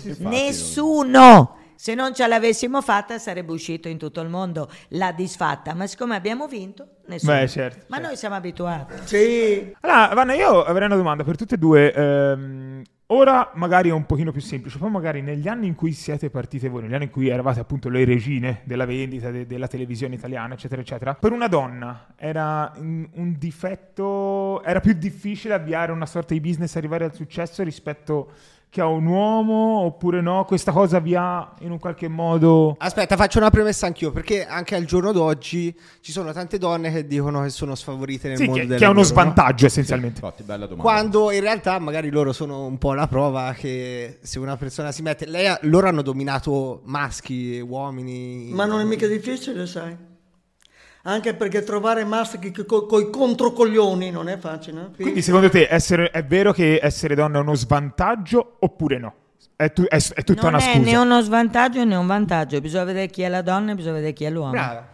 [SPEAKER 5] Nessuno! Se non ce l'avessimo fatta sarebbe uscito in tutto il mondo la disfatta, ma siccome abbiamo vinto, nessuno.
[SPEAKER 1] Beh, certo,
[SPEAKER 5] ma noi siamo abituati.
[SPEAKER 3] Sì.
[SPEAKER 1] Allora, Vanna, io avrei una domanda per tutte e due. Ehm, Ora magari è un pochino più semplice, poi magari negli anni in cui siete partite voi, negli anni in cui eravate appunto le regine della vendita, de- della televisione italiana, eccetera, eccetera, per una donna era un un difetto, era più difficile avviare una sorta di business, arrivare al successo rispetto che a un uomo, oppure no? Questa cosa vi ha in un qualche modo...
[SPEAKER 4] Aspetta, faccio una premessa anch'io, perché anche al giorno d'oggi ci sono tante donne che dicono che sono sfavorite nel
[SPEAKER 1] Sì,
[SPEAKER 4] mondo
[SPEAKER 1] che,
[SPEAKER 4] del
[SPEAKER 1] che è uno
[SPEAKER 4] lavoro, no?
[SPEAKER 1] svantaggio essenzialmente.
[SPEAKER 6] Infatti, bella domanda.
[SPEAKER 4] Quando in realtà magari loro sono un po' la prova che se una persona si mette... Lei, ha- loro hanno dominato maschi, uomini...
[SPEAKER 3] Ma non è mica difficile, sai. Anche perché trovare maschi co- coi controcoglioni non è facile. eh?
[SPEAKER 1] Quindi secondo te essere- è vero che essere donna è uno svantaggio oppure no? È, tu- è- è tutta
[SPEAKER 5] non
[SPEAKER 1] una
[SPEAKER 5] è
[SPEAKER 1] scusa.
[SPEAKER 5] né uno svantaggio né un vantaggio, bisogna vedere chi è la donna e bisogna vedere chi è l'uomo.
[SPEAKER 4] Brava.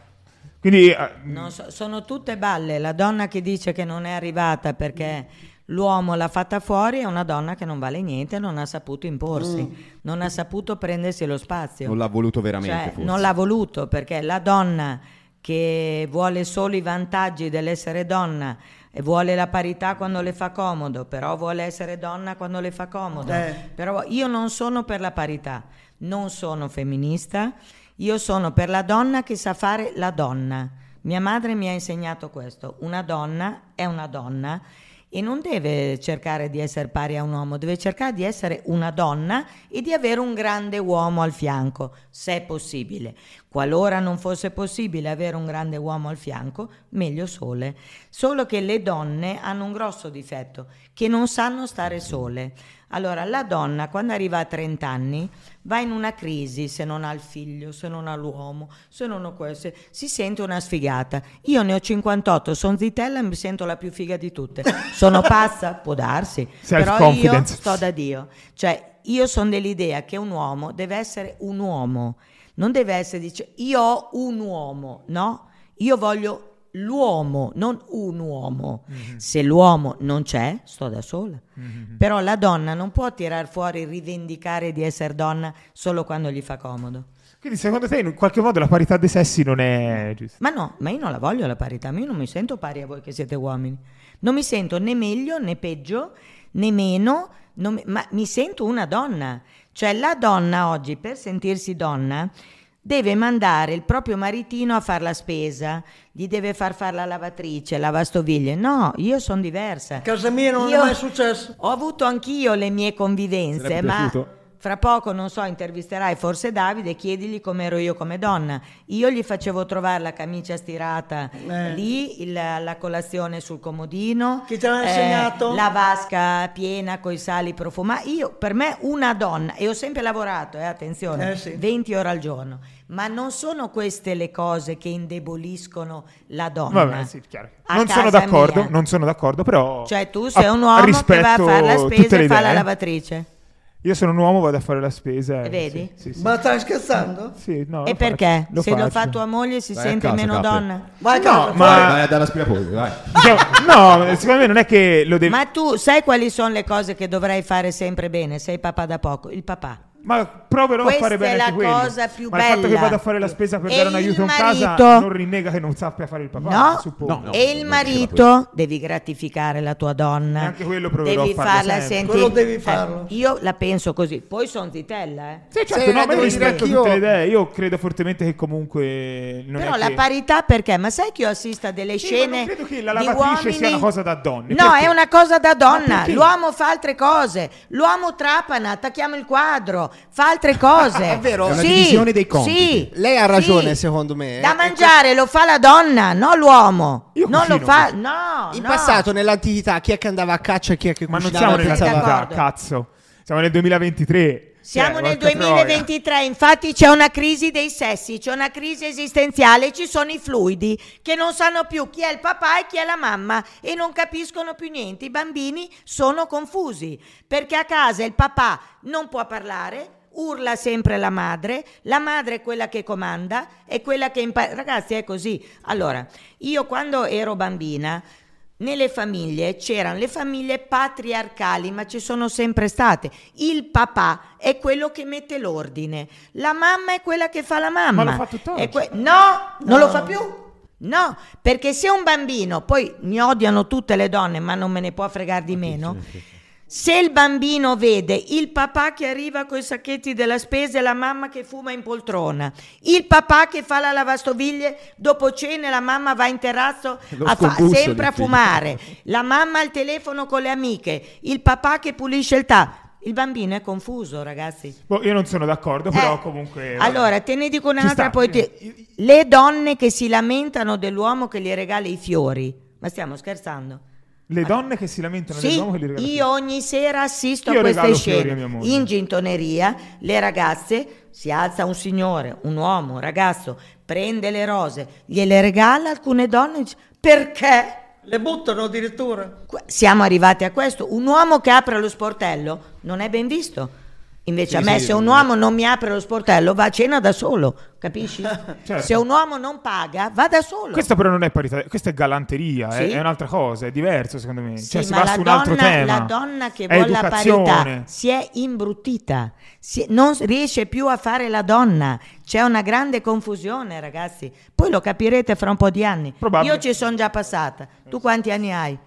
[SPEAKER 1] Quindi eh,
[SPEAKER 6] Mm.
[SPEAKER 5] Non so- sono tutte balle, la donna che dice che non è arrivata perché
[SPEAKER 6] Mm.
[SPEAKER 5] l'uomo l'ha fatta fuori è una donna che non vale niente, non ha saputo imporsi, non ha saputo prendersi lo spazio.
[SPEAKER 6] Mm. Non l'ha voluto veramente.
[SPEAKER 5] Cioè,
[SPEAKER 6] forse.
[SPEAKER 5] non l'ha voluto perché la donna che vuole solo i vantaggi dell'essere donna e vuole la parità quando le fa comodo, però vuole essere donna quando le fa comodo.
[SPEAKER 3] Eh.
[SPEAKER 5] Però io non sono per la parità, non sono femminista, io sono per la donna che sa fare la donna. Mia madre mi ha insegnato questo, una donna è una donna e non deve cercare di essere pari a un uomo, deve cercare di essere una donna e di avere un grande uomo al fianco, se è possibile. Qualora non fosse possibile avere un grande uomo al fianco, meglio sole. Solo che le donne hanno un grosso difetto, che non sanno stare sole. Allora, la donna quando arriva a 30 anni va in una crisi se non ha il figlio, se non ha l'uomo, se non ho questo, si sente una sfigata. Io ne ho 58, sono zitella e mi sento la più figa di tutte. Sono pazza? Può darsi, però io
[SPEAKER 1] Self-confidence.
[SPEAKER 5] sto da Dio. Cioè, io sono dell'idea che un uomo deve essere un uomo, non deve essere, dice, io ho un uomo, no? Io voglio l'uomo, non un uomo. Se l'uomo non c'è, sto da sola. Però la donna non può tirar fuori, rivendicare di essere donna solo quando gli fa comodo.
[SPEAKER 1] Quindi secondo te in qualche modo la parità dei sessi non è giusta?
[SPEAKER 5] Ma no, ma io non la voglio la parità, ma io non mi sento pari a voi che siete uomini. Non mi sento né meglio né peggio né meno, non mi- ma mi sento una donna. Cioè la donna oggi per sentirsi donna deve mandare il proprio maritino a fare la spesa, gli deve far fare la lavatrice, la lavastoviglie. No, io sono diversa.
[SPEAKER 3] A casa mia non
[SPEAKER 5] Io-
[SPEAKER 3] è mai successo.
[SPEAKER 5] Ho avuto anch'io le mie convivenze,
[SPEAKER 1] Sarebbe
[SPEAKER 5] ma
[SPEAKER 1] piaciuto?
[SPEAKER 5] fra poco, non so, intervisterai forse Davide e chiedigli come ero io come donna. Io gli facevo trovare la camicia stirata
[SPEAKER 3] Eh.
[SPEAKER 5] lì, il- la colazione sul comodino. eh,
[SPEAKER 3] Chi te l'ha insegnato?
[SPEAKER 5] La vasca piena coi sali profumati. Io, per me, una donna, e ho sempre lavorato, eh, attenzione,
[SPEAKER 3] Eh, sì.
[SPEAKER 5] 20 ore al giorno, ma non sono queste le cose che indeboliscono la donna.
[SPEAKER 1] Vabbè, sì, chiaro.
[SPEAKER 5] A
[SPEAKER 1] Non sono
[SPEAKER 5] casa
[SPEAKER 1] d'accordo,
[SPEAKER 5] mia.
[SPEAKER 1] non sono d'accordo, però...
[SPEAKER 5] Cioè tu sei
[SPEAKER 1] a-
[SPEAKER 5] un uomo che va
[SPEAKER 1] Ah,
[SPEAKER 5] a
[SPEAKER 1] rispetto
[SPEAKER 5] fare la spesa
[SPEAKER 1] tutte le
[SPEAKER 5] e fa la
[SPEAKER 1] idee. eh.
[SPEAKER 5] lavatrice.
[SPEAKER 1] Io sono un uomo, vado a fare la spesa.
[SPEAKER 5] E
[SPEAKER 1] eh,
[SPEAKER 5] vedi? Boh.
[SPEAKER 1] sì, sì, sì.
[SPEAKER 3] Ma stai scherzando?
[SPEAKER 1] Sì, no,
[SPEAKER 5] e
[SPEAKER 1] lo
[SPEAKER 5] perché?
[SPEAKER 1] faccio, lo
[SPEAKER 5] Se lo fa
[SPEAKER 1] faccio.
[SPEAKER 5] tua moglie si
[SPEAKER 6] Vai a
[SPEAKER 5] sente
[SPEAKER 6] casa,
[SPEAKER 5] meno
[SPEAKER 6] Cappe.
[SPEAKER 5] donna.
[SPEAKER 3] Vai a
[SPEAKER 1] No,
[SPEAKER 3] casa,
[SPEAKER 1] ma-
[SPEAKER 3] fuori.
[SPEAKER 6] Vai a dare l'aspirapolvere, vai.
[SPEAKER 1] Diciamo- no, secondo me non è che lo devi...
[SPEAKER 5] Ma tu sai quali sono le cose che dovrai fare sempre bene? Sei papà da poco, il papà.
[SPEAKER 1] Ma proverò
[SPEAKER 5] Questa
[SPEAKER 1] a fare
[SPEAKER 5] è
[SPEAKER 1] bene
[SPEAKER 5] la
[SPEAKER 1] anche quello.
[SPEAKER 5] cosa più
[SPEAKER 1] Ma il fatto che
[SPEAKER 5] bella.
[SPEAKER 1] vado a fare la spesa per
[SPEAKER 5] E
[SPEAKER 1] dare un
[SPEAKER 5] il
[SPEAKER 1] aiuto in
[SPEAKER 5] marito?
[SPEAKER 1] casa non rinnega che non sappia fare il papà,
[SPEAKER 5] no?
[SPEAKER 1] suppongo.
[SPEAKER 6] No, no.
[SPEAKER 5] e il
[SPEAKER 6] non
[SPEAKER 5] marito devi gratificare la tua donna.
[SPEAKER 1] E anche quello proverò
[SPEAKER 5] devi
[SPEAKER 1] a farlo
[SPEAKER 5] farla
[SPEAKER 1] sempre.
[SPEAKER 5] sentire.
[SPEAKER 3] Quello devi farlo.
[SPEAKER 5] Eh, io la penso così. Poi sono zitella, eh.
[SPEAKER 1] Sì, certo,
[SPEAKER 4] Se
[SPEAKER 1] no, ma io
[SPEAKER 4] devo dire
[SPEAKER 1] rispetto
[SPEAKER 4] anch'io-
[SPEAKER 1] tutte le idee. Io credo fortemente che comunque non
[SPEAKER 5] Però
[SPEAKER 1] è
[SPEAKER 5] la
[SPEAKER 1] che...
[SPEAKER 5] parità perché? Ma sai che io assisto a delle
[SPEAKER 1] Sì,
[SPEAKER 5] scene
[SPEAKER 1] ma non credo che la
[SPEAKER 5] di
[SPEAKER 1] lavatrice
[SPEAKER 5] uomini-
[SPEAKER 1] sia una cosa da donne,
[SPEAKER 5] No,
[SPEAKER 1] perché?
[SPEAKER 5] è una cosa da donna.
[SPEAKER 1] perché?
[SPEAKER 5] L'uomo fa altre cose. L'uomo trapana, attacchiamo il quadro, fa
[SPEAKER 1] Ah,
[SPEAKER 5] altre cose.
[SPEAKER 4] È vero. È
[SPEAKER 6] una
[SPEAKER 5] Sì,
[SPEAKER 6] divisione dei compiti.
[SPEAKER 5] sì,
[SPEAKER 4] Lei ha ragione,
[SPEAKER 5] sì.
[SPEAKER 4] secondo me.
[SPEAKER 5] Da
[SPEAKER 4] Eh,
[SPEAKER 5] mangiare lo fa la donna, non l'uomo.
[SPEAKER 1] Io
[SPEAKER 5] non lo
[SPEAKER 1] cucino,
[SPEAKER 5] fa, no.
[SPEAKER 4] In
[SPEAKER 5] no.
[SPEAKER 4] passato, nell'antichità, chi è che andava a caccia e chi è che
[SPEAKER 1] Ma non
[SPEAKER 4] cucinava?
[SPEAKER 1] siamo nell'antichità,
[SPEAKER 5] d'accordo.
[SPEAKER 1] cazzo. Siamo nel 2023.
[SPEAKER 5] Siamo
[SPEAKER 1] Cioè,
[SPEAKER 5] nel
[SPEAKER 1] porca troia.
[SPEAKER 5] 2023, infatti c'è una crisi dei sessi, c'è una crisi esistenziale, ci sono i fluidi che non sanno più chi è il papà e chi è la mamma e non capiscono più niente. I bambini sono confusi perché a casa il papà non può parlare. Urla sempre la madre, la madre è quella che comanda, è quella che impara. Ragazzi, è così. Allora, io quando ero bambina nelle famiglie c'erano le famiglie patriarcali, ma ci sono sempre state. Il papà è quello che mette l'ordine, la mamma è quella che fa la mamma.
[SPEAKER 1] Ma lo fa tutt'oggi.
[SPEAKER 5] È No, non
[SPEAKER 3] No.
[SPEAKER 5] lo fa più. No, perché se un bambino, poi mi odiano tutte le donne, ma non me ne può fregare di meno. Se il bambino vede il papà che arriva con i sacchetti della spesa e la mamma che fuma in poltrona, il papà che fa la lavastoviglie dopo cena e la mamma va in terrazzo
[SPEAKER 6] Lo
[SPEAKER 5] a fa-
[SPEAKER 6] scombussola,
[SPEAKER 5] sempre a
[SPEAKER 6] figlio.
[SPEAKER 5] fumare, la mamma al telefono con le amiche, il papà che pulisce il tavolo, il bambino è confuso ragazzi.
[SPEAKER 1] Boh, io non sono d'accordo, però
[SPEAKER 5] Eh,
[SPEAKER 1] comunque... vabbè.
[SPEAKER 5] Allora, te ne dico
[SPEAKER 1] Ci sta. Eh,
[SPEAKER 5] un'altra, poi te- le donne che si lamentano dell'uomo che gli regala i fiori, ma stiamo scherzando?
[SPEAKER 1] Le donne che si lamentano
[SPEAKER 5] Sì,
[SPEAKER 1] dell'uomo che li regala
[SPEAKER 5] io ogni sera assisto
[SPEAKER 1] Io
[SPEAKER 5] a queste
[SPEAKER 1] regalo fiori a
[SPEAKER 5] scene.
[SPEAKER 1] mia moglie.
[SPEAKER 5] In gintoneria le ragazze si alza un signore, un uomo, un ragazzo, prende le rose, gliele regala alcune donne dice, perché?
[SPEAKER 3] Le buttano addirittura.
[SPEAKER 5] Que- Siamo arrivati a questo. Un uomo che apre lo sportello non è ben visto. Invece a me, se un uomo non mi apre lo sportello, va a cena da solo, capisci?
[SPEAKER 1] Certo.
[SPEAKER 5] Se un uomo non paga, va da solo.
[SPEAKER 1] Questa però non è parità, questa è galanteria, è,
[SPEAKER 5] Sì.
[SPEAKER 1] è un'altra cosa, è diverso secondo me.
[SPEAKER 5] Sì,
[SPEAKER 1] cioè si
[SPEAKER 5] ma
[SPEAKER 1] va
[SPEAKER 5] la
[SPEAKER 1] su un altro
[SPEAKER 5] donna-
[SPEAKER 1] tema.
[SPEAKER 5] La donna che
[SPEAKER 1] È
[SPEAKER 5] vuole la
[SPEAKER 1] educazione.
[SPEAKER 5] parità si è imbruttita, si- non riesce più a fare la donna. C'è una grande confusione, ragazzi. Poi lo capirete fra un po' di anni.
[SPEAKER 1] Probabile.
[SPEAKER 5] Io ci sono già passata. Tu quanti anni hai?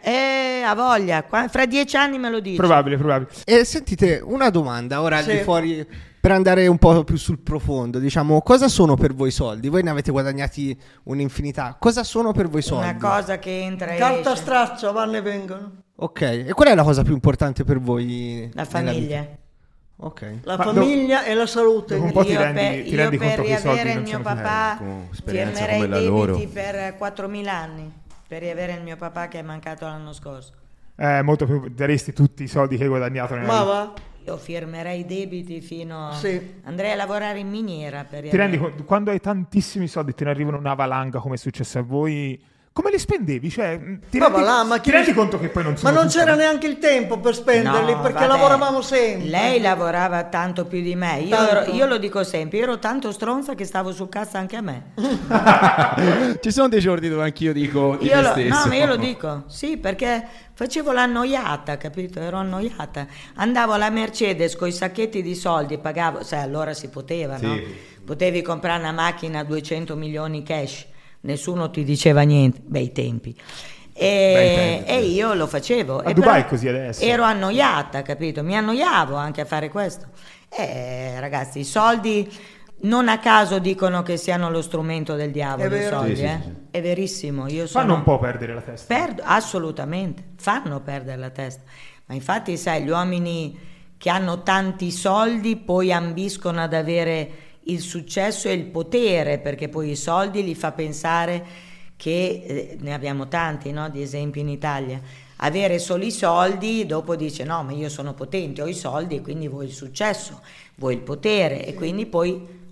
[SPEAKER 5] Eh, ha voglia, qua- fra dieci anni me lo dici.
[SPEAKER 1] Probabile, probabile.
[SPEAKER 4] E Eh, sentite, una domanda, ora al
[SPEAKER 3] Sì.
[SPEAKER 4] di fuori, per andare un po' più sul profondo, diciamo, cosa sono per voi i soldi? Voi ne avete guadagnati un'infinità, cosa sono per voi i soldi?
[SPEAKER 5] Una cosa che entra e
[SPEAKER 3] Carta
[SPEAKER 5] esce.
[SPEAKER 3] straccia, vanno e vengono.
[SPEAKER 4] Ok, e qual è la cosa più importante per voi? nella
[SPEAKER 5] la
[SPEAKER 4] vita?
[SPEAKER 5] famiglia.
[SPEAKER 4] Ok.
[SPEAKER 3] La
[SPEAKER 1] Ma do-
[SPEAKER 3] famiglia e la salute.
[SPEAKER 1] Un po' ti
[SPEAKER 5] io
[SPEAKER 1] rendi-
[SPEAKER 5] per,
[SPEAKER 1] ti
[SPEAKER 5] io
[SPEAKER 1] rendi
[SPEAKER 5] per
[SPEAKER 1] conto che i soldi
[SPEAKER 5] riavere il
[SPEAKER 1] non
[SPEAKER 5] mio
[SPEAKER 1] sono
[SPEAKER 6] finiti.
[SPEAKER 5] papà
[SPEAKER 6] Con
[SPEAKER 5] ti
[SPEAKER 6] Ecco, esperienza
[SPEAKER 5] emerei i
[SPEAKER 6] come la
[SPEAKER 5] debiti
[SPEAKER 6] loro.
[SPEAKER 5] per 4.000 anni per riavere il mio papà che è mancato l'anno scorso.
[SPEAKER 1] Eh, molto più daresti tutti i soldi che hai guadagnato nella
[SPEAKER 3] Ma
[SPEAKER 1] vita.
[SPEAKER 3] va.
[SPEAKER 5] Io firmerei i debiti fino a...
[SPEAKER 3] Sì.
[SPEAKER 5] Andrei a lavorare in miniera per
[SPEAKER 1] Ti
[SPEAKER 5] riavere-
[SPEAKER 1] rendi conto, quando hai tantissimi soldi te ne arrivano una valanga come è successo a voi, come li spendevi? Cioè, mh, ti
[SPEAKER 3] Ma
[SPEAKER 1] rendi,
[SPEAKER 3] va là, ma
[SPEAKER 1] ti
[SPEAKER 3] chi-
[SPEAKER 1] rendi conto che poi non sono
[SPEAKER 3] Ma non
[SPEAKER 1] tutti-
[SPEAKER 3] c'era neanche il tempo per spenderli
[SPEAKER 5] No,
[SPEAKER 3] perché
[SPEAKER 5] vabbè.
[SPEAKER 3] lavoravamo sempre.
[SPEAKER 5] Lei lavorava tanto più di me. Io,
[SPEAKER 3] Tanto.
[SPEAKER 5] ero- io lo dico sempre, io ero tanto stronza che stavo su cazzo anche a me.
[SPEAKER 6] Ci sono dei giorni dove anch'io dico di
[SPEAKER 5] Io
[SPEAKER 6] me
[SPEAKER 5] lo-
[SPEAKER 6] stesso.
[SPEAKER 5] no, ma io lo dico, sì, perché facevo l'annoiata, capito? Ero annoiata. Andavo alla Mercedes con i sacchetti di soldi, pagavo, sai, allora si poteva, no? Potevi comprare una macchina a 200 milioni cash, nessuno ti diceva niente, bei tempi. E, e io lo facevo.
[SPEAKER 1] A
[SPEAKER 5] E
[SPEAKER 1] Dubai è
[SPEAKER 5] però
[SPEAKER 1] così adesso.
[SPEAKER 5] Ero annoiata, capito? Mi annoiavo anche a fare questo. E ragazzi, i soldi... Non a caso dicono che siano lo strumento del diavolo,
[SPEAKER 3] È
[SPEAKER 5] i
[SPEAKER 3] vero.
[SPEAKER 5] soldi,
[SPEAKER 6] Sì, sì,
[SPEAKER 5] eh?
[SPEAKER 6] sì, sì.
[SPEAKER 5] È verissimo. Io sono...
[SPEAKER 1] Fanno un po' perdere la testa.
[SPEAKER 5] Perdo- assolutamente, fanno perdere la testa. Ma infatti, sai, gli uomini che hanno tanti soldi poi ambiscono ad avere il successo e il potere, perché poi i soldi li fa pensare che eh, ne abbiamo tanti no, di esempi in Italia. Avere solo i soldi, dopo dice no, ma io sono potente, ho i soldi e quindi vuoi il successo, vuoi il potere e quindi poi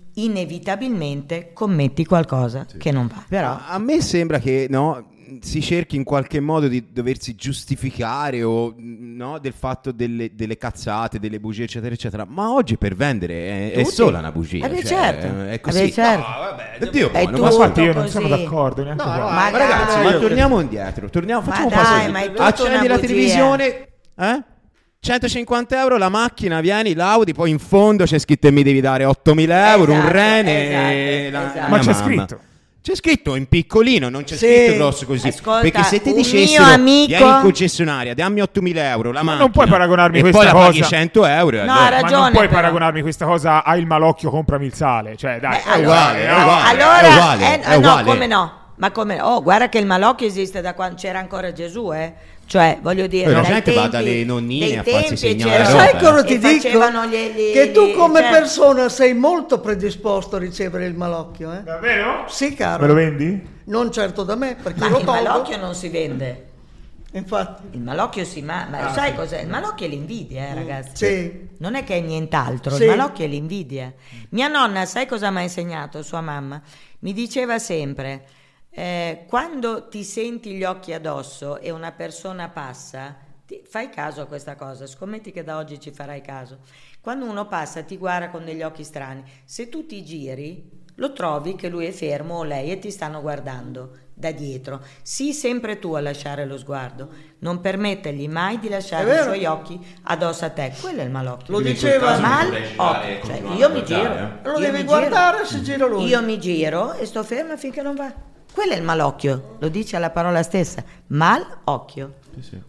[SPEAKER 5] inevitabilmente commetti qualcosa che non va. Però
[SPEAKER 6] A me sembra che no, si cerchi in qualche modo di doversi giustificare o no, del fatto delle, delle cazzate, delle bugie, eccetera, eccetera. Ma oggi per vendere è, è
[SPEAKER 5] Tutti.
[SPEAKER 6] sola una bugia.
[SPEAKER 5] Eh beh,
[SPEAKER 6] cioè,
[SPEAKER 5] certo.
[SPEAKER 6] È
[SPEAKER 5] Eh
[SPEAKER 6] così.
[SPEAKER 5] beh, certo.
[SPEAKER 6] No, vabbè, Dio
[SPEAKER 5] È
[SPEAKER 6] buono,
[SPEAKER 5] tu-
[SPEAKER 1] Ma
[SPEAKER 6] ma
[SPEAKER 5] tutto
[SPEAKER 1] infatti io non sono
[SPEAKER 5] così.
[SPEAKER 1] d'accordo neanche
[SPEAKER 4] No,
[SPEAKER 1] qua.
[SPEAKER 4] no,
[SPEAKER 5] Ma
[SPEAKER 6] Ma ragazzi,
[SPEAKER 5] dai. Eh,
[SPEAKER 6] ma torniamo indietro. Torniamo,
[SPEAKER 5] Ma
[SPEAKER 6] facciamo un
[SPEAKER 5] dai,
[SPEAKER 6] passo.
[SPEAKER 5] ma è tutta
[SPEAKER 6] Accendi
[SPEAKER 5] una
[SPEAKER 6] la
[SPEAKER 5] bugia.
[SPEAKER 6] televisione, eh? 150 euro la macchina, vieni, laudi, poi in fondo c'è scritto e mi devi dare 8000 euro, un
[SPEAKER 5] Esatto,
[SPEAKER 6] rene. e
[SPEAKER 5] esatto,
[SPEAKER 6] la-
[SPEAKER 5] esatto.
[SPEAKER 6] la
[SPEAKER 1] Ma
[SPEAKER 6] mia
[SPEAKER 1] c'è
[SPEAKER 6] mamma.
[SPEAKER 1] scritto.
[SPEAKER 6] C'è scritto in piccolino, non c'è
[SPEAKER 3] Sì.
[SPEAKER 6] scritto grosso così.
[SPEAKER 5] Ascolta,
[SPEAKER 6] perché se ti
[SPEAKER 5] un
[SPEAKER 6] dicessero,
[SPEAKER 5] mio amico-
[SPEAKER 6] vieni in concessionaria, dammi 8000 euro la macchina.
[SPEAKER 1] non puoi paragonarmi
[SPEAKER 6] e
[SPEAKER 1] questa
[SPEAKER 6] poi la paghi
[SPEAKER 1] cosa.
[SPEAKER 6] 100 euro. e
[SPEAKER 5] No,
[SPEAKER 6] allora-
[SPEAKER 5] ha
[SPEAKER 1] Ma non
[SPEAKER 5] ragione,
[SPEAKER 1] puoi
[SPEAKER 5] però.
[SPEAKER 1] paragonarmi questa cosa a il malocchio, comprami il sale. Cioè, dai,
[SPEAKER 5] Eh,
[SPEAKER 6] uguale,
[SPEAKER 5] allora-
[SPEAKER 6] è uguale,
[SPEAKER 5] allora-
[SPEAKER 6] è uguale,
[SPEAKER 5] eh,
[SPEAKER 6] è
[SPEAKER 5] no,
[SPEAKER 6] uguale.
[SPEAKER 5] come no? Ma come Oh, guarda che il malocchio esiste da quando c'era ancora Gesù, eh. Cioè, voglio dire,
[SPEAKER 6] Eh, la
[SPEAKER 5] dai
[SPEAKER 6] gente va
[SPEAKER 5] tempi-
[SPEAKER 6] dalle nonnine
[SPEAKER 5] dei
[SPEAKER 6] a farsi
[SPEAKER 5] tempi
[SPEAKER 6] segnare
[SPEAKER 5] c'era-
[SPEAKER 6] la roba,
[SPEAKER 3] Sai
[SPEAKER 6] eh.
[SPEAKER 3] cosa ti
[SPEAKER 5] e
[SPEAKER 3] dico?
[SPEAKER 5] facevano gli- gli-
[SPEAKER 3] che tu
[SPEAKER 5] gli-
[SPEAKER 3] come
[SPEAKER 5] cioè-
[SPEAKER 3] persona sei molto predisposto a ricevere il malocchio, eh?
[SPEAKER 1] Davvero?
[SPEAKER 3] Sì,
[SPEAKER 1] Me lo
[SPEAKER 3] caro.
[SPEAKER 1] vendi?
[SPEAKER 3] Non certo da me, perché
[SPEAKER 5] Ma
[SPEAKER 3] lo
[SPEAKER 5] il
[SPEAKER 3] tolgo.
[SPEAKER 5] malocchio non si vende.
[SPEAKER 3] Infatti.
[SPEAKER 5] Il malocchio si ma, ma sai cos'è? Il malocchio è l'invidia, eh, ragazzi.
[SPEAKER 3] Ah, Sì.
[SPEAKER 5] Non è che è nient'altro,
[SPEAKER 3] Sì.
[SPEAKER 5] il malocchio è l'invidia. Mia nonna, sai cosa mi ha insegnato? Sua mamma mi diceva sempre: eh, quando ti senti gli occhi addosso e una persona passa, ti- fai caso a questa cosa. Scommetti che da oggi ci farai caso. Quando uno passa, ti guarda con degli occhi strani. Se tu ti giri, lo trovi che lui è fermo o lei e ti stanno guardando da dietro. Sii sempre tu a lasciare lo sguardo, non permettergli mai di
[SPEAKER 3] È
[SPEAKER 5] lasciare i
[SPEAKER 3] vero.
[SPEAKER 5] suoi occhi addosso a te. Quello è il malocchio.
[SPEAKER 3] Lo
[SPEAKER 2] Quindi in
[SPEAKER 3] diceva-
[SPEAKER 2] quel caso
[SPEAKER 5] Mal
[SPEAKER 2] dovrei girare e
[SPEAKER 5] occhio. Cioè,
[SPEAKER 2] continuare
[SPEAKER 5] io
[SPEAKER 2] a
[SPEAKER 5] mi
[SPEAKER 2] guardare,
[SPEAKER 5] giro.
[SPEAKER 3] Lo
[SPEAKER 5] Io
[SPEAKER 3] devi
[SPEAKER 5] mi
[SPEAKER 3] guardare
[SPEAKER 5] giro.
[SPEAKER 3] se gira lui.
[SPEAKER 5] Io mi giro e sto ferma finché non va. Quello è il malocchio, lo dice alla parola stessa. Mal occhio.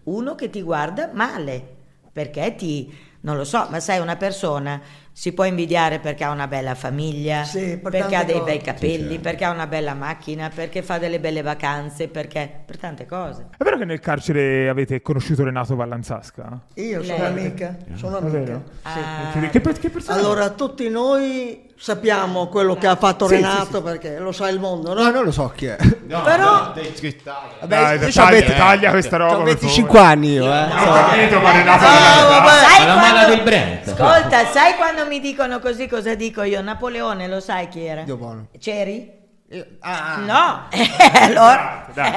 [SPEAKER 5] uno che ti guarda male, perché ti, non lo so, ma sai, una persona si può invidiare perché ha una bella famiglia,
[SPEAKER 3] Sì, per
[SPEAKER 5] perché
[SPEAKER 3] tante
[SPEAKER 5] ha dei
[SPEAKER 3] cose.
[SPEAKER 5] bei capelli,
[SPEAKER 6] Sì, certo.
[SPEAKER 5] perché ha una bella macchina, perché fa delle belle vacanze, perché per tante cose.
[SPEAKER 1] È vero che nel carcere avete conosciuto Renato Vallanzasca?
[SPEAKER 3] Io sono
[SPEAKER 5] Lei.
[SPEAKER 3] amica, sono
[SPEAKER 1] Eh, È vero?
[SPEAKER 3] amica.
[SPEAKER 5] Ah,
[SPEAKER 1] Che- Che, per- che persona?
[SPEAKER 3] Allora, tutti noi sappiamo quello che ha fatto
[SPEAKER 1] Sì,
[SPEAKER 3] Renato
[SPEAKER 1] sì, sì.
[SPEAKER 3] perché lo sa il mondo, no?
[SPEAKER 4] No, non lo so chi è.
[SPEAKER 5] però
[SPEAKER 1] Dai,
[SPEAKER 4] io c'ho
[SPEAKER 1] taglia,
[SPEAKER 4] venti-
[SPEAKER 1] taglia questa roba.
[SPEAKER 4] Ho
[SPEAKER 1] per
[SPEAKER 4] 25 anni io, eh.
[SPEAKER 1] favore. Ho capito, ma Renato
[SPEAKER 3] Ah,
[SPEAKER 1] Vallanzasca.
[SPEAKER 3] vabbè.
[SPEAKER 5] sai
[SPEAKER 7] Ma la
[SPEAKER 5] quando-
[SPEAKER 7] mala del Brenta.
[SPEAKER 5] Ascolta, sai quando mi dicono così cosa dico io? Napoleone, lo sai chi era?
[SPEAKER 4] Dio buono.
[SPEAKER 5] C'eri?
[SPEAKER 4] Ah,
[SPEAKER 5] No, Eh, allora.
[SPEAKER 1] Dai,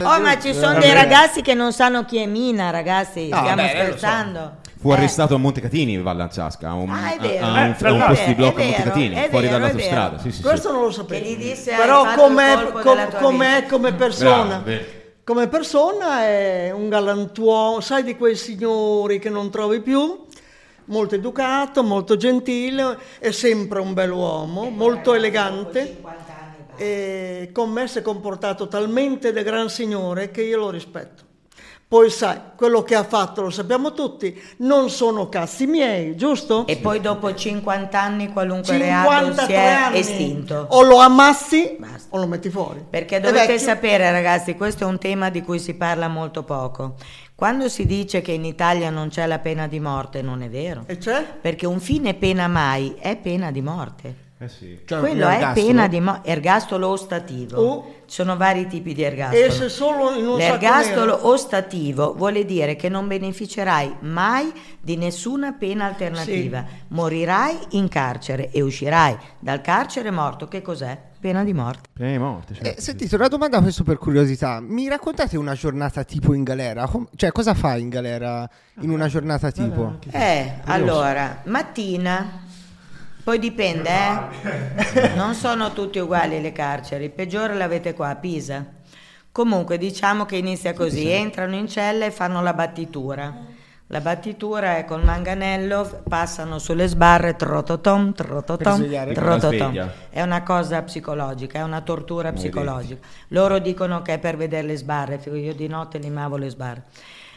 [SPEAKER 5] Oh, ma ci sono dei ragazzi che non sanno chi è Mina, ragazzi.
[SPEAKER 4] No,
[SPEAKER 5] Stiamo
[SPEAKER 4] vabbè, eh, lo
[SPEAKER 5] scherzando.
[SPEAKER 6] Fu
[SPEAKER 5] Eh.
[SPEAKER 6] arrestato a Montecatini Vallanzasca, a un,
[SPEAKER 5] Ah, è
[SPEAKER 6] a-
[SPEAKER 5] vero.
[SPEAKER 6] a un-
[SPEAKER 1] Eh, tra
[SPEAKER 6] a un
[SPEAKER 1] l'altro.
[SPEAKER 6] posto di blocco
[SPEAKER 5] È
[SPEAKER 6] a
[SPEAKER 5] vero,
[SPEAKER 6] Montecatini,
[SPEAKER 5] è
[SPEAKER 6] fuori
[SPEAKER 5] vero, è
[SPEAKER 6] dall'autostrada.
[SPEAKER 5] vero.
[SPEAKER 6] Sì, sì, sì.
[SPEAKER 3] Questo non lo sapevo.
[SPEAKER 5] Che gli disse, "Hai
[SPEAKER 3] Però
[SPEAKER 5] fatto il
[SPEAKER 3] com'è,
[SPEAKER 5] colpo
[SPEAKER 3] com-
[SPEAKER 5] della tua
[SPEAKER 3] com'è
[SPEAKER 5] vita".
[SPEAKER 3] come persona?
[SPEAKER 6] Bravo, vero.
[SPEAKER 3] come persona è un galantuomo, sai di quei signori che non trovi più? Molto educato, molto gentile, è sempre un bell'uomo,
[SPEAKER 5] Eh,
[SPEAKER 3] molto elegante.
[SPEAKER 5] 50 anni fa.
[SPEAKER 3] E con me si è comportato talmente da gran signore che io lo rispetto. Poi sai, quello che ha fatto lo sappiamo tutti, non sono cazzi miei, giusto?
[SPEAKER 5] E poi dopo 50 anni qualunque reato si
[SPEAKER 3] 53
[SPEAKER 5] è
[SPEAKER 3] anni.
[SPEAKER 5] estinto.
[SPEAKER 4] Oh.
[SPEAKER 3] O lo ammazzi
[SPEAKER 5] Basta.
[SPEAKER 3] o lo metti fuori.
[SPEAKER 5] Perché
[SPEAKER 4] Eh,
[SPEAKER 3] È
[SPEAKER 5] dovete
[SPEAKER 3] vecchio.
[SPEAKER 5] sapere, ragazzi, questo è un tema di cui si parla molto poco. Quando si dice che in Italia non c'è la pena di morte, non è
[SPEAKER 4] Eh,
[SPEAKER 5] vero.
[SPEAKER 3] E cioè? c'è?
[SPEAKER 5] Perché un fine pena mai è pena di morte.
[SPEAKER 4] Cioè,
[SPEAKER 5] Quello
[SPEAKER 4] un
[SPEAKER 5] è
[SPEAKER 4] ergastolo.
[SPEAKER 5] pena di morte, ergastolo ostativo.
[SPEAKER 3] Oh.
[SPEAKER 5] Ci sono vari tipi di ergastolo.
[SPEAKER 3] Esce solo in un sacco nero.
[SPEAKER 5] L'ergastolo ostativo vuole dire che non beneficerai mai di nessuna pena alternativa. Morirai in carcere e uscirai dal carcere morto. Che cos'è? Pena di morte.
[SPEAKER 6] Eh, morte, certo,
[SPEAKER 4] Eh,
[SPEAKER 6] sì.
[SPEAKER 4] sentite, una domanda questo per curiosità. Mi raccontate una giornata tipo in galera? Com- cioè, cosa fai in galera in una giornata tipo?
[SPEAKER 5] Eh, allora, mattina, poi dipende, eh. Non sono tutti uguali le carceri, il peggiore l'avete qua a Pisa. Comunque diciamo che inizia così, entrano in cella e fanno la battitura. La battitura è col manganello, f- passano sulle sbarre, trototom,
[SPEAKER 4] Per
[SPEAKER 5] trototom,
[SPEAKER 4] svegliare.
[SPEAKER 6] Tipo la
[SPEAKER 5] trototom.
[SPEAKER 6] sveglia.
[SPEAKER 5] È una cosa psicologica, è una tortura
[SPEAKER 6] Maledetti.
[SPEAKER 5] psicologica. Loro dicono che è per vedere le sbarre, figo, io di notte limavo le sbarre.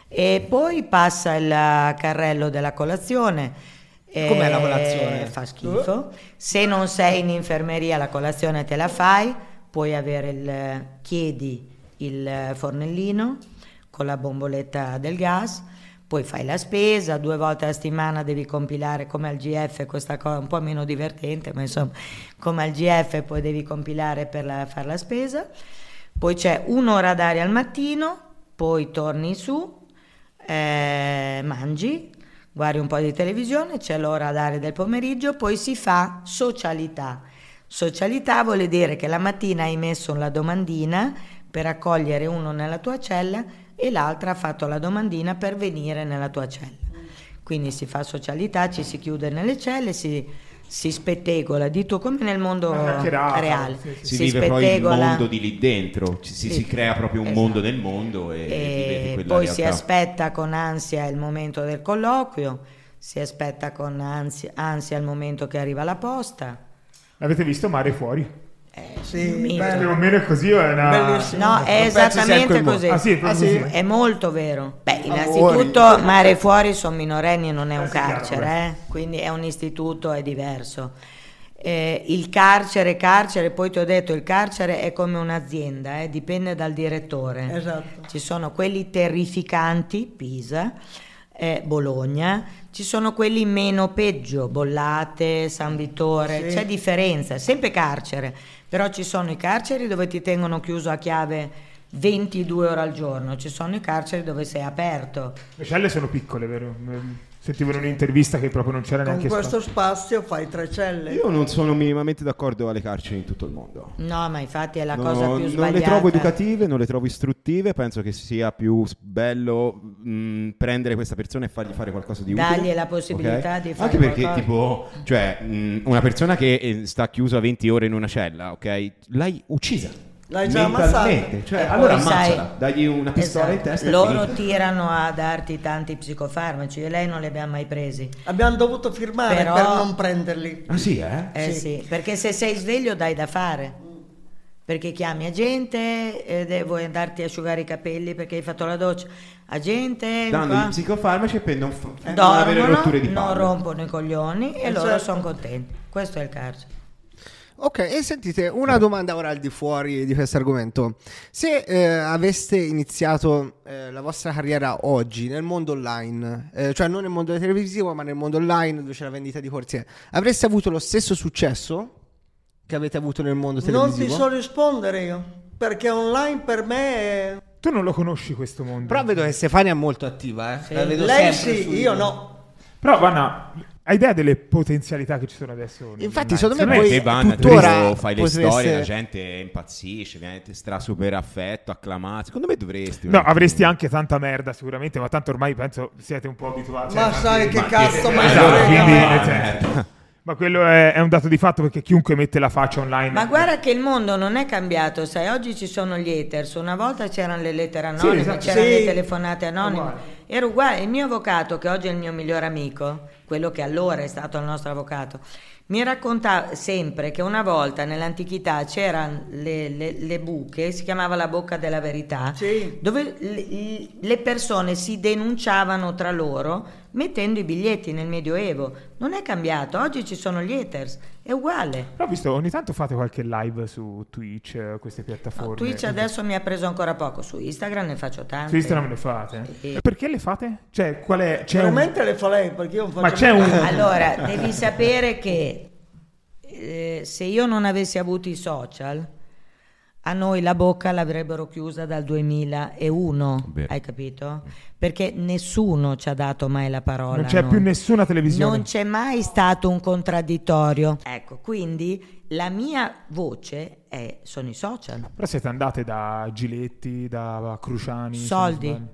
[SPEAKER 5] E poi passa il carrello della colazione. eh,
[SPEAKER 4] Com'è la colazione?
[SPEAKER 5] Fa schifo. Se non sei in infermeria la colazione te la fai, puoi avere il chiedi il fornellino con la bomboletta del gas. Poi fai la spesa, due volte alla settimana devi compilare come al GF, questa cosa è un po' meno divertente, ma insomma, come al GF poi devi compilare per fare la spesa. Poi c'è un'ora d'aria al mattino, poi torni su, eh, mangi, guardi un po' di televisione, c'è l'ora d'aria del pomeriggio, poi si fa socialità. Socialità vuol dire che la mattina hai messo la domandina per accogliere uno nella tua cella e l'altra ha fatto la domandina per venire nella tua cella. Quindi si fa socialità, ci si chiude nelle celle, si, si spettegola, di tutto come nel mondo
[SPEAKER 1] Una chiacchierata,
[SPEAKER 5] reale.
[SPEAKER 1] sì, sì.
[SPEAKER 6] si, vive poi il
[SPEAKER 5] spettegola.
[SPEAKER 6] mondo di lì dentro, ci- si,
[SPEAKER 5] Sì.
[SPEAKER 6] si crea proprio un
[SPEAKER 5] Esatto.
[SPEAKER 6] mondo nel mondo e, e
[SPEAKER 5] E
[SPEAKER 6] vive quella
[SPEAKER 5] poi si
[SPEAKER 6] realtà.
[SPEAKER 5] aspetta con ansia il momento del colloquio, si aspetta con ansia, ansia il momento che arriva la posta.
[SPEAKER 1] L'avete visto mare fuori?
[SPEAKER 3] Sì,
[SPEAKER 5] Mito.
[SPEAKER 3] bello.
[SPEAKER 1] Più o meno è così o è una...
[SPEAKER 3] Bellissimo.
[SPEAKER 5] No, è
[SPEAKER 4] Non penso sia
[SPEAKER 5] esattamente
[SPEAKER 4] quel modo.
[SPEAKER 5] così.
[SPEAKER 1] Ah, sì, è proprio
[SPEAKER 3] Ah, sì?
[SPEAKER 1] così.
[SPEAKER 5] È molto vero. Beh,
[SPEAKER 4] Favori.
[SPEAKER 5] innanzitutto Mare Fuori sono minorenni, non è un
[SPEAKER 1] sì, chiaro,
[SPEAKER 5] carcere, eh, quindi è un istituto, è diverso. Eh, il carcere, carcere, poi ti ho detto, il carcere è come un'azienda, eh, dipende dal direttore.
[SPEAKER 3] Esatto.
[SPEAKER 5] Ci sono quelli terrificanti, Pisa, eh, Bologna, ci sono quelli meno peggio, Bollate, San Vittore,
[SPEAKER 3] Sì.
[SPEAKER 5] c'è differenza, sempre carcere, però ci sono i carceri dove ti tengono chiuso a chiave 22 ore al giorno, ci sono i carceri dove sei aperto.
[SPEAKER 1] Le celle sono piccole, vero? Mm, Sentivo in un'intervista che proprio non c'era
[SPEAKER 3] Con
[SPEAKER 1] neanche
[SPEAKER 3] questo
[SPEAKER 1] spazio.
[SPEAKER 3] spazio fai tre celle.
[SPEAKER 6] Io non sono minimamente d'accordo alle carceri in tutto il mondo.
[SPEAKER 5] No, ma infatti è la
[SPEAKER 6] No,
[SPEAKER 5] cosa più sbagliata.
[SPEAKER 6] non le trovo educative, non le trovo istruttive, penso che sia più s- bello mh, prendere questa persona e fargli fare qualcosa di utile.
[SPEAKER 5] Dargli la possibilità
[SPEAKER 6] ok?
[SPEAKER 5] di fare
[SPEAKER 6] Anche perché
[SPEAKER 5] qualcosa.
[SPEAKER 6] tipo, cioè, mh, una persona che eh, sta chiusa 20 ore in una cella, ok? L'hai uccisa.
[SPEAKER 3] L'hai già
[SPEAKER 6] mentalmente.
[SPEAKER 3] ammazzata.
[SPEAKER 6] Cioè,
[SPEAKER 5] E
[SPEAKER 6] allora
[SPEAKER 5] Eh, poi, sai-
[SPEAKER 6] ammazzala, dagli una pistola in
[SPEAKER 5] Esatto.
[SPEAKER 6] testa e
[SPEAKER 5] Loro
[SPEAKER 6] finita.
[SPEAKER 5] tirano a darti tanti psicofarmaci e lei non li abbiamo mai presi.
[SPEAKER 3] Abbiamo dovuto firmare
[SPEAKER 5] Però-
[SPEAKER 3] per non prenderli.
[SPEAKER 6] Ah sì, eh?
[SPEAKER 5] Eh sì. perché se sei sveglio dai da fare. perché chiami agente, eh, de- vuoi andarti a asciugare i capelli perché hai fatto la doccia, agente,
[SPEAKER 2] Dando
[SPEAKER 5] qua.
[SPEAKER 2] gli psicofarmaci per non, fa-
[SPEAKER 5] eh,
[SPEAKER 2] per non avere
[SPEAKER 5] dormono,
[SPEAKER 2] rotture di
[SPEAKER 5] non
[SPEAKER 2] palle.
[SPEAKER 5] rompono i coglioni e
[SPEAKER 3] Eh,
[SPEAKER 5] loro
[SPEAKER 3] certo.
[SPEAKER 5] sono contenti. Questo è il carcere.
[SPEAKER 4] Ok, e sentite, una domanda ora al di fuori di questo argomento. Se eh, aveste iniziato eh, la vostra carriera oggi nel mondo online, eh, cioè non nel mondo televisivo, ma nel mondo online dove c'è la vendita di corsie, avreste avuto lo stesso successo che avete avuto nel mondo
[SPEAKER 3] Non
[SPEAKER 4] televisivo?
[SPEAKER 3] ti so rispondere io, perché online per me è...
[SPEAKER 1] Tu non lo conosci questo mondo.
[SPEAKER 4] Però vedo che Stefania è molto attiva, eh. La vedo
[SPEAKER 3] Lei
[SPEAKER 4] sempre
[SPEAKER 3] sì,
[SPEAKER 4] su-
[SPEAKER 3] io no.
[SPEAKER 1] Però, Vanna, hai idea delle potenzialità che ci sono adesso?
[SPEAKER 4] Infatti,
[SPEAKER 1] Online?
[SPEAKER 4] secondo me
[SPEAKER 6] Secondo me
[SPEAKER 4] poi
[SPEAKER 6] te Vanna,
[SPEAKER 4] tuttora
[SPEAKER 6] tu fai le
[SPEAKER 4] potreste-
[SPEAKER 6] storie, la gente impazzisce, viene stra super affetto, acclamato. Secondo me dovresti.
[SPEAKER 1] No, avresti anche tanta merda sicuramente, ma tanto ormai penso siete un po' abituati.
[SPEAKER 3] ma
[SPEAKER 1] Cioè,
[SPEAKER 3] sai che cazzo, ma
[SPEAKER 1] Esatto,
[SPEAKER 3] frega.
[SPEAKER 1] quindi,
[SPEAKER 3] Ma-
[SPEAKER 1] nel
[SPEAKER 5] cioè.
[SPEAKER 6] Eh,
[SPEAKER 1] senso- ma quello è, è un dato di fatto perché chiunque mette la faccia online.
[SPEAKER 5] Ma guarda che il mondo non è cambiato, sai, oggi ci sono gli haters, una volta c'erano le lettere anonime,
[SPEAKER 1] esatto.
[SPEAKER 5] c'erano
[SPEAKER 3] Sì.
[SPEAKER 5] le telefonate anonime, era uguale, il mio avvocato che oggi è il mio migliore amico, quello che allora è stato il nostro avvocato, mi raccontava sempre che una volta nell'antichità c'erano le, le- le buche, si chiamava la bocca della verità,
[SPEAKER 3] Sì.
[SPEAKER 5] dove le, le persone si denunciavano tra loro mettendo i biglietti nel Medioevo. Non è cambiato, oggi ci sono gli haters, è uguale.
[SPEAKER 1] Però ho visto, ogni tanto fate qualche live su Twitch, eh, queste
[SPEAKER 5] No,
[SPEAKER 1] piattaforme.
[SPEAKER 5] Ah, Twitch adesso mi ha preso ancora poco, su Instagram ne faccio tante.
[SPEAKER 1] Su Instagram le fate?
[SPEAKER 5] Sì.
[SPEAKER 1] E perché le fate? Cioè, qual è... C'è un-
[SPEAKER 3] Veramente le fa lei, perché io non faccio...
[SPEAKER 1] Ma c'è un...
[SPEAKER 5] Allora, devi sapere che eh, se io non avessi avuto i social, a noi la bocca l'avrebbero chiusa dal 2001,
[SPEAKER 6] Vero.
[SPEAKER 5] hai capito? Perché nessuno ci ha dato mai la parola.
[SPEAKER 1] Non c'è
[SPEAKER 5] a noi.
[SPEAKER 1] più nessuna televisione.
[SPEAKER 5] Non c'è mai stato un contraddittorio. Ecco, quindi la mia voce è- sono i social.
[SPEAKER 1] Però siete andate da Giletti, da Cruciani... se
[SPEAKER 5] Soldi.
[SPEAKER 1] non sbaglio.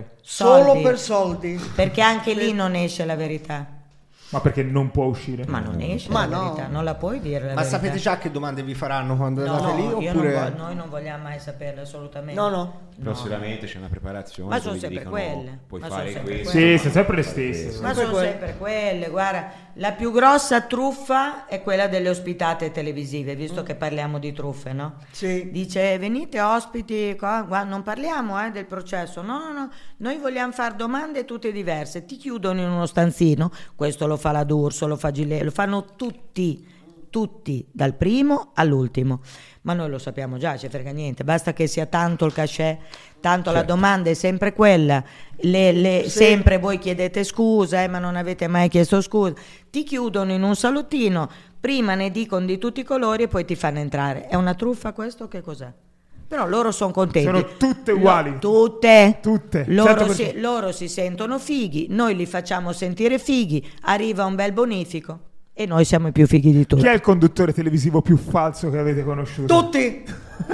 [SPEAKER 1] Ok.
[SPEAKER 3] Solo
[SPEAKER 5] Soldi.
[SPEAKER 3] per soldi.
[SPEAKER 5] Perché anche lì non esce la verità.
[SPEAKER 1] Ma perché non può uscire?
[SPEAKER 5] Ma non esce
[SPEAKER 3] Ma
[SPEAKER 5] la
[SPEAKER 3] no.
[SPEAKER 5] verità, non la puoi dire. La
[SPEAKER 4] Ma
[SPEAKER 5] verità.
[SPEAKER 4] sapete già che domande vi faranno quando
[SPEAKER 5] No,
[SPEAKER 4] andate
[SPEAKER 5] no,
[SPEAKER 4] lì?
[SPEAKER 5] io
[SPEAKER 4] Oppure...
[SPEAKER 5] non vo- noi non vogliamo mai saperlo assolutamente.
[SPEAKER 3] No, no.
[SPEAKER 6] Prossimamente c'è una preparazione.
[SPEAKER 5] Ma sono
[SPEAKER 6] dove gli
[SPEAKER 5] sempre
[SPEAKER 6] dicono, "Oh,
[SPEAKER 5] quelle,
[SPEAKER 6] Puoi
[SPEAKER 5] ma sono
[SPEAKER 6] fare
[SPEAKER 5] sempre
[SPEAKER 6] questo.
[SPEAKER 5] quelle.
[SPEAKER 1] Sì,
[SPEAKER 6] ma
[SPEAKER 1] sono
[SPEAKER 6] non
[SPEAKER 1] sempre le
[SPEAKER 6] fare
[SPEAKER 1] stesse.
[SPEAKER 6] questo.
[SPEAKER 5] Ma
[SPEAKER 3] Sempre
[SPEAKER 5] sono
[SPEAKER 3] quelle.
[SPEAKER 5] sempre quelle, guarda, la più grossa truffa è quella delle ospitate televisive, visto che parliamo di truffe, no?
[SPEAKER 3] Sì.
[SPEAKER 5] Dice venite ospiti, qua, qua, non parliamo eh, del processo, no, no, no, noi vogliamo fare domande tutte diverse, ti chiudono in uno stanzino, questo lo fa la D'Urso, lo fa Giletti, lo fanno tutti, tutti, dal primo all'ultimo, ma noi lo sappiamo già, ci frega niente, basta che sia tanto il cachet, tanto la domanda è sempre quella, le- le-
[SPEAKER 3] Sì.
[SPEAKER 5] sempre voi chiedete scusa, eh, ma non avete mai chiesto scusa, ti chiudono in un salottino, prima ne dicono di tutti i colori e poi ti fanno entrare, è una truffa questo che cos'è? Però loro sono contenti.
[SPEAKER 1] Sono tutte uguali.
[SPEAKER 5] Lo- tutte.
[SPEAKER 1] Tutte,
[SPEAKER 5] Loro
[SPEAKER 1] 100%.
[SPEAKER 5] si, loro si sentono fighi, noi li facciamo sentire fighi, arriva un bel bonifico e noi siamo i più fighi di tutti.
[SPEAKER 1] Chi è il conduttore televisivo più falso che avete conosciuto?
[SPEAKER 3] Tutti,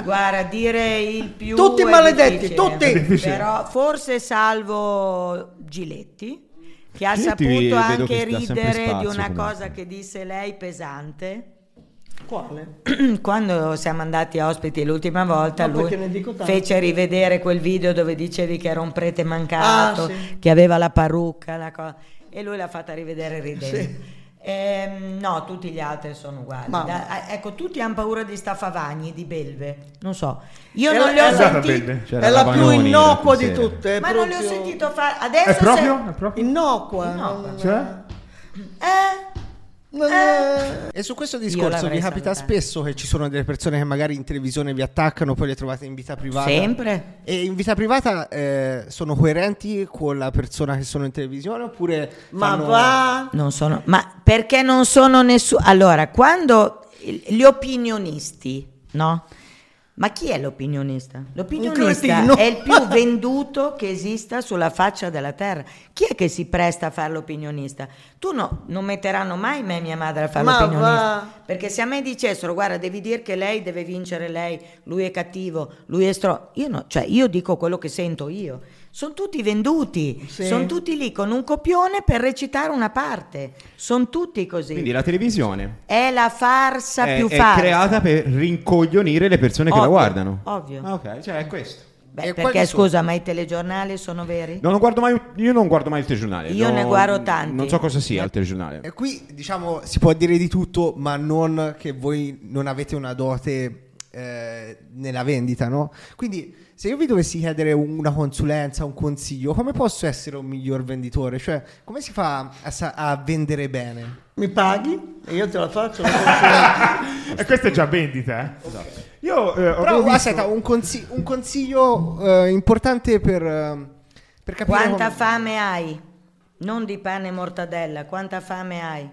[SPEAKER 5] Guarda, dire il più
[SPEAKER 3] Tutti
[SPEAKER 5] è
[SPEAKER 3] maledetti,
[SPEAKER 5] difficile.
[SPEAKER 3] tutti. È
[SPEAKER 1] difficile.
[SPEAKER 5] Però forse salvo Giletti che ha
[SPEAKER 6] Giletti
[SPEAKER 5] saputo
[SPEAKER 6] vedo che
[SPEAKER 5] anche
[SPEAKER 6] si dà sempre
[SPEAKER 5] ridere di
[SPEAKER 6] spazio
[SPEAKER 5] una
[SPEAKER 6] comunque.
[SPEAKER 5] cosa che disse lei pesante.
[SPEAKER 3] Quale?
[SPEAKER 5] quando siamo andati a ospiti l'ultima volta,
[SPEAKER 3] Ma
[SPEAKER 5] lui
[SPEAKER 3] perché ne dico tanto?
[SPEAKER 5] fece rivedere quel video dove dicevi che era un prete mancato,
[SPEAKER 3] Ah, sì.
[SPEAKER 5] che aveva la parrucca, la co- e lui l'ha fatta rivedere ridendo. Ehm, no, tutti gli altri sono uguali.
[SPEAKER 3] Ma-
[SPEAKER 5] Da- ecco, tutti hanno paura di Staffavagni, di Belve. Non so, io
[SPEAKER 3] È
[SPEAKER 5] non
[SPEAKER 3] la-
[SPEAKER 5] le ho
[SPEAKER 3] è la-
[SPEAKER 1] Andate a
[SPEAKER 5] sentite.
[SPEAKER 1] vedere.
[SPEAKER 6] C'era
[SPEAKER 3] è la più
[SPEAKER 6] Ravanoni
[SPEAKER 3] innocua
[SPEAKER 6] la
[SPEAKER 3] di
[SPEAKER 6] sera.
[SPEAKER 3] tutte. è
[SPEAKER 5] Ma non le ho
[SPEAKER 3] proprio
[SPEAKER 5] sentito fare. Adesso
[SPEAKER 1] È
[SPEAKER 5] se-
[SPEAKER 1] Eh, proprio? È proprio?
[SPEAKER 3] Innocua.
[SPEAKER 5] Innocua.
[SPEAKER 3] non-
[SPEAKER 1] Cioè?
[SPEAKER 5] Eh?
[SPEAKER 3] non è-
[SPEAKER 4] E su questo
[SPEAKER 5] Io
[SPEAKER 4] discorso
[SPEAKER 5] l'avrei
[SPEAKER 4] vi capita
[SPEAKER 5] salutata.
[SPEAKER 4] spesso che ci sono delle persone che magari in televisione vi attaccano, poi le trovate in vita privata.
[SPEAKER 5] Sempre.
[SPEAKER 4] E in vita privata eh, sono coerenti con la persona che sono in televisione oppure...
[SPEAKER 3] Ma
[SPEAKER 4] fanno-
[SPEAKER 3] va...
[SPEAKER 5] Non sono, ma perché non sono nessuno? Allora, quando il- gli opinionisti, no? Ma chi è l'opinionista? L'opinionista
[SPEAKER 3] cretino.
[SPEAKER 5] è il più venduto che esista sulla faccia della terra. Chi è che si presta a fare l'opinionista? Tu no, non metteranno mai me e mia madre a fare
[SPEAKER 3] Ma
[SPEAKER 5] l'opinionista.
[SPEAKER 3] va.
[SPEAKER 5] Perché se a me dicessero, guarda, devi dire che lei deve vincere lei, lui è cattivo, lui è stro... Io, no, cioè, io dico quello che sento io. Sono tutti venduti,
[SPEAKER 3] Sì.
[SPEAKER 5] sono tutti lì con un copione per recitare una parte. Sono tutti così.
[SPEAKER 6] Quindi la televisione
[SPEAKER 5] È la farsa
[SPEAKER 6] è,
[SPEAKER 5] più
[SPEAKER 6] è
[SPEAKER 5] farsa.
[SPEAKER 6] creata per rincoglionire le persone che la
[SPEAKER 5] Ovvio,
[SPEAKER 6] guardano.
[SPEAKER 5] ovvio.
[SPEAKER 6] Ah, ok, cioè è questo.
[SPEAKER 5] Beh,
[SPEAKER 4] E
[SPEAKER 5] perché
[SPEAKER 4] quali sono?
[SPEAKER 5] scusa, ma i telegiornali sono veri?
[SPEAKER 6] No, non guardo mai, io non guardo mai il telegiornale.
[SPEAKER 5] Io
[SPEAKER 6] no,
[SPEAKER 5] ne guardo tanti. Eh,
[SPEAKER 6] Non so cosa sia il telegiornale.
[SPEAKER 4] E qui diciamo si può dire di tutto, ma non che voi non avete una dote eh, nella vendita, no? Quindi se io vi dovessi chiedere una consulenza, un consiglio, come posso essere un miglior venditore? Cioè, come si fa a, sa- a vendere bene?
[SPEAKER 3] Mi paghi e io te la faccio. la consulenza.
[SPEAKER 1] E questa è già vendita, eh?
[SPEAKER 5] Esatto.
[SPEAKER 1] Io eh, ho
[SPEAKER 4] Però
[SPEAKER 5] ah,
[SPEAKER 1] visto...
[SPEAKER 4] aspetta, un, consi- un consiglio eh, importante per, eh, per capire...
[SPEAKER 5] Quanta
[SPEAKER 4] come-
[SPEAKER 5] fame hai? Non di pane e mortadella, quanta fame hai?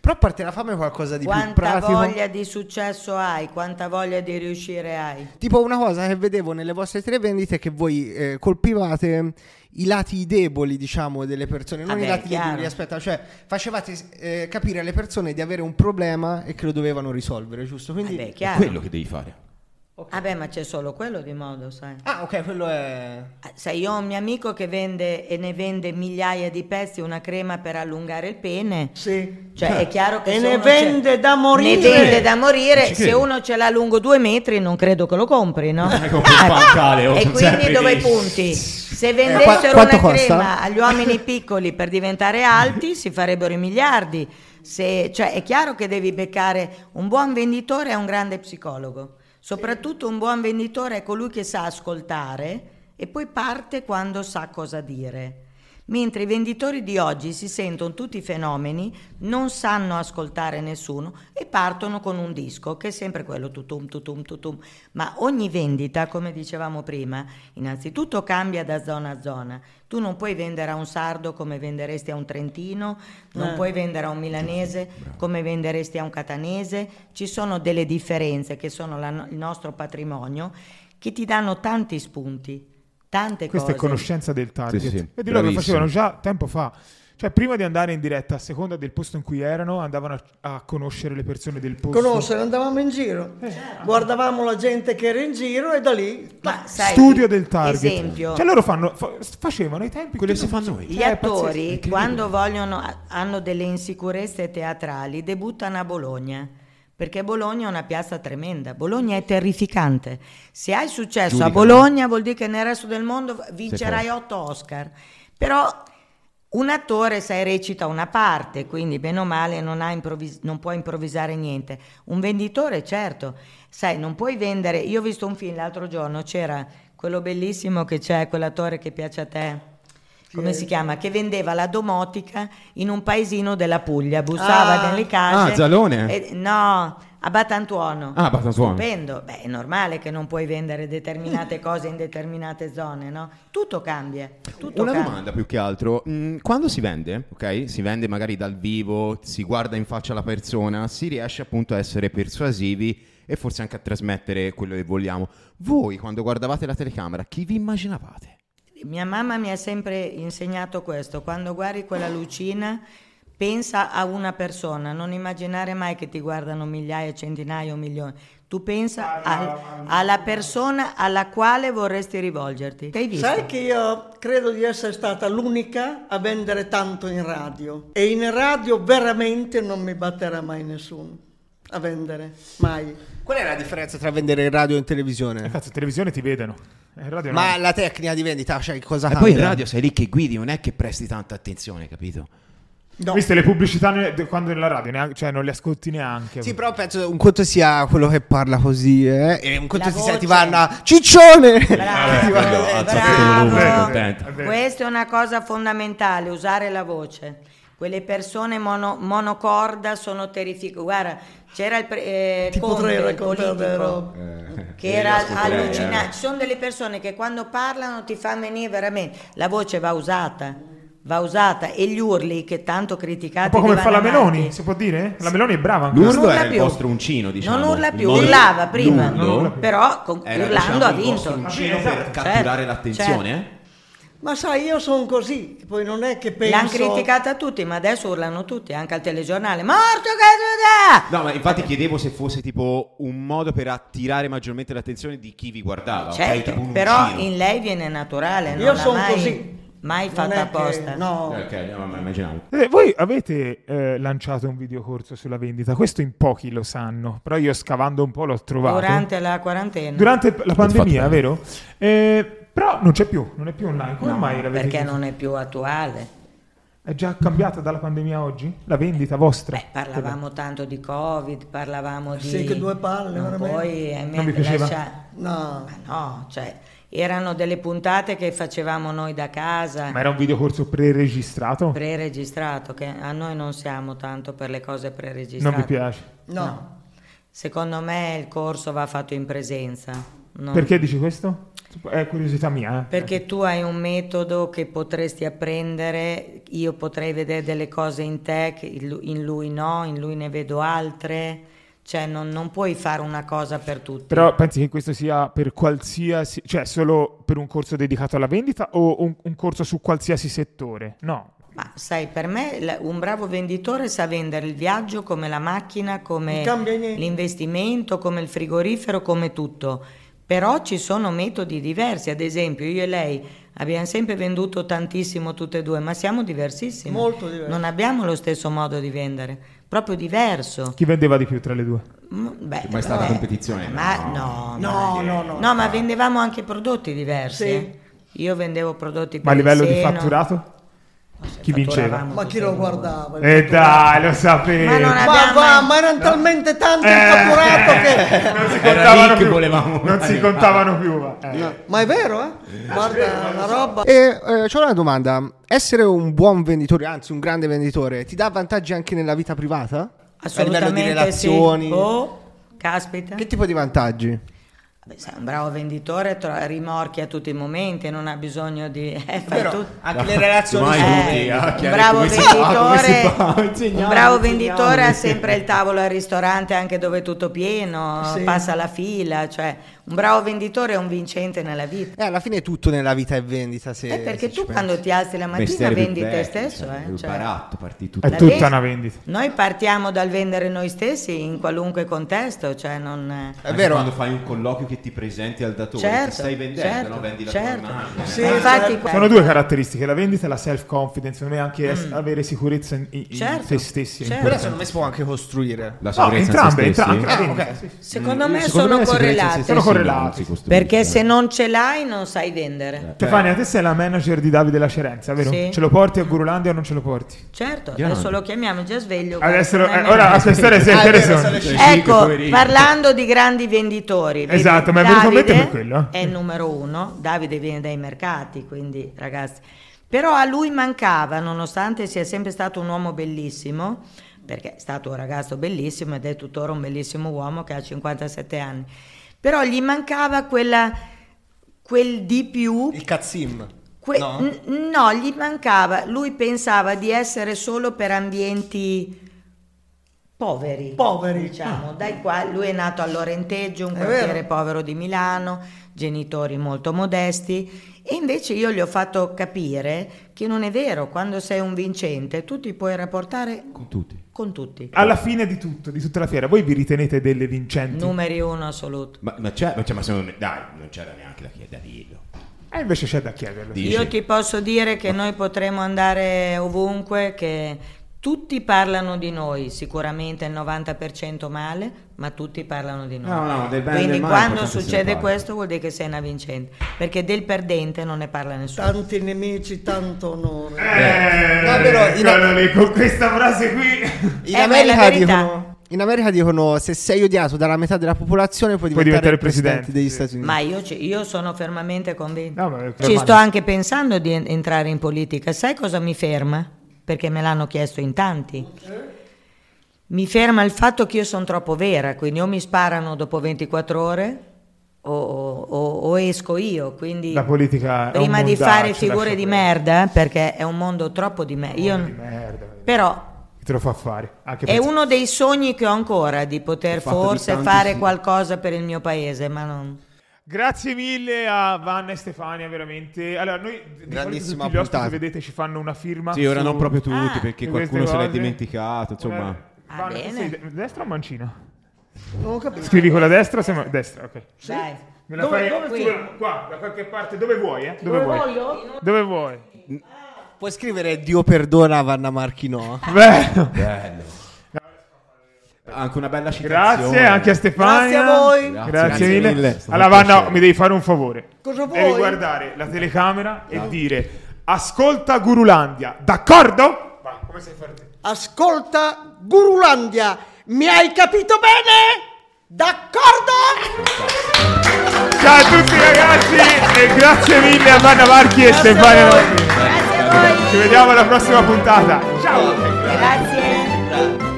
[SPEAKER 4] Però a parte la fame è qualcosa di più
[SPEAKER 5] Quanta
[SPEAKER 4] pratico.
[SPEAKER 5] voglia di successo hai? Quanta voglia di riuscire hai?
[SPEAKER 4] Tipo una cosa che vedevo nelle vostre tre vendite è che voi eh, colpivate i lati deboli, diciamo, delle persone, non
[SPEAKER 5] Vabbè,
[SPEAKER 4] i lati
[SPEAKER 5] chiaro.
[SPEAKER 4] deboli, aspetta, cioè facevate eh, capire alle persone di avere un problema e che lo dovevano risolvere, giusto? Quindi...
[SPEAKER 5] Vabbè,
[SPEAKER 6] È
[SPEAKER 5] chiaro.
[SPEAKER 6] quello che devi fare.
[SPEAKER 5] Vabbè, ma c'è solo quello di modo, sai.
[SPEAKER 4] Ah, ok, quello è...
[SPEAKER 5] Ah, Sai, io ho un mio amico che vende e ne vende migliaia di pezzi una crema per allungare il pene.
[SPEAKER 3] Sì.
[SPEAKER 5] Cioè, è chiaro
[SPEAKER 3] E
[SPEAKER 5] che se
[SPEAKER 3] ne
[SPEAKER 5] uno
[SPEAKER 3] vende
[SPEAKER 5] ce-
[SPEAKER 3] da morire.
[SPEAKER 5] Ne vende da morire.
[SPEAKER 6] Ci
[SPEAKER 5] Se
[SPEAKER 6] credo.
[SPEAKER 5] uno ce l'ha lungo due metri, non credo che lo compri, no?
[SPEAKER 6] Come compri il pancale, oh,
[SPEAKER 5] e
[SPEAKER 6] sono
[SPEAKER 5] quindi
[SPEAKER 6] sempre
[SPEAKER 5] dove
[SPEAKER 6] lì.
[SPEAKER 5] punti?
[SPEAKER 3] Eh,
[SPEAKER 5] Se
[SPEAKER 4] qua-
[SPEAKER 5] vendessero
[SPEAKER 4] quanto
[SPEAKER 5] una
[SPEAKER 4] costa?
[SPEAKER 5] crema agli uomini piccoli per diventare alti, si farebbero i miliardi. Se- cioè, è chiaro che devi beccare un buon venditore è un grande psicologo. Soprattutto un buon venditore è colui che sa ascoltare e poi parte quando sa cosa dire. Mentre i venditori di oggi si sentono tutti i fenomeni, non sanno ascoltare nessuno e partono con un disco che è sempre quello tutum tutum tutum. Ma ogni vendita, come dicevamo prima, innanzitutto cambia da zona a zona. Tu non puoi vendere a un sardo come venderesti a un trentino, non puoi vendere a un milanese come venderesti a un catanese. Ci sono delle differenze che sono la no- il nostro patrimonio che ti danno tanti spunti, tante
[SPEAKER 1] Questa è
[SPEAKER 5] cose.
[SPEAKER 1] conoscenza del target.
[SPEAKER 6] Sì, sì, sì.
[SPEAKER 1] E di loro lo
[SPEAKER 6] Bravissimo.
[SPEAKER 1] facevano già tempo fa. Cioè, prima di andare in diretta, a seconda del posto in cui erano, andavano a, a conoscere le persone del posto.
[SPEAKER 3] Conoscere, andavamo in giro, guardavamo la gente che era in giro e da lì
[SPEAKER 5] Eh. Ma sai,
[SPEAKER 1] Studio del target.
[SPEAKER 5] Esempio,
[SPEAKER 1] Cioè, loro fanno, fa- facevano ai tempi
[SPEAKER 6] Quello
[SPEAKER 1] che
[SPEAKER 6] che si fa a
[SPEAKER 1] noi.
[SPEAKER 6] noi.
[SPEAKER 5] gli
[SPEAKER 1] Cioè, è pazzesco,
[SPEAKER 5] attori
[SPEAKER 1] incredibile.
[SPEAKER 5] quando vogliono ha- hanno delle insicurezze teatrali debuttano a Bologna perché Bologna è una piazza tremenda, Bologna è terrificante. Se hai successo a
[SPEAKER 6] Giudicano.
[SPEAKER 5] Bologna vuol dire che nel resto del mondo vincerai
[SPEAKER 6] Sei
[SPEAKER 5] otto Oscar. Però un attore, sai, recita una parte, quindi bene o male non, ha improvvis- non può improvvisare niente. Un venditore, certo, sai, non puoi vendere. Io ho visto un film l'altro giorno, c'era quello bellissimo che c'è, quell'attore che piace a te. Come si chiama? Che vendeva la domotica in un paesino della Puglia, bussava
[SPEAKER 3] Ah.
[SPEAKER 5] nelle case.
[SPEAKER 6] Ah, Zalone?
[SPEAKER 5] e- no, a Batantuono.
[SPEAKER 6] Ah, Batantuono.
[SPEAKER 5] Stupendo. Beh, è normale che non puoi vendere determinate cose in determinate zone, no? Tutto cambia. Tutto
[SPEAKER 6] Una
[SPEAKER 5] cambia.
[SPEAKER 6] domanda più che altro, Mm, quando si vende, ok? Si vende magari dal vivo, si guarda in faccia la persona, si riesce appunto a essere persuasivi e forse anche a trasmettere quello che vogliamo. Voi quando guardavate la telecamera, chi vi immaginavate?
[SPEAKER 5] Mia mamma mi ha sempre insegnato questo, quando guardi quella lucina pensa a una persona, non immaginare mai che ti guardano migliaia, centinaia o milioni, tu
[SPEAKER 6] Ah,
[SPEAKER 5] pensa al- alla persona alla quale vorresti rivolgerti. Che hai visto?
[SPEAKER 3] Sai che io credo di essere stata l'unica a vendere tanto in radio e in radio veramente non mi batterà mai nessuno a vendere, mai.
[SPEAKER 4] Qual è la differenza tra vendere in radio e in televisione?
[SPEAKER 1] Eh, Cazzo, in televisione ti vedono. In radio no.
[SPEAKER 4] Ma la tecnica di vendita, cioè cosa
[SPEAKER 6] E
[SPEAKER 4] cambia?
[SPEAKER 6] poi in radio sei lì che guidi, non è che presti tanta attenzione, capito?
[SPEAKER 3] No.
[SPEAKER 1] Viste le pubblicità ne- de- quando nella radio, neanche- cioè non le ascolti neanche.
[SPEAKER 4] Sì, però penso un conto sia quello che parla così, eh, e un conto
[SPEAKER 5] La
[SPEAKER 4] sia ti
[SPEAKER 5] voce.
[SPEAKER 4] parla ciccione.
[SPEAKER 5] Bravo,
[SPEAKER 6] quello alza
[SPEAKER 5] bravo.
[SPEAKER 6] il volume, contento.
[SPEAKER 1] Vabbè.
[SPEAKER 5] Questa è una cosa fondamentale, usare la voce. Quelle persone mono- monocorda sono terrificanti. Guarda, c'era il pre- eh,
[SPEAKER 3] Ti
[SPEAKER 5] Conte,
[SPEAKER 3] potrei
[SPEAKER 5] il
[SPEAKER 3] raccontare delle
[SPEAKER 5] politico,
[SPEAKER 3] robe.
[SPEAKER 6] Eh,
[SPEAKER 5] che era
[SPEAKER 6] ascolterei,
[SPEAKER 5] allucinante.
[SPEAKER 6] eh.
[SPEAKER 5] Ci sono delle persone che quando parlano ti fanno venire veramente la voce va usata, va usata e gli urli che tanto criticati
[SPEAKER 1] Un po' come
[SPEAKER 5] di
[SPEAKER 1] fa la
[SPEAKER 5] Vanamatti.
[SPEAKER 1] Meloni, si può dire? La Meloni è brava ancora.
[SPEAKER 5] Non
[SPEAKER 6] L'urlo
[SPEAKER 5] urla
[SPEAKER 6] era il
[SPEAKER 5] più.
[SPEAKER 6] vostro uncino, diciamo.
[SPEAKER 5] Non urla
[SPEAKER 6] Il
[SPEAKER 5] più,
[SPEAKER 6] modo-
[SPEAKER 5] urlava prima,
[SPEAKER 6] l'urlo
[SPEAKER 1] Non urla più.
[SPEAKER 5] però con-
[SPEAKER 6] era,
[SPEAKER 5] urlando
[SPEAKER 6] diciamo,
[SPEAKER 5] ha
[SPEAKER 6] il vostro
[SPEAKER 5] vinto. Ah,
[SPEAKER 6] uncino per
[SPEAKER 1] Certo,
[SPEAKER 6] catturare
[SPEAKER 5] certo.
[SPEAKER 6] l'attenzione, eh?
[SPEAKER 3] Ma sai, io sono così, poi non è che penso...
[SPEAKER 5] L'hanno criticata tutti, ma adesso urlano tutti, anche al telegiornale. Morto che tu da!
[SPEAKER 6] No, ma infatti chiedevo se fosse tipo un modo per attirare maggiormente l'attenzione di chi vi guardava. ok?
[SPEAKER 5] Certo,
[SPEAKER 6] Tipo un
[SPEAKER 5] però
[SPEAKER 6] uncino.
[SPEAKER 5] in lei viene naturale, non
[SPEAKER 3] Eh, Io
[SPEAKER 5] l'ha
[SPEAKER 3] son
[SPEAKER 5] mai,
[SPEAKER 3] così.
[SPEAKER 5] mai
[SPEAKER 3] Non
[SPEAKER 5] fatta
[SPEAKER 3] è che-
[SPEAKER 5] apposta.
[SPEAKER 3] no.
[SPEAKER 6] Eh, Ok, no, ma immaginavo.
[SPEAKER 1] Eh, voi avete eh, lanciato un videocorso sulla vendita, questo in pochi lo sanno, però io scavando un po' l'ho trovato.
[SPEAKER 5] Durante la quarantena.
[SPEAKER 1] Durante la pandemia,
[SPEAKER 6] fatto bene.
[SPEAKER 1] vero? Eh, però non c'è più, non è più online. Come
[SPEAKER 5] No,
[SPEAKER 1] mai l'avete
[SPEAKER 5] perché
[SPEAKER 1] chiuso?
[SPEAKER 5] non è più attuale.
[SPEAKER 1] È già cambiata dalla pandemia oggi? La vendita vostra?
[SPEAKER 5] Beh, parlavamo tanto di Covid, parlavamo di...
[SPEAKER 3] Eh, Sì, che due palle,
[SPEAKER 5] non
[SPEAKER 3] veramente.
[SPEAKER 5] puoi, eh,
[SPEAKER 1] Non mi piaceva?
[SPEAKER 5] lascia-
[SPEAKER 3] No.
[SPEAKER 5] Ma no, cioè, erano delle puntate che facevamo noi da casa,
[SPEAKER 1] Ma era un videocorso pre-registrato?
[SPEAKER 5] pre-registrato, che a noi non siamo tanto per le cose
[SPEAKER 1] non
[SPEAKER 5] pre-registrate.
[SPEAKER 1] vi piace?
[SPEAKER 3] No.
[SPEAKER 5] Secondo me il corso va fatto in presenza. non-
[SPEAKER 1] Perché dici questo? È curiosità mia. eh.
[SPEAKER 5] Perché tu hai un metodo che potresti apprendere, io potrei vedere delle cose in te, che in lu- in lui no, in lui ne vedo altre, cioè non, non puoi fare una cosa per tutti.
[SPEAKER 1] Però pensi che questo sia per qualsiasi, cioè solo per un corso dedicato alla vendita o un, un corso su qualsiasi settore? No.
[SPEAKER 5] Ma sai, per me l- un bravo venditore sa vendere il viaggio come la macchina, come
[SPEAKER 3] Non cambia niente.
[SPEAKER 5] l'investimento, come il frigorifero, come tutto. Però ci sono metodi diversi, ad esempio io e lei abbiamo sempre venduto tantissimo tutte e due, ma siamo diversissime.
[SPEAKER 3] Molto diverse.
[SPEAKER 5] Non abbiamo lo stesso modo di vendere, proprio diverso.
[SPEAKER 1] Chi vendeva di più tra le due?
[SPEAKER 5] Mm, Beh,
[SPEAKER 2] C'è mai stata
[SPEAKER 5] vabbè.
[SPEAKER 2] competizione,
[SPEAKER 5] Ma
[SPEAKER 2] no.
[SPEAKER 5] no,
[SPEAKER 3] No, no, no.
[SPEAKER 5] No, ma vendevamo anche prodotti
[SPEAKER 3] Sì.
[SPEAKER 5] diversi. eh. Io vendevo prodotti per
[SPEAKER 1] Ma a livello
[SPEAKER 5] il
[SPEAKER 1] di
[SPEAKER 5] seno.
[SPEAKER 1] fatturato? Chi vinceva?
[SPEAKER 5] Fatturavamo
[SPEAKER 3] Ma chi
[SPEAKER 5] tutte e
[SPEAKER 3] lo
[SPEAKER 5] due.
[SPEAKER 3] guardava? il
[SPEAKER 1] E
[SPEAKER 3] fatturato?
[SPEAKER 1] Eh, dai, lo sapevo.
[SPEAKER 5] Ma non
[SPEAKER 1] Eh,
[SPEAKER 5] ha-
[SPEAKER 3] Ma
[SPEAKER 5] Abbiamo-
[SPEAKER 3] va, ma erano talmente tanti il fatturato che...
[SPEAKER 1] non
[SPEAKER 2] Era
[SPEAKER 1] si
[SPEAKER 2] lì
[SPEAKER 1] contavano
[SPEAKER 2] che
[SPEAKER 1] più.
[SPEAKER 2] volevamo
[SPEAKER 1] Non si
[SPEAKER 2] arrivare.
[SPEAKER 1] contavano più. va. Eh.
[SPEAKER 3] Ma è vero, eh? Guarda la roba.
[SPEAKER 4] E eh, c'ho una domanda. Essere un buon venditore, anzi un grande venditore, ti dà vantaggi anche nella vita privata? A livello di
[SPEAKER 5] Assolutamente sì.
[SPEAKER 4] relazioni?
[SPEAKER 5] Oh, caspita.
[SPEAKER 4] Che tipo di vantaggi?
[SPEAKER 5] Vabbè, sei un bravo venditore, tro- rimorchi a tutti i momenti, non ha bisogno di... Eh, fai tutto.
[SPEAKER 4] anche le relazioni
[SPEAKER 2] Domani
[SPEAKER 5] Eh,
[SPEAKER 2] tutti, ah,
[SPEAKER 5] un
[SPEAKER 2] chiaro,
[SPEAKER 5] bravo
[SPEAKER 2] come si fa, come si
[SPEAKER 5] venditore,
[SPEAKER 2] fa,
[SPEAKER 5] un
[SPEAKER 2] insegnami,
[SPEAKER 5] bravo
[SPEAKER 2] insegnami.
[SPEAKER 5] venditore ha sempre il tavolo al ristorante anche dove è tutto pieno,
[SPEAKER 3] Sì.
[SPEAKER 5] passa la fila, cioè un bravo venditore è un vincente nella vita.
[SPEAKER 4] Eh, alla fine tutto nella vita è vendita. Se,
[SPEAKER 5] Eh, perché
[SPEAKER 4] se ci
[SPEAKER 5] tu
[SPEAKER 4] pensi.
[SPEAKER 5] quando ti alzi la mattina
[SPEAKER 2] Mestiere più
[SPEAKER 5] vendi te
[SPEAKER 2] bello,
[SPEAKER 5] stesso,
[SPEAKER 2] cioè,
[SPEAKER 5] eh,
[SPEAKER 2] il
[SPEAKER 5] cioè,
[SPEAKER 2] baratto, partì tutto.
[SPEAKER 1] È
[SPEAKER 5] La
[SPEAKER 1] tutta
[SPEAKER 5] vendita-
[SPEAKER 1] una vendita.
[SPEAKER 5] Noi partiamo dal vendere noi stessi in qualunque contesto, cioè non...
[SPEAKER 4] È
[SPEAKER 2] Anche
[SPEAKER 4] vero.
[SPEAKER 2] Quando fai un colloquio che ti presenti al datore,
[SPEAKER 5] Certo,
[SPEAKER 2] ti stai vendendo,
[SPEAKER 5] certo,
[SPEAKER 2] no? vendi la
[SPEAKER 5] certo.
[SPEAKER 2] tua immagine. eh.
[SPEAKER 3] Sì,
[SPEAKER 5] Ma infatti,
[SPEAKER 3] certo.
[SPEAKER 1] Sono due caratteristiche, la vendita e la self-confidence, secondo me anche es- avere sicurezza in, in- in
[SPEAKER 5] Certo,
[SPEAKER 1] se stessi. è
[SPEAKER 5] certo.
[SPEAKER 4] Però
[SPEAKER 1] importante.
[SPEAKER 4] secondo me si può anche costruire.
[SPEAKER 2] La
[SPEAKER 1] No,
[SPEAKER 2] sicurezza in se
[SPEAKER 1] entrambe,
[SPEAKER 2] stessi?
[SPEAKER 1] entrambe, anche la
[SPEAKER 4] Ah,
[SPEAKER 1] vendita,
[SPEAKER 4] ok.
[SPEAKER 1] sì, Mm, sì.
[SPEAKER 5] Secondo me
[SPEAKER 2] Secondo
[SPEAKER 5] sono
[SPEAKER 2] la sicurezza in se
[SPEAKER 5] correlati.
[SPEAKER 2] stessi
[SPEAKER 1] Sono
[SPEAKER 2] non
[SPEAKER 1] correlati. Eh.
[SPEAKER 2] si costruisce.
[SPEAKER 5] Perché se non ce l'hai non sai vendere.
[SPEAKER 1] Stefania, te sei la manager di Davide La Cerenza, vero?
[SPEAKER 5] Sì.
[SPEAKER 1] Ce lo porti a Gurulandia o non ce lo porti?
[SPEAKER 5] Certo,
[SPEAKER 2] Grande.
[SPEAKER 5] adesso lo chiamiamo, è già sveglio. guarda,
[SPEAKER 1] Adesso,
[SPEAKER 5] non è
[SPEAKER 1] eh,
[SPEAKER 5] meno.
[SPEAKER 1] ora a quest'ora sei
[SPEAKER 4] Ah, è vero, sono
[SPEAKER 1] interessante.
[SPEAKER 4] le scelte.
[SPEAKER 5] Ecco,
[SPEAKER 2] poverino.
[SPEAKER 5] parlando di grandi venditori, vedi,
[SPEAKER 1] Esatto, mi è venuto in mente
[SPEAKER 5] Davide
[SPEAKER 1] per quello, eh.
[SPEAKER 5] È il numero uno, Davide viene dai mercati, quindi ragazzi. Però a lui mancava, nonostante sia sempre stato un uomo bellissimo, perché è stato un ragazzo bellissimo ed è tuttora un bellissimo uomo che ha 57 anni, però gli mancava quella, quel di più
[SPEAKER 4] Il cazzim.
[SPEAKER 5] Que- n-
[SPEAKER 4] no?
[SPEAKER 5] no? gli mancava, lui pensava di essere solo per ambienti poveri,
[SPEAKER 3] Poveri.
[SPEAKER 5] diciamo, dai quali lui è nato a Lorenteggio, un
[SPEAKER 3] È
[SPEAKER 5] quartiere
[SPEAKER 3] vero.
[SPEAKER 5] povero di Milano, genitori molto modesti e invece io gli ho fatto capire che non è vero, quando sei un vincente tu ti puoi rapportare
[SPEAKER 2] Con tutti.
[SPEAKER 5] con tutti,
[SPEAKER 1] Alla fine di tutto, di tutta la fiera, voi vi ritenete delle vincenti?
[SPEAKER 5] numeri uno assoluto.
[SPEAKER 2] Ma, ma c'è, ma, c'è, ma secondo me, dai, non c'era neanche la chiesa, dirlo.
[SPEAKER 1] E Eh, invece c'è da chiederlo.
[SPEAKER 2] Di- Dici?
[SPEAKER 5] Io ti posso dire che noi potremo andare ovunque, che tutti parlano di noi, sicuramente il 90% male, ma tutti parlano di noi.
[SPEAKER 2] No, no, del bene e del
[SPEAKER 5] Quindi
[SPEAKER 2] male,
[SPEAKER 5] quando
[SPEAKER 2] l'importante è se ne
[SPEAKER 5] succede
[SPEAKER 2] parla.
[SPEAKER 5] questo vuol dire che sei una vincente, perché del perdente non ne parla nessuno.
[SPEAKER 3] Tanti nemici, tanto onore.
[SPEAKER 1] Eh,
[SPEAKER 4] No, però in-
[SPEAKER 1] quello lì, con questa frase qui...
[SPEAKER 4] In,
[SPEAKER 5] Eh, ma è
[SPEAKER 4] America
[SPEAKER 5] la verità.
[SPEAKER 4] dicono, in America dicono se sei odiato dalla metà della popolazione puoi diventare,
[SPEAKER 1] Puoi diventare
[SPEAKER 4] il presidente,
[SPEAKER 1] presidente,
[SPEAKER 4] degli
[SPEAKER 1] sì.
[SPEAKER 4] Stati Uniti.
[SPEAKER 5] Ma io, ci- io sono fermamente convinta.
[SPEAKER 1] No, ma-
[SPEAKER 5] Ci sto anche pensando di en- entrare in politica. Sai cosa mi ferma? Perché me l'hanno chiesto in tanti. Mi ferma il fatto che io sono troppo vera, quindi o mi sparano dopo 24 ore o, o- o esco io. Quindi
[SPEAKER 1] La politica è
[SPEAKER 5] prima
[SPEAKER 1] un
[SPEAKER 5] di
[SPEAKER 1] mondaccio,
[SPEAKER 5] fare figure
[SPEAKER 1] lascia
[SPEAKER 5] di
[SPEAKER 1] perdere.
[SPEAKER 5] merda, eh, perché è un mondo troppo di me. Io,
[SPEAKER 1] Di merda.
[SPEAKER 5] però
[SPEAKER 1] Chi te lo fa fare? Anche
[SPEAKER 5] è
[SPEAKER 1] per-
[SPEAKER 5] uno dei sogni che ho ancora di poter
[SPEAKER 2] fatto di
[SPEAKER 5] forse
[SPEAKER 2] tanti
[SPEAKER 5] fare
[SPEAKER 2] sì.
[SPEAKER 5] qualcosa per il mio paese, ma non.
[SPEAKER 1] Grazie mille a Vanna e Stefania, veramente. Allora, noi di
[SPEAKER 4] Grandissima
[SPEAKER 1] solito tutti gli ospiti,
[SPEAKER 4] puntata.
[SPEAKER 1] vedete, ci fanno una firma.
[SPEAKER 6] Sì, ora
[SPEAKER 1] su-
[SPEAKER 6] non proprio tutti
[SPEAKER 5] Ah.
[SPEAKER 6] perché
[SPEAKER 1] su
[SPEAKER 6] qualcuno
[SPEAKER 1] queste
[SPEAKER 6] se l'è
[SPEAKER 1] cose.
[SPEAKER 6] dimenticato, insomma.
[SPEAKER 1] Una-
[SPEAKER 5] Ah,
[SPEAKER 1] Vanna, tu
[SPEAKER 5] bene.
[SPEAKER 1] sei de- destra o mancina?
[SPEAKER 3] Non ho capito.
[SPEAKER 1] Scrivi con la destra, sembra... destra, ok.
[SPEAKER 5] Dai.
[SPEAKER 1] Me la
[SPEAKER 3] Dove-
[SPEAKER 1] fai
[SPEAKER 3] dove
[SPEAKER 1] qui, qua, da qualche parte, dove vuoi, eh? Dove, vuoi?
[SPEAKER 5] voglio?
[SPEAKER 1] Dove vuoi?
[SPEAKER 4] Puoi scrivere Dio perdona a Vanna Marchino.
[SPEAKER 1] Bello.
[SPEAKER 2] Bello. Anche una bella citazione.
[SPEAKER 1] Grazie anche a Stefania.
[SPEAKER 3] Grazie a voi.
[SPEAKER 1] Grazie,
[SPEAKER 2] Grazie
[SPEAKER 1] mille.
[SPEAKER 2] mille. È stato
[SPEAKER 1] Allora
[SPEAKER 2] un
[SPEAKER 1] Vanna,
[SPEAKER 2] piacere.
[SPEAKER 1] mi devi fare un favore.
[SPEAKER 3] Cosa
[SPEAKER 1] Devi
[SPEAKER 3] vuoi?
[SPEAKER 1] guardare la telecamera e dire Ascolta Gurulandia, d'accordo? Vai, come sei forte?
[SPEAKER 3] Ascolta, Gurulandia, mi hai capito bene? D'accordo?
[SPEAKER 1] Ciao a tutti ragazzi e grazie mille a Vanna Marchi e
[SPEAKER 3] Grazie a
[SPEAKER 1] Stefano.
[SPEAKER 3] voi.
[SPEAKER 1] Marchi.
[SPEAKER 5] Grazie a voi.
[SPEAKER 1] Ci vediamo alla prossima puntata. Ciao!
[SPEAKER 5] Grazie.
[SPEAKER 7] Grazie.